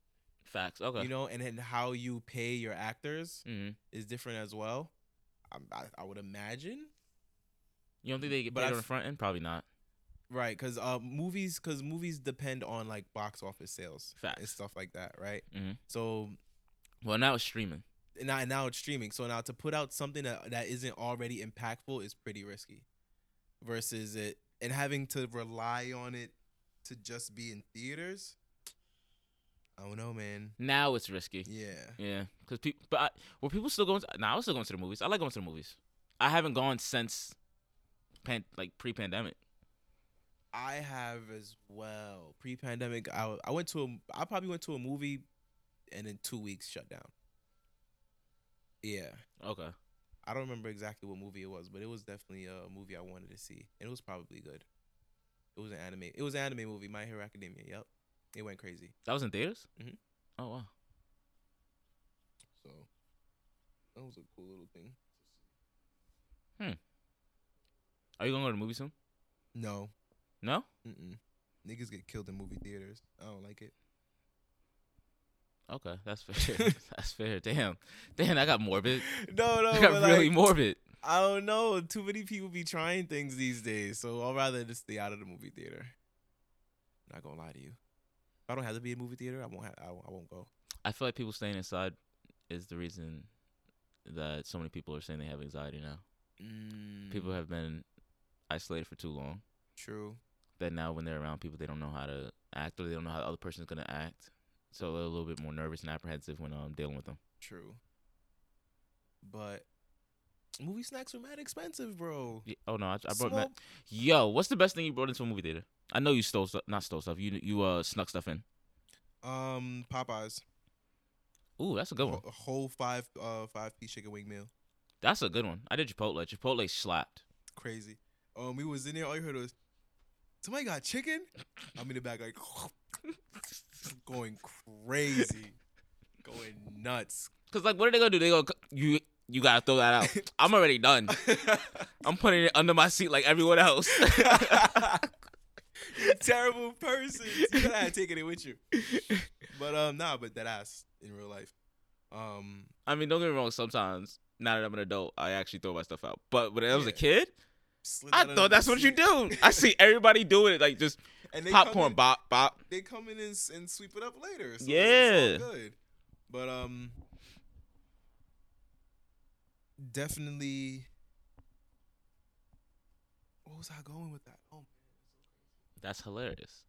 Speaker 1: Facts. Okay.
Speaker 2: you know, and then how you pay your actors
Speaker 1: hmm
Speaker 2: is different as well. I, I, I would imagine,
Speaker 1: You don't think they get
Speaker 2: But
Speaker 1: paid
Speaker 2: I
Speaker 1: on the
Speaker 2: f-
Speaker 1: front end? Probably not.
Speaker 2: right? Because uh, movies, because movies depend on like box office sales and
Speaker 1: Facts.
Speaker 2: stuff like that, right?
Speaker 1: Mhm.
Speaker 2: So
Speaker 1: Well, now it's streaming.
Speaker 2: and now, now it's streaming. So now to put out something that, that isn't already impactful is pretty risky, versus it and having to rely on it to just be in theaters. I don't know, man.
Speaker 1: Now it's risky.
Speaker 2: Yeah.
Speaker 1: Yeah, because people. But I, were people still going? To, nah, I was still going to the movies. I like going to the movies. I haven't gone since, pan, like pre-pandemic.
Speaker 2: I have as well. Pre-pandemic, I, w- I went to a I probably went to a movie, and then two weeks shut down. Yeah,
Speaker 1: Okay.
Speaker 2: I don't remember exactly what movie it was, but it was definitely a movie I wanted to see, and it was probably good. It was an anime. It was an anime movie, My Hero Academia. Yep, it went crazy.
Speaker 1: That was in theaters.
Speaker 2: Mhm.
Speaker 1: Oh wow.
Speaker 2: So that was a cool little thing.
Speaker 1: Are you gonna go to the movie soon?
Speaker 2: No.
Speaker 1: No?
Speaker 2: Mm-mm. Niggas get killed in movie theaters. I don't like it.
Speaker 1: Okay, that's fair. that's fair. Damn, damn, I got morbid.
Speaker 2: No, no,
Speaker 1: I
Speaker 2: but,
Speaker 1: got
Speaker 2: like,
Speaker 1: really morbid.
Speaker 2: I don't know. Too many people be trying things these days, so I'd rather just stay out of the movie theater. not gonna lie to you. If I don't have to be in a movie theater, I won't. Ha- I, won't- I won't go.
Speaker 1: I feel like people staying inside is the reason that so many people are saying they have anxiety now.
Speaker 2: Mm.
Speaker 1: People have been isolated for too long
Speaker 2: True.
Speaker 1: that now when they're around people, they don't know how to act or they don't know how the other person's gonna act. So they're a little bit more nervous and apprehensive when um, dealing with them.
Speaker 2: True. But movie snacks are mad expensive, bro.
Speaker 1: Yeah, oh no, I, I brought.
Speaker 2: Small-
Speaker 1: Ma- Yo, what's the best thing you brought into a movie theater? I know you stole stuff, not stole stuff. You you uh snuck stuff in.
Speaker 2: um Popeyes.
Speaker 1: Ooh, that's a good one.
Speaker 2: A whole five uh five piece chicken wing meal.
Speaker 1: That's a good one. I did Chipotle. Chipotle slapped.
Speaker 2: Crazy. Um, we was in there. All you heard was somebody got chicken. I'm in the back like going crazy, going nuts.
Speaker 1: Cause like, what are they gonna do? They go you you gotta throw that out. I'm already done. I'm putting it under my seat like everyone else.
Speaker 2: You terrible person. You gotta have taken it with you. But um, nah, but that ass in real life. Um,
Speaker 1: I mean, don't get me wrong. Sometimes now that I'm an adult, I actually throw my stuff out. But when I was a
Speaker 2: Yeah.
Speaker 1: kid,
Speaker 2: slid
Speaker 1: I
Speaker 2: that
Speaker 1: thought
Speaker 2: under
Speaker 1: that's
Speaker 2: the
Speaker 1: what you
Speaker 2: seat.
Speaker 1: do. I see everybody doing it, like just
Speaker 2: And come
Speaker 1: popcorn
Speaker 2: in-
Speaker 1: bop bop.
Speaker 2: they come in and, s- and sweep it up later. So
Speaker 1: Yeah.
Speaker 2: it's, it's all good. But um, definitely. What was I going with that? Oh
Speaker 1: That's hilarious.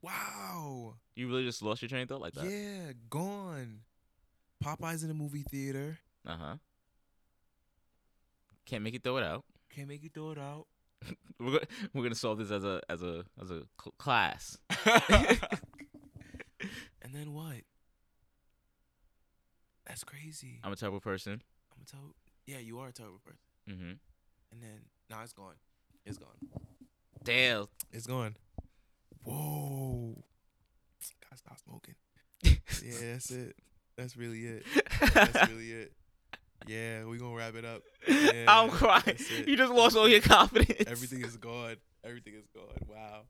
Speaker 2: wow!
Speaker 1: You really just lost your train of thought like that.
Speaker 2: Yeah, gone. Popeyes in the movie theater.
Speaker 1: Uh huh. Can't make you throw it out.
Speaker 2: Can't make you throw it out.
Speaker 1: We're gonna, we're gonna solve this as a as a as a cl- class.
Speaker 2: and then what? That's crazy. I'm,
Speaker 1: I'm a terrible person.
Speaker 2: I'm a terrible. Yeah, you are a terrible person.
Speaker 1: Mm-hmm.
Speaker 2: And then now it's gone. It's gone.
Speaker 1: Damn.
Speaker 2: It's gone. Whoa. Gotta stop smoking. yeah, that's it. That's really it. That's really it. Yeah, we gonna wrap it up. Yeah,
Speaker 1: I'm crying.
Speaker 2: that's it.
Speaker 1: You just lost all your confidence.
Speaker 2: Everything is gone. Everything is gone. Wow.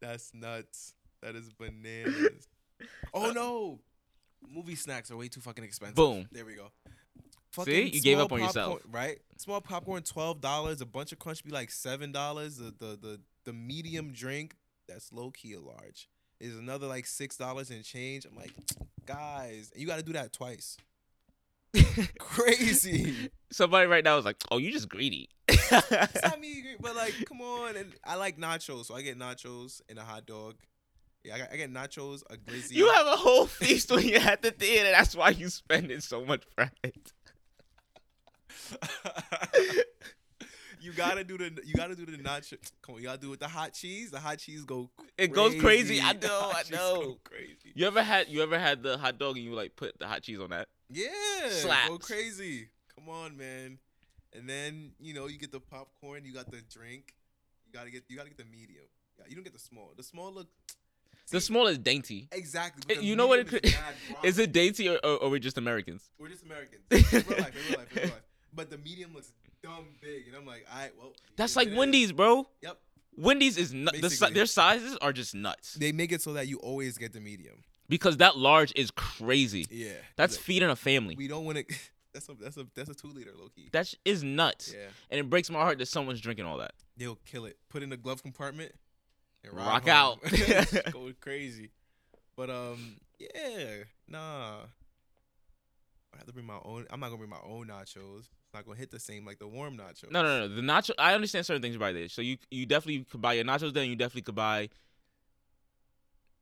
Speaker 2: That's nuts. That is bananas. Oh no. Movie snacks are way too fucking expensive.
Speaker 1: Uh, Boom.
Speaker 2: There we go.
Speaker 1: you gave
Speaker 2: small
Speaker 1: up on yourself.
Speaker 2: popcorn- right? Small popcorn, twelve dollars. A bunch of crunch be like seven dollars. The, the the the medium drink that's low key a large is another like six dollars and change. I'm like, guys, you got to do that twice. Crazy.
Speaker 1: Somebody right now is like, "Oh, you just greedy."
Speaker 2: it's not me, but like, come on. And I like nachos, so I get nachos and a hot dog. Yeah, I, got, I get nachos, a glizzy.
Speaker 1: You have a whole feast when you're at the theater. That's why you spending so much for it.
Speaker 2: you gotta do the you gotta do the nacho. Come on, you gotta do it with the hot cheese. The hot cheese go.
Speaker 1: It goes crazy. I
Speaker 2: The
Speaker 1: know,
Speaker 2: hot
Speaker 1: I
Speaker 2: cheese go
Speaker 1: know.
Speaker 2: crazy.
Speaker 1: You ever had you ever had the hot dog and you like put the hot cheese on that?
Speaker 2: Yeah, go
Speaker 1: Slaps.
Speaker 2: crazy. Come on, man. And then you know you get the popcorn. You got the drink. You gotta get you gotta get the medium. Yeah, you don't get the small. The small look
Speaker 1: The
Speaker 2: See-
Speaker 1: small is dainty.
Speaker 2: exactly.
Speaker 1: Eh,
Speaker 2: but the
Speaker 1: you know what
Speaker 2: medium
Speaker 1: it
Speaker 2: is
Speaker 1: could-
Speaker 2: mad brown.
Speaker 1: Is it dainty or, or, or we just Americans?
Speaker 2: We're just Americans. In real life, in real life, in real life. But the medium looks dumb big, and I'm like, all right, well.
Speaker 1: That's
Speaker 2: it
Speaker 1: like
Speaker 2: is.
Speaker 1: Wendy's, bro.
Speaker 2: Yep.
Speaker 1: Wendy's is nu- the, si-
Speaker 2: Basically.
Speaker 1: their sizes are just nuts
Speaker 2: They make it so that you always get the medium.
Speaker 1: because that large is crazy.
Speaker 2: Yeah.
Speaker 1: That's
Speaker 2: Like,
Speaker 1: feeding a family.
Speaker 2: we don't want to. That's a that's a that's a two liter low key.
Speaker 1: That sh- is nuts,
Speaker 2: Yeah.
Speaker 1: and it breaks my heart that someone's drinking all that.
Speaker 2: They'll kill it. Put it in the glove compartment. And
Speaker 1: Rock
Speaker 2: home.
Speaker 1: out.
Speaker 2: Just Go crazy. But um, yeah, nah. I have to bring my own. I'm not gonna bring my own nachos. It's not gonna hit the same like the warm nachos.
Speaker 1: No, no, no. The nacho. I understand certain things about this. So you you definitely could buy your nachos there, and you definitely could buy.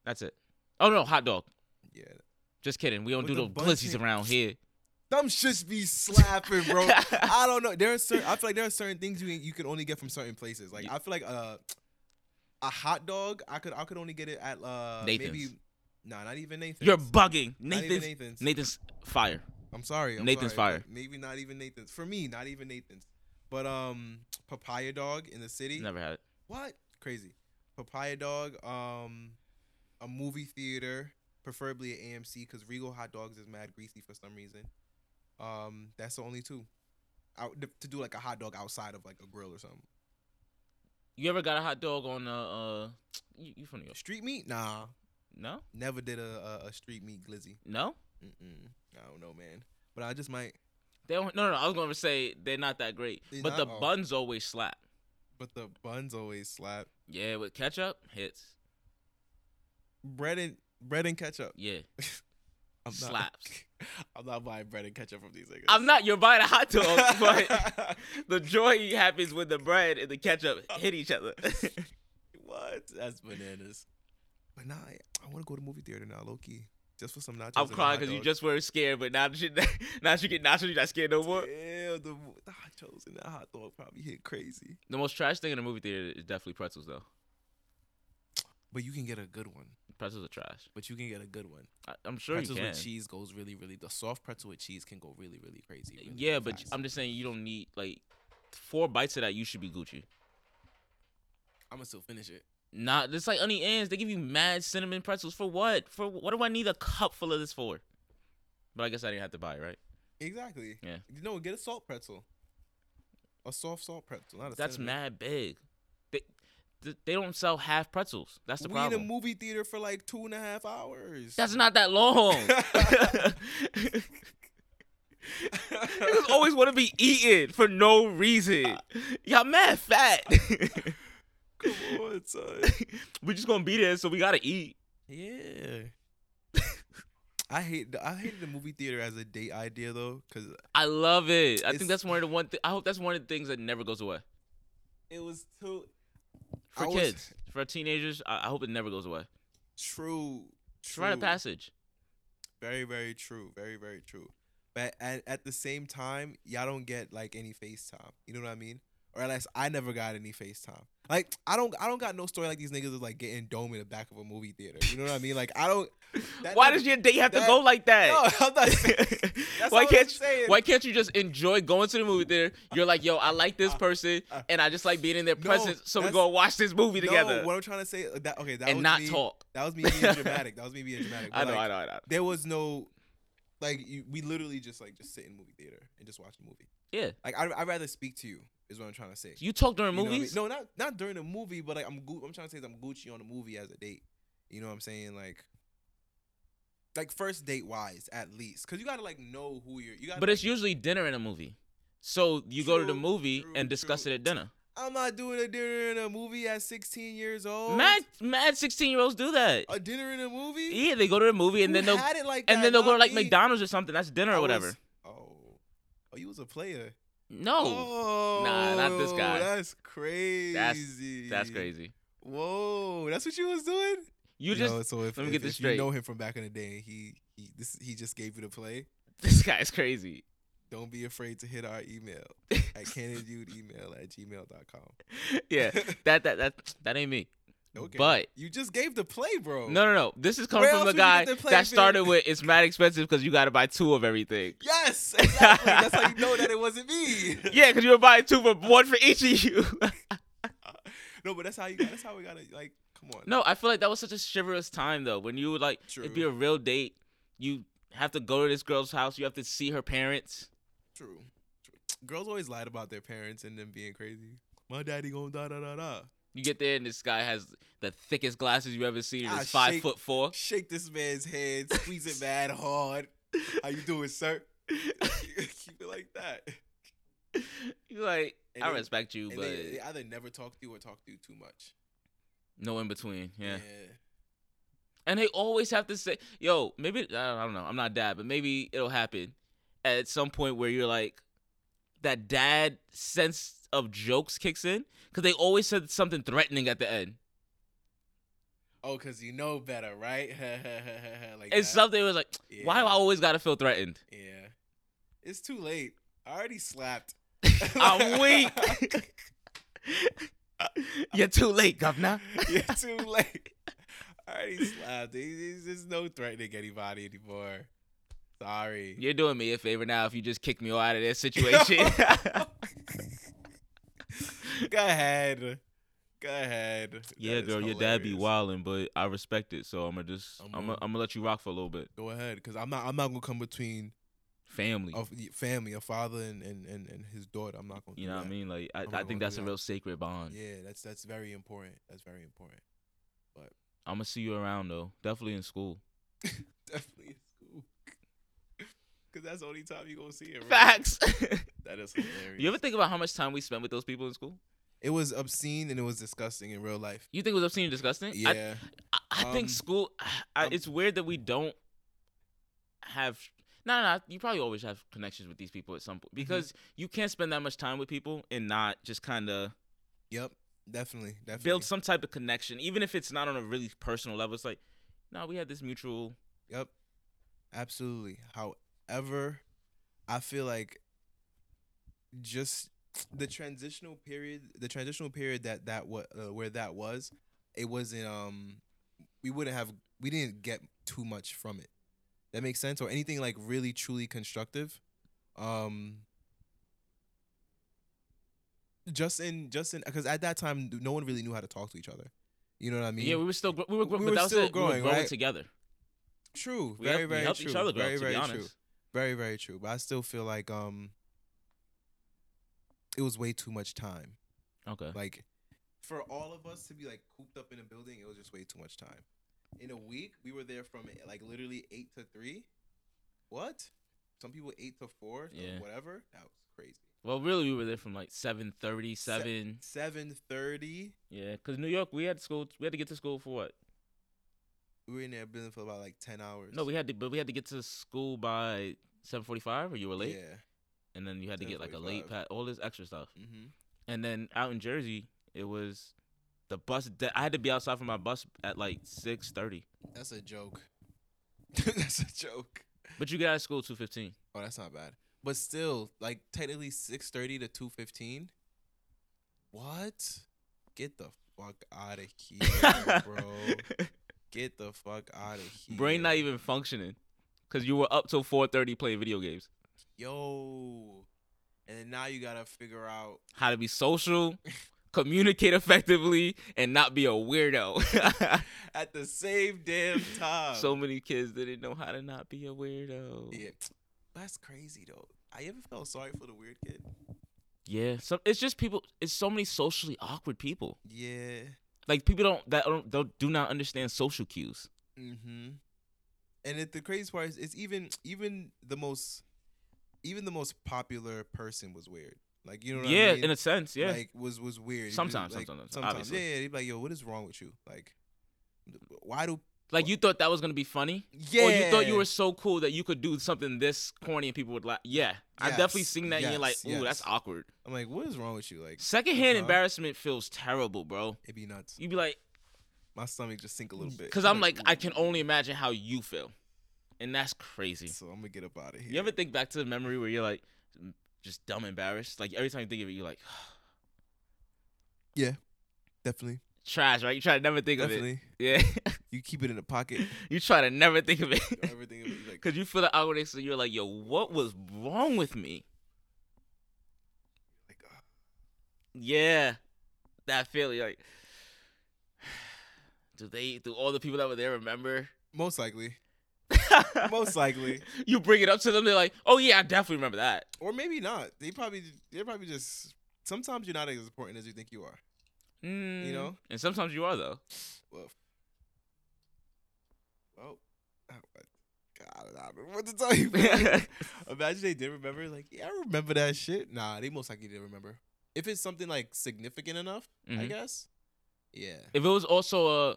Speaker 1: That's it. Oh no, hot dog.
Speaker 2: Yeah.
Speaker 1: Just kidding. We don't
Speaker 2: With
Speaker 1: do
Speaker 2: the
Speaker 1: the
Speaker 2: bun
Speaker 1: glizzies
Speaker 2: thing.
Speaker 1: around here.
Speaker 2: Them shits be slapping, bro. I don't know. There are certain. I feel like there are certain things you you can only get from certain places. Like
Speaker 1: Yeah.
Speaker 2: I feel like uh, a hot dog. I could I could only get it at uh maybe.
Speaker 1: Nathan's.
Speaker 2: Nah, not even Nathan's.
Speaker 1: You're bugging,
Speaker 2: Not even
Speaker 1: Nathan's.
Speaker 2: Nathan's.
Speaker 1: Nathan's fire.
Speaker 2: I'm sorry. I'm
Speaker 1: Nathan's
Speaker 2: sorry,
Speaker 1: fire.
Speaker 2: but Maybe not even Nathan's. For me, not even Nathan's. But um, papaya dog in the city.
Speaker 1: Never had it.
Speaker 2: What? Crazy. Papaya dog. Um, a movie theater, preferably an AMC, because Regal hot dogs is mad greasy for some reason. Um, that's the only two. Out to do like a hot dog outside of like a grill or something.
Speaker 1: You ever got a hot dog on uh, uh you, you from New York?
Speaker 2: Street meat? Nah,
Speaker 1: No,
Speaker 2: never did a a, a street meat glizzy.
Speaker 1: no,
Speaker 2: Mm-mm. I don't know, man. But I just might.
Speaker 1: they don't. No, no, no. I was gonna say they're not that great,
Speaker 2: They not?
Speaker 1: but the
Speaker 2: Oh.
Speaker 1: buns always slap.
Speaker 2: But the buns always slap.
Speaker 1: Yeah, with ketchup hits.
Speaker 2: Bread and bread and ketchup.
Speaker 1: Yeah,
Speaker 2: I'm
Speaker 1: Slaps.
Speaker 2: I'm not buying bread and ketchup from these niggas.
Speaker 1: I'm not. You're buying a hot dog, but the joy happens when the bread and the ketchup hit each other.
Speaker 2: what? That's bananas. But nah, I, I want to go to movie theater now, low key, just for some nachos.
Speaker 1: I'm
Speaker 2: and a
Speaker 1: crying
Speaker 2: hot
Speaker 1: because you
Speaker 2: dog.
Speaker 1: just were scared, but now that you now that you get nachos, you're not scared no more.
Speaker 2: Damn, the, mo- the nachos and that hot dog probably hit crazy.
Speaker 1: The most trash thing in the movie theater is definitely pretzels, though.
Speaker 2: But you can get a good one.
Speaker 1: Pretzels are trash.
Speaker 2: But you can get a good one.
Speaker 1: I, I'm sure
Speaker 2: pretzels
Speaker 1: you can.
Speaker 2: with cheese goes really, really. The soft pretzel with cheese can go really, really crazy. really,
Speaker 1: yeah,
Speaker 2: really
Speaker 1: but
Speaker 2: fast.
Speaker 1: I'm just saying you don't need like four bites of that. You should be Gucci.
Speaker 2: I'm gonna still finish it.
Speaker 1: Nah, it's like onion ends. They give you mad cinnamon pretzels for what? For what do I need a cup full of this for? But I guess I didn't have to buy it, right?
Speaker 2: Exactly.
Speaker 1: Yeah.
Speaker 2: You know, get a salt pretzel. A soft salt pretzel. Not a
Speaker 1: That's
Speaker 2: cinnamon.
Speaker 1: mad big. They th- they don't sell half pretzels. That's the
Speaker 2: we
Speaker 1: problem.
Speaker 2: in a movie theater for like two and a half hours.
Speaker 1: That's not that long. Niggas always want to be eaten for no reason. Y'all mad fat.
Speaker 2: Come on, son.
Speaker 1: we just gonna be there, so we gotta eat.
Speaker 2: yeah. I hate the, I hated the movie theater as a date idea though, cause
Speaker 1: I love it. I
Speaker 2: It's-
Speaker 1: think that's one of the one. Th- I hope that's one of the things that never goes away
Speaker 2: it was too
Speaker 1: for
Speaker 2: I was-
Speaker 1: kids, for teenagers. I, I hope it never goes away.
Speaker 2: true.
Speaker 1: It's
Speaker 2: True.
Speaker 1: a rite of passage.
Speaker 2: Very, very true. Very, very true. But at, at the same time, y'all don't get like any FaceTime. You know what I mean? Or at least I never got any FaceTime. Like I don't I don't got no story like these niggas is like getting dome in the back of a movie theater. You know what I mean? Like I don't that
Speaker 1: Why
Speaker 2: never-
Speaker 1: does your date have to
Speaker 2: that-
Speaker 1: go like that?
Speaker 2: No, I'm not saying- that's
Speaker 1: why
Speaker 2: not what I'm
Speaker 1: can't you,
Speaker 2: saying.
Speaker 1: why can't you just enjoy going to the movie theater? You're like, yo, I like this person, and I just like being in their
Speaker 2: No,
Speaker 1: presence, so we
Speaker 2: that's-
Speaker 1: gonna watch this movie together
Speaker 2: No, what I'm trying to say uh, that okay, that
Speaker 1: and
Speaker 2: was
Speaker 1: not
Speaker 2: me,
Speaker 1: talk.
Speaker 2: That was me being dramatic. That was me being dramatic.
Speaker 1: I
Speaker 2: But,
Speaker 1: know,
Speaker 2: like,
Speaker 1: I know, I know.
Speaker 2: There was no like you, we literally just like just sit in movie theater and just watch the movie.
Speaker 1: Yeah,
Speaker 2: Like I would rather speak to you is what I'm trying to say.
Speaker 1: you talk during
Speaker 2: You know what I mean?
Speaker 1: movies.
Speaker 2: No, not not during the movie, but like I'm Gu- I'm trying to say is I'm Gucci on the movie as a date. You know what I'm saying? Like like first date wise at least cuz you got to like know who you're you got
Speaker 1: but it's usually dinner in a movie, so you go to the
Speaker 2: True,
Speaker 1: movie
Speaker 2: true,
Speaker 1: and discuss
Speaker 2: true.
Speaker 1: it at dinner.
Speaker 2: I'm not doing a dinner in a movie at 16 years old.
Speaker 1: Mad, mad, sixteen year olds do that.
Speaker 2: a dinner in a movie?
Speaker 1: Yeah, they go to the movie and
Speaker 2: Who
Speaker 1: then they'll
Speaker 2: had it like
Speaker 1: and
Speaker 2: that?
Speaker 1: then they'll go
Speaker 2: Not
Speaker 1: to like
Speaker 2: me.
Speaker 1: McDonald's or something. That's dinner
Speaker 2: I
Speaker 1: or
Speaker 2: was-
Speaker 1: whatever.
Speaker 2: Oh. Oh, you was a player.
Speaker 1: No,
Speaker 2: Oh,
Speaker 1: not this guy.
Speaker 2: That's crazy.
Speaker 1: that's crazy.
Speaker 2: Whoa, that's what you was doing?
Speaker 1: You
Speaker 2: Yo,
Speaker 1: just
Speaker 2: so if,
Speaker 1: let me
Speaker 2: if-
Speaker 1: get this
Speaker 2: if you know
Speaker 1: straight.
Speaker 2: him from back in the day, he he this he just gave you the play.
Speaker 1: this guy is crazy.
Speaker 2: Don't be afraid to hit our email at email at gmail.com.
Speaker 1: yeah, that that that that ain't me.
Speaker 2: Okay.
Speaker 1: But
Speaker 2: You just gave the play, bro.
Speaker 1: no, no, no. This is coming
Speaker 2: Where
Speaker 1: from
Speaker 2: else
Speaker 1: a
Speaker 2: would you
Speaker 1: guy
Speaker 2: get the play
Speaker 1: that
Speaker 2: fee?
Speaker 1: started with it's mad expensive because you got to buy two of everything.
Speaker 2: Yes, exactly. that's how you know that it wasn't me.
Speaker 1: Yeah, because you were buying two for one for each of you.
Speaker 2: No, but that's how you. That's how we gotta like. Come on.
Speaker 1: no, I feel like that was such a chivalrous time though. When you would like, it'd be
Speaker 2: True.
Speaker 1: a real date. You have to go to this girl's house. You have to see her parents.
Speaker 2: True. True. Girls always lied about their parents and them being crazy. My daddy gonna da da da da.
Speaker 1: You get there and this guy has the thickest glasses you ever seen.
Speaker 2: I
Speaker 1: He's five
Speaker 2: Ah, shake-
Speaker 1: foot four.
Speaker 2: Shake this man's hand, squeeze it mad hard. How you doing, sir? Keep it like that.
Speaker 1: You're like,
Speaker 2: And
Speaker 1: I
Speaker 2: they-
Speaker 1: respect you,
Speaker 2: And
Speaker 1: but
Speaker 2: they, they either never talk to you or talk to you too much.
Speaker 1: no in between. yeah. And they always have to say, "Yo, maybe I don't, I don't know. I'm not dad, but maybe it'll happen at some point where you're like that dad sense of jokes kicks in because they always said something threatening at the end.
Speaker 2: Oh, cause you know better, right? like
Speaker 1: And
Speaker 2: that.
Speaker 1: something was like, "Why do I
Speaker 2: Yeah.
Speaker 1: always gotta feel threatened?
Speaker 2: Yeah. It's too late. I already slapped.
Speaker 1: I'm weak. you're too late, governor."
Speaker 2: You're too late. I already slapped. There- There's there's no threatening anybody anymore. Sorry.
Speaker 1: You're doing me a favor now if you just kick me all out of this situation.
Speaker 2: Go ahead. Go ahead.
Speaker 1: yeah,
Speaker 2: That is
Speaker 1: girl, your dad be
Speaker 2: hilarious.
Speaker 1: wilding, but I respect it, so I'm gonna just
Speaker 2: I'm
Speaker 1: I'm gonna
Speaker 2: on.
Speaker 1: I'm gonna let you rock for a little bit.
Speaker 2: Go ahead, cause I'm not. I'm not gonna come between
Speaker 1: family.
Speaker 2: Of y- family, a father and, and, and, and his daughter. I'm not going to
Speaker 1: you know what I mean? Like I,
Speaker 2: I'm
Speaker 1: I
Speaker 2: not gonna
Speaker 1: think
Speaker 2: do
Speaker 1: that's a
Speaker 2: that.
Speaker 1: real sacred bond.
Speaker 2: Yeah, that's that's very important. That's very important.
Speaker 1: I'm gonna see you around though, definitely in school.
Speaker 2: Definitely in school. Cause that's the only time you're gonna see it. really.
Speaker 1: Facts.
Speaker 2: That is hilarious.
Speaker 1: you ever think about how much time we spent with those people in school?
Speaker 2: it was obscene and it was disgusting in real life.
Speaker 1: You think it was obscene and disgusting? I-
Speaker 2: Yeah.
Speaker 1: I, I
Speaker 2: Um,
Speaker 1: think school. I,
Speaker 2: um,
Speaker 1: it's weird that we don't have. No, no, no. You probably always have connections with these people at some point
Speaker 2: Mm-hmm.
Speaker 1: because you can't spend that much time with people and not just kind of
Speaker 2: yep. Definitely. Definitely.
Speaker 1: build some type of connection, even if it's not on a really personal level. It's like, no, we had this mutual.
Speaker 2: Yep. Absolutely. However, I feel like just the transitional period, the transitional period that that what uh, where that was, it wasn't um we wouldn't have we didn't get too much from it. That makes sense or anything like really truly constructive. Um just in just in cuz at that time no one really knew how to talk to each other. You know what I mean?
Speaker 1: yeah, we were still gro- we were, gro-
Speaker 2: we
Speaker 1: but
Speaker 2: were
Speaker 1: that was
Speaker 2: still
Speaker 1: it. we were
Speaker 2: growing,
Speaker 1: growing
Speaker 2: right?
Speaker 1: together.
Speaker 2: true.
Speaker 1: We
Speaker 2: very
Speaker 1: helped, we
Speaker 2: very
Speaker 1: helped
Speaker 2: true.
Speaker 1: each other grow.
Speaker 2: very
Speaker 1: to
Speaker 2: very
Speaker 1: be honest,
Speaker 2: true. Very, very true. But I still feel like um it was way too much time.
Speaker 1: okay.
Speaker 2: Like for all of us to be like cooped up in a building, it was just way too much time. In a week, we were there from like literally eight to three. What? Some people eight to four, so
Speaker 1: Yeah.
Speaker 2: whatever. That was crazy.
Speaker 1: Well, really, we were there from like seven thirty,
Speaker 2: Se-
Speaker 1: seven.
Speaker 2: Seven thirty.
Speaker 1: Yeah, because New York, we had school. We had to get to school for what?
Speaker 2: We were in that building for about like ten hours.
Speaker 1: No, we had to, but we had to get to school by seven forty-five, or you were late,
Speaker 2: Yeah.
Speaker 1: and then you had to get like a late
Speaker 2: 10:45.
Speaker 1: pat, all this extra stuff,
Speaker 2: hmm
Speaker 1: and then out in Jersey, it was the bus. De- I had to be outside for my bus at like six thirty,
Speaker 2: That's a joke. That's a joke.
Speaker 1: but you got out of school two fifteen.
Speaker 2: Oh, that's not bad. But still, like technically six thirty to two fifteen. What? Get the fuck out of here, bro. Get the fuck out of here.
Speaker 1: Brain not even functioning, cause you were up till four thirty playing video games.
Speaker 2: Yo. And then now you gotta figure out
Speaker 1: How to be social, communicate effectively, and not be a weirdo.
Speaker 2: at the same damn time.
Speaker 1: so many kids didn't know how to not be a weirdo.
Speaker 2: Oh. yeah. That's crazy though. I ever felt sorry for the weird kid.
Speaker 1: Yeah, some it's just people. It's so many socially awkward people.
Speaker 2: Yeah.
Speaker 1: Like people don't that don't, don't do not understand social cues.
Speaker 2: Mm-hmm. And it, the crazy part is, it's even even the most even the most popular person was weird. Like you know what
Speaker 1: yeah,
Speaker 2: I mean?
Speaker 1: in a sense. Yeah,
Speaker 2: like was was weird. He was,
Speaker 1: Sometimes,
Speaker 2: like,
Speaker 1: sometimes, obviously.
Speaker 2: yeah, yeah. He'd be like, "Yo, what is wrong with you? Like, why do?"
Speaker 1: like you thought that was gonna be funny,
Speaker 2: Yeah,
Speaker 1: or Oh, you thought you were so cool that you could do something this corny and people would like. Yeah, I've definitely
Speaker 2: Yes,
Speaker 1: seen that. and you're like,
Speaker 2: yes,
Speaker 1: ooh, that's
Speaker 2: yes.
Speaker 1: awkward.
Speaker 2: I'm like, what is wrong with you? Like,
Speaker 1: Secondhand
Speaker 2: Uh-huh.
Speaker 1: embarrassment feels terrible, bro.
Speaker 2: it'd be nuts.
Speaker 1: You'd be like,
Speaker 2: My stomach just sink a little bit.
Speaker 1: because I'm like, I can only imagine how you feel, and that's crazy.
Speaker 2: So I'm gonna get up out of here.
Speaker 1: You ever think back to the memory where you're like, just dumb embarrassed? Like every time you think of it, you're like,
Speaker 2: definitely,
Speaker 1: trash, right? You try to never think of it.
Speaker 2: definitely.
Speaker 1: Yeah.
Speaker 2: You keep it in the pocket.
Speaker 1: you try to never think of it.
Speaker 2: Everything it was like,
Speaker 1: Because you feel the awkwardness and you're like, yo, what was wrong with me?
Speaker 2: like, ah.
Speaker 1: Yeah. That feeling, like, do they, do all the people that were there remember?
Speaker 2: most likely, most likely,
Speaker 1: You bring it up to them, they're like, oh, yeah, I definitely remember that.
Speaker 2: or maybe not. They probably, they're probably just. Sometimes you're not as important as you think you are.
Speaker 1: Mm.
Speaker 2: know?
Speaker 1: And sometimes you are, though.
Speaker 2: Well, well, I- I- God, I don't know what to tell you. man. Imagine they did remember. Like, yeah, I remember that shit. Nah, they most likely didn't remember. If it's something like significant enough, I
Speaker 1: Mhm.
Speaker 2: guess. Yeah.
Speaker 1: If it was also a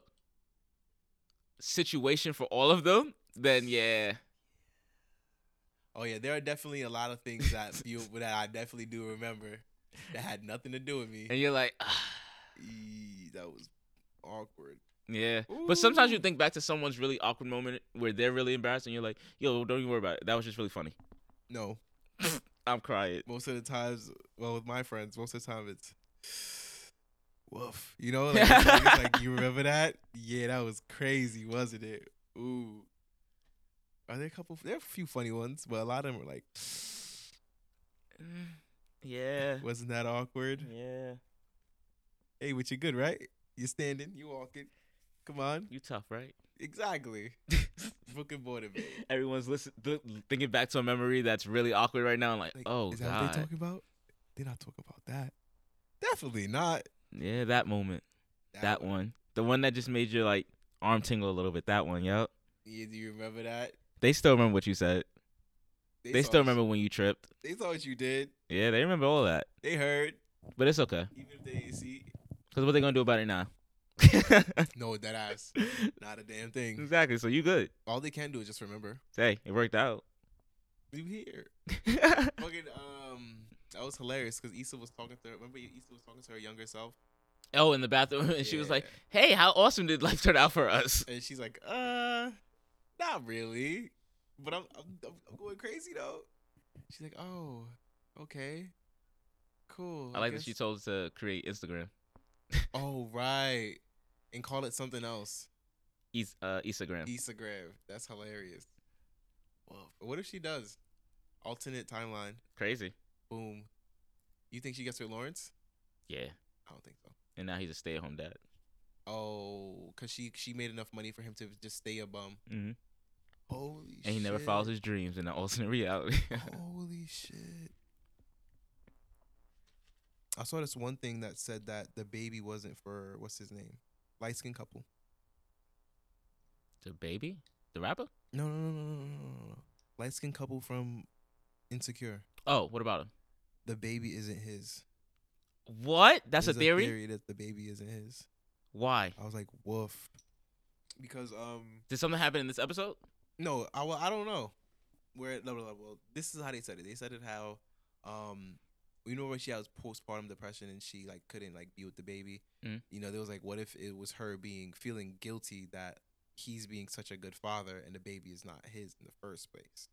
Speaker 1: situation for all of them, then yeah.
Speaker 2: Oh yeah, there are definitely a lot of things that you that I definitely do remember that had nothing to do with me.
Speaker 1: And you're like,
Speaker 2: Eee, that was awkward.
Speaker 1: Yeah. But sometimes you
Speaker 2: Ooh.
Speaker 1: think back to someone's really awkward moment where they're really embarrassed and you're like, yo, don't even worry about it. That was just really funny.
Speaker 2: No,
Speaker 1: I'm crying.
Speaker 2: most of the times, well, with my friends, most of the time it's woof. You know, like, it's like, it's like, you remember that? Yeah, that was crazy, wasn't it? Ooh. Are there a couple? There are a few funny ones, but a lot of them were like,
Speaker 1: Yeah.
Speaker 2: wasn't that awkward?
Speaker 1: Yeah.
Speaker 2: Hey, but you're good, right? You're standing, you're walking. Come on.
Speaker 1: You tough, right?
Speaker 2: Exactly. fucking bored me.
Speaker 1: Everyone's listen, th- thinking back to a memory that's really awkward right now. and Like,
Speaker 2: Like,
Speaker 1: oh
Speaker 2: is that what they
Speaker 1: god,
Speaker 2: talk about? They not talk about that. Definitely not.
Speaker 1: yeah, that moment, that, one. the one that just made your like arm tingle a little bit. That one, yep.
Speaker 2: Yeah, do you remember that?
Speaker 1: They still remember what you said.
Speaker 2: saw
Speaker 1: They, still
Speaker 2: what you-
Speaker 1: remember when you tripped.
Speaker 2: They saw what you did.
Speaker 1: Yeah, they remember all that,
Speaker 2: They heard.
Speaker 1: but it's okay.
Speaker 2: Even if they didn't see.
Speaker 1: Cause what they gonna do about it now?
Speaker 2: No, that ass. Not a damn thing.
Speaker 1: exactly. So you good?
Speaker 2: All they can do is just remember.
Speaker 1: Hey, it worked out.
Speaker 2: You here. Fucking um that was hilarious because Issa was talking to her. Remember Issa was talking to her younger self?
Speaker 1: oh, in the bathroom, and she was like, "Hey, how awesome did life turn out for us?"
Speaker 2: And she's like, uh, not really. But I'm I'm, I'm- I'm going crazy though. She's like, oh, okay, cool.
Speaker 1: I like that she
Speaker 2: guess-
Speaker 1: told us to create Instagram,
Speaker 2: Oh right, and call it something else.
Speaker 1: Is- uh, Instagram.
Speaker 2: Instagram. That's hilarious. Well, what if she does? Alternate timeline.
Speaker 1: Crazy.
Speaker 2: Boom. You think she gets her Lawrence?
Speaker 1: Yeah.
Speaker 2: I don't think so.
Speaker 1: And now he's a stay-at-home dad.
Speaker 2: Oh, cause she she made enough money for him to just stay a bum.
Speaker 1: Mhm.
Speaker 2: Holy shit.
Speaker 1: And he never follows his dreams in the alternate reality.
Speaker 2: Holy shit. I saw this one thing that said that the baby wasn't for what's his name? Light skinned couple.
Speaker 1: the baby, the rapper.
Speaker 2: No, no, no, no, no, no, no, no. Light skinned couple from Insecure.
Speaker 1: Oh, what about him?
Speaker 2: The baby isn't his.
Speaker 1: What? That's
Speaker 2: There's
Speaker 1: a theory?
Speaker 2: that the baby isn't his.
Speaker 1: Why?
Speaker 2: I was like, woof. Because um
Speaker 1: Did something happen in this episode?
Speaker 2: No, I well, I don't know. Where no, no, no, well, this is how they said it. They said it how, um, you know, when she has postpartum depression and she like couldn't like be with the baby.
Speaker 1: Mm.
Speaker 2: You know, there was like, what if it was her being feeling guilty that he's being such a good father and the baby is not his in the first place.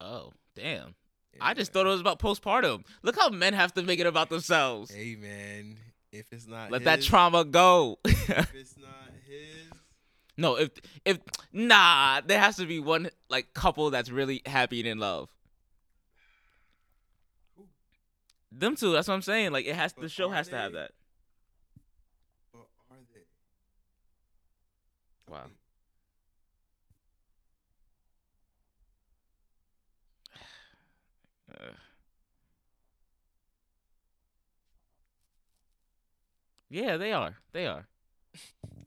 Speaker 1: Oh, damn. I just
Speaker 2: Yeah.
Speaker 1: thought it was about postpartum. Look how men have to make it about themselves.
Speaker 2: Hey man, if it's not
Speaker 1: Let that
Speaker 2: his,
Speaker 1: trauma go.
Speaker 2: if it's not his,
Speaker 1: no, if if nah, there has to be one like couple that's really happy and in love. Them two, that's what I'm saying. Like it has the
Speaker 2: But
Speaker 1: show
Speaker 2: are
Speaker 1: has to have
Speaker 2: they?
Speaker 1: that.
Speaker 2: but are they?
Speaker 1: Wow. Ugh. Yeah, they are. They are.
Speaker 2: Okay.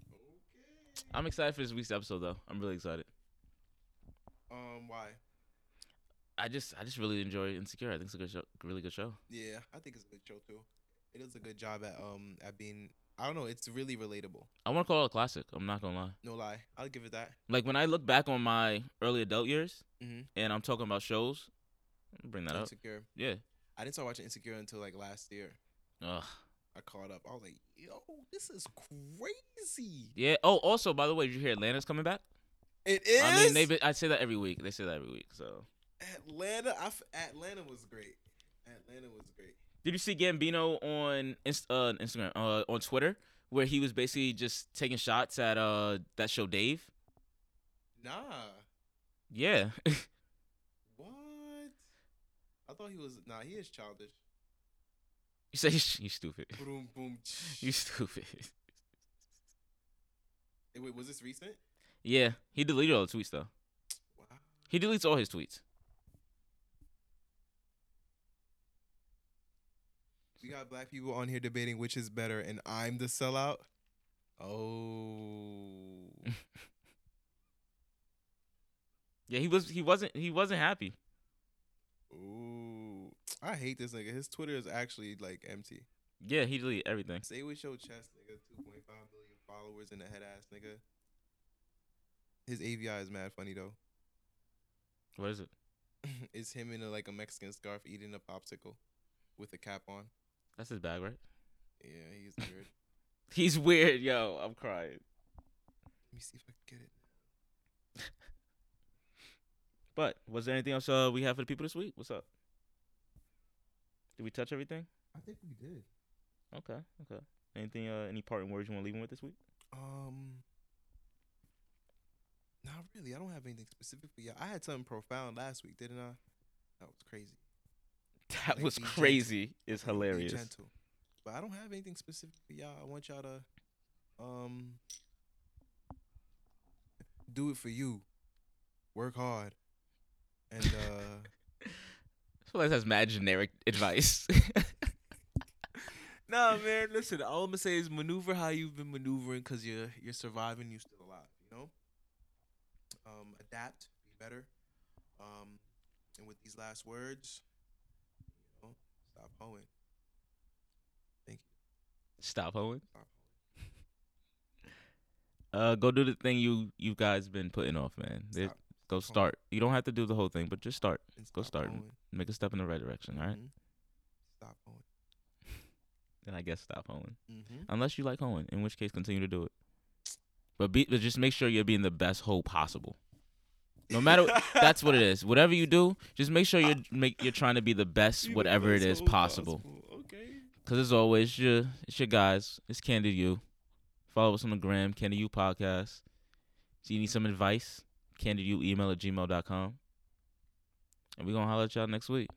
Speaker 1: I'm excited for this week's episode though. I'm really excited.
Speaker 2: Um, why?
Speaker 1: I just I just really enjoy Insecure. I think it's a good show, really good show.
Speaker 2: Yeah, I think it's a good show too. It does a good job at um at being I don't know, it's really relatable.
Speaker 1: I want to call it a classic. I'm not gonna lie.
Speaker 2: No lie. I'll give it that.
Speaker 1: Like when I look back on my early adult years,
Speaker 2: Mhm.
Speaker 1: and I'm talking about shows, bring that up.
Speaker 2: Insecure.
Speaker 1: Yeah.
Speaker 2: I didn't start watching Insecure until like last year.
Speaker 1: Ugh.
Speaker 2: I caught up. I was like, yo, this is crazy.
Speaker 1: Yeah. Oh, also, by the way, did you hear Atlanta's coming back?
Speaker 2: It is
Speaker 1: I mean, they have I say that every week. They say that every week. So,
Speaker 2: Atlanta I f- Atlanta was great. Atlanta was great.
Speaker 1: did you see Gambino on Inst- uh, Instagram uh, on Twitter where he was basically just taking shots at uh that show Dave?
Speaker 2: Nah.
Speaker 1: Yeah.
Speaker 2: What? I thought he was nah, he is childish.
Speaker 1: you say you stupid.
Speaker 2: Boom boom.
Speaker 1: You stupid.
Speaker 2: Eh, Wait, was this recent?
Speaker 1: Yeah, he deleted all the tweets though.
Speaker 2: Wow.
Speaker 1: He deletes all his tweets.
Speaker 2: We got black people on here debating which is better, and I'm the sellout. Oh,
Speaker 1: Yeah, he was he wasn't he wasn't happy.
Speaker 2: ooh, I hate this nigga. His Twitter is actually like empty.
Speaker 1: Yeah, he deleted everything.
Speaker 2: Say with your chest, nigga. Two point five million followers and a head ass nigga. His AVI is mad funny though.
Speaker 1: What is it?
Speaker 2: it's him in a, like a Mexican scarf eating a popsicle with a cap on.
Speaker 1: That's his bag, right?
Speaker 2: Yeah, he's weird.
Speaker 1: He's weird, yo. I'm crying.
Speaker 2: Let me see if I can get it.
Speaker 1: But was there anything else uh, we have for the people this week? What's up? Did we touch everything?
Speaker 2: I think we did.
Speaker 1: Okay, okay. Anything? Uh, any parting words you want to leave them with this week?
Speaker 2: Um, not really. I don't have anything specific for you. I had something profound last week, didn't I? That was crazy.
Speaker 1: That
Speaker 2: Like,
Speaker 1: was
Speaker 2: be gentle.
Speaker 1: crazy. It's
Speaker 2: Like, be
Speaker 1: hilarious.
Speaker 2: gentle. But I don't have anything specific for y'all. I want y'all to, um, do it for you. Work hard. And uh
Speaker 1: I feel like that's mad generic advice.
Speaker 2: Nah man, listen, all I'm gonna say is maneuver how you've been maneuvering because you're you're surviving, you're still alive, you know? Um, adapt, be better. Um, and with these last words, you know, stop hoeing.
Speaker 1: Stop, Owen. Uh, go do the thing you you guys been putting off, man. There-
Speaker 2: Stop.
Speaker 1: go
Speaker 2: Stop hoeing.
Speaker 1: start. You don't have to do the whole thing, but just start.
Speaker 2: And
Speaker 1: Go start.
Speaker 2: hoeing.
Speaker 1: Make a step in the right direction. All right.
Speaker 2: Mhm. Stop hoeing.
Speaker 1: Then I guess stop hoeing.
Speaker 2: Mm-hmm.
Speaker 1: Unless you like hoeing, in which case continue to do it. But be but just make sure you're being the best hoe possible. No matter that's what it is. Whatever you do, just make sure you're make you're trying to be the best, whatever it is possible.
Speaker 2: Okay.
Speaker 1: Cause as always, it's your it's your guys. It's Candy U. Follow us on the gram, Candy U Podcast. If you need some advice, Candy U email at gmail.com. And we're gonna holler at y'all next week.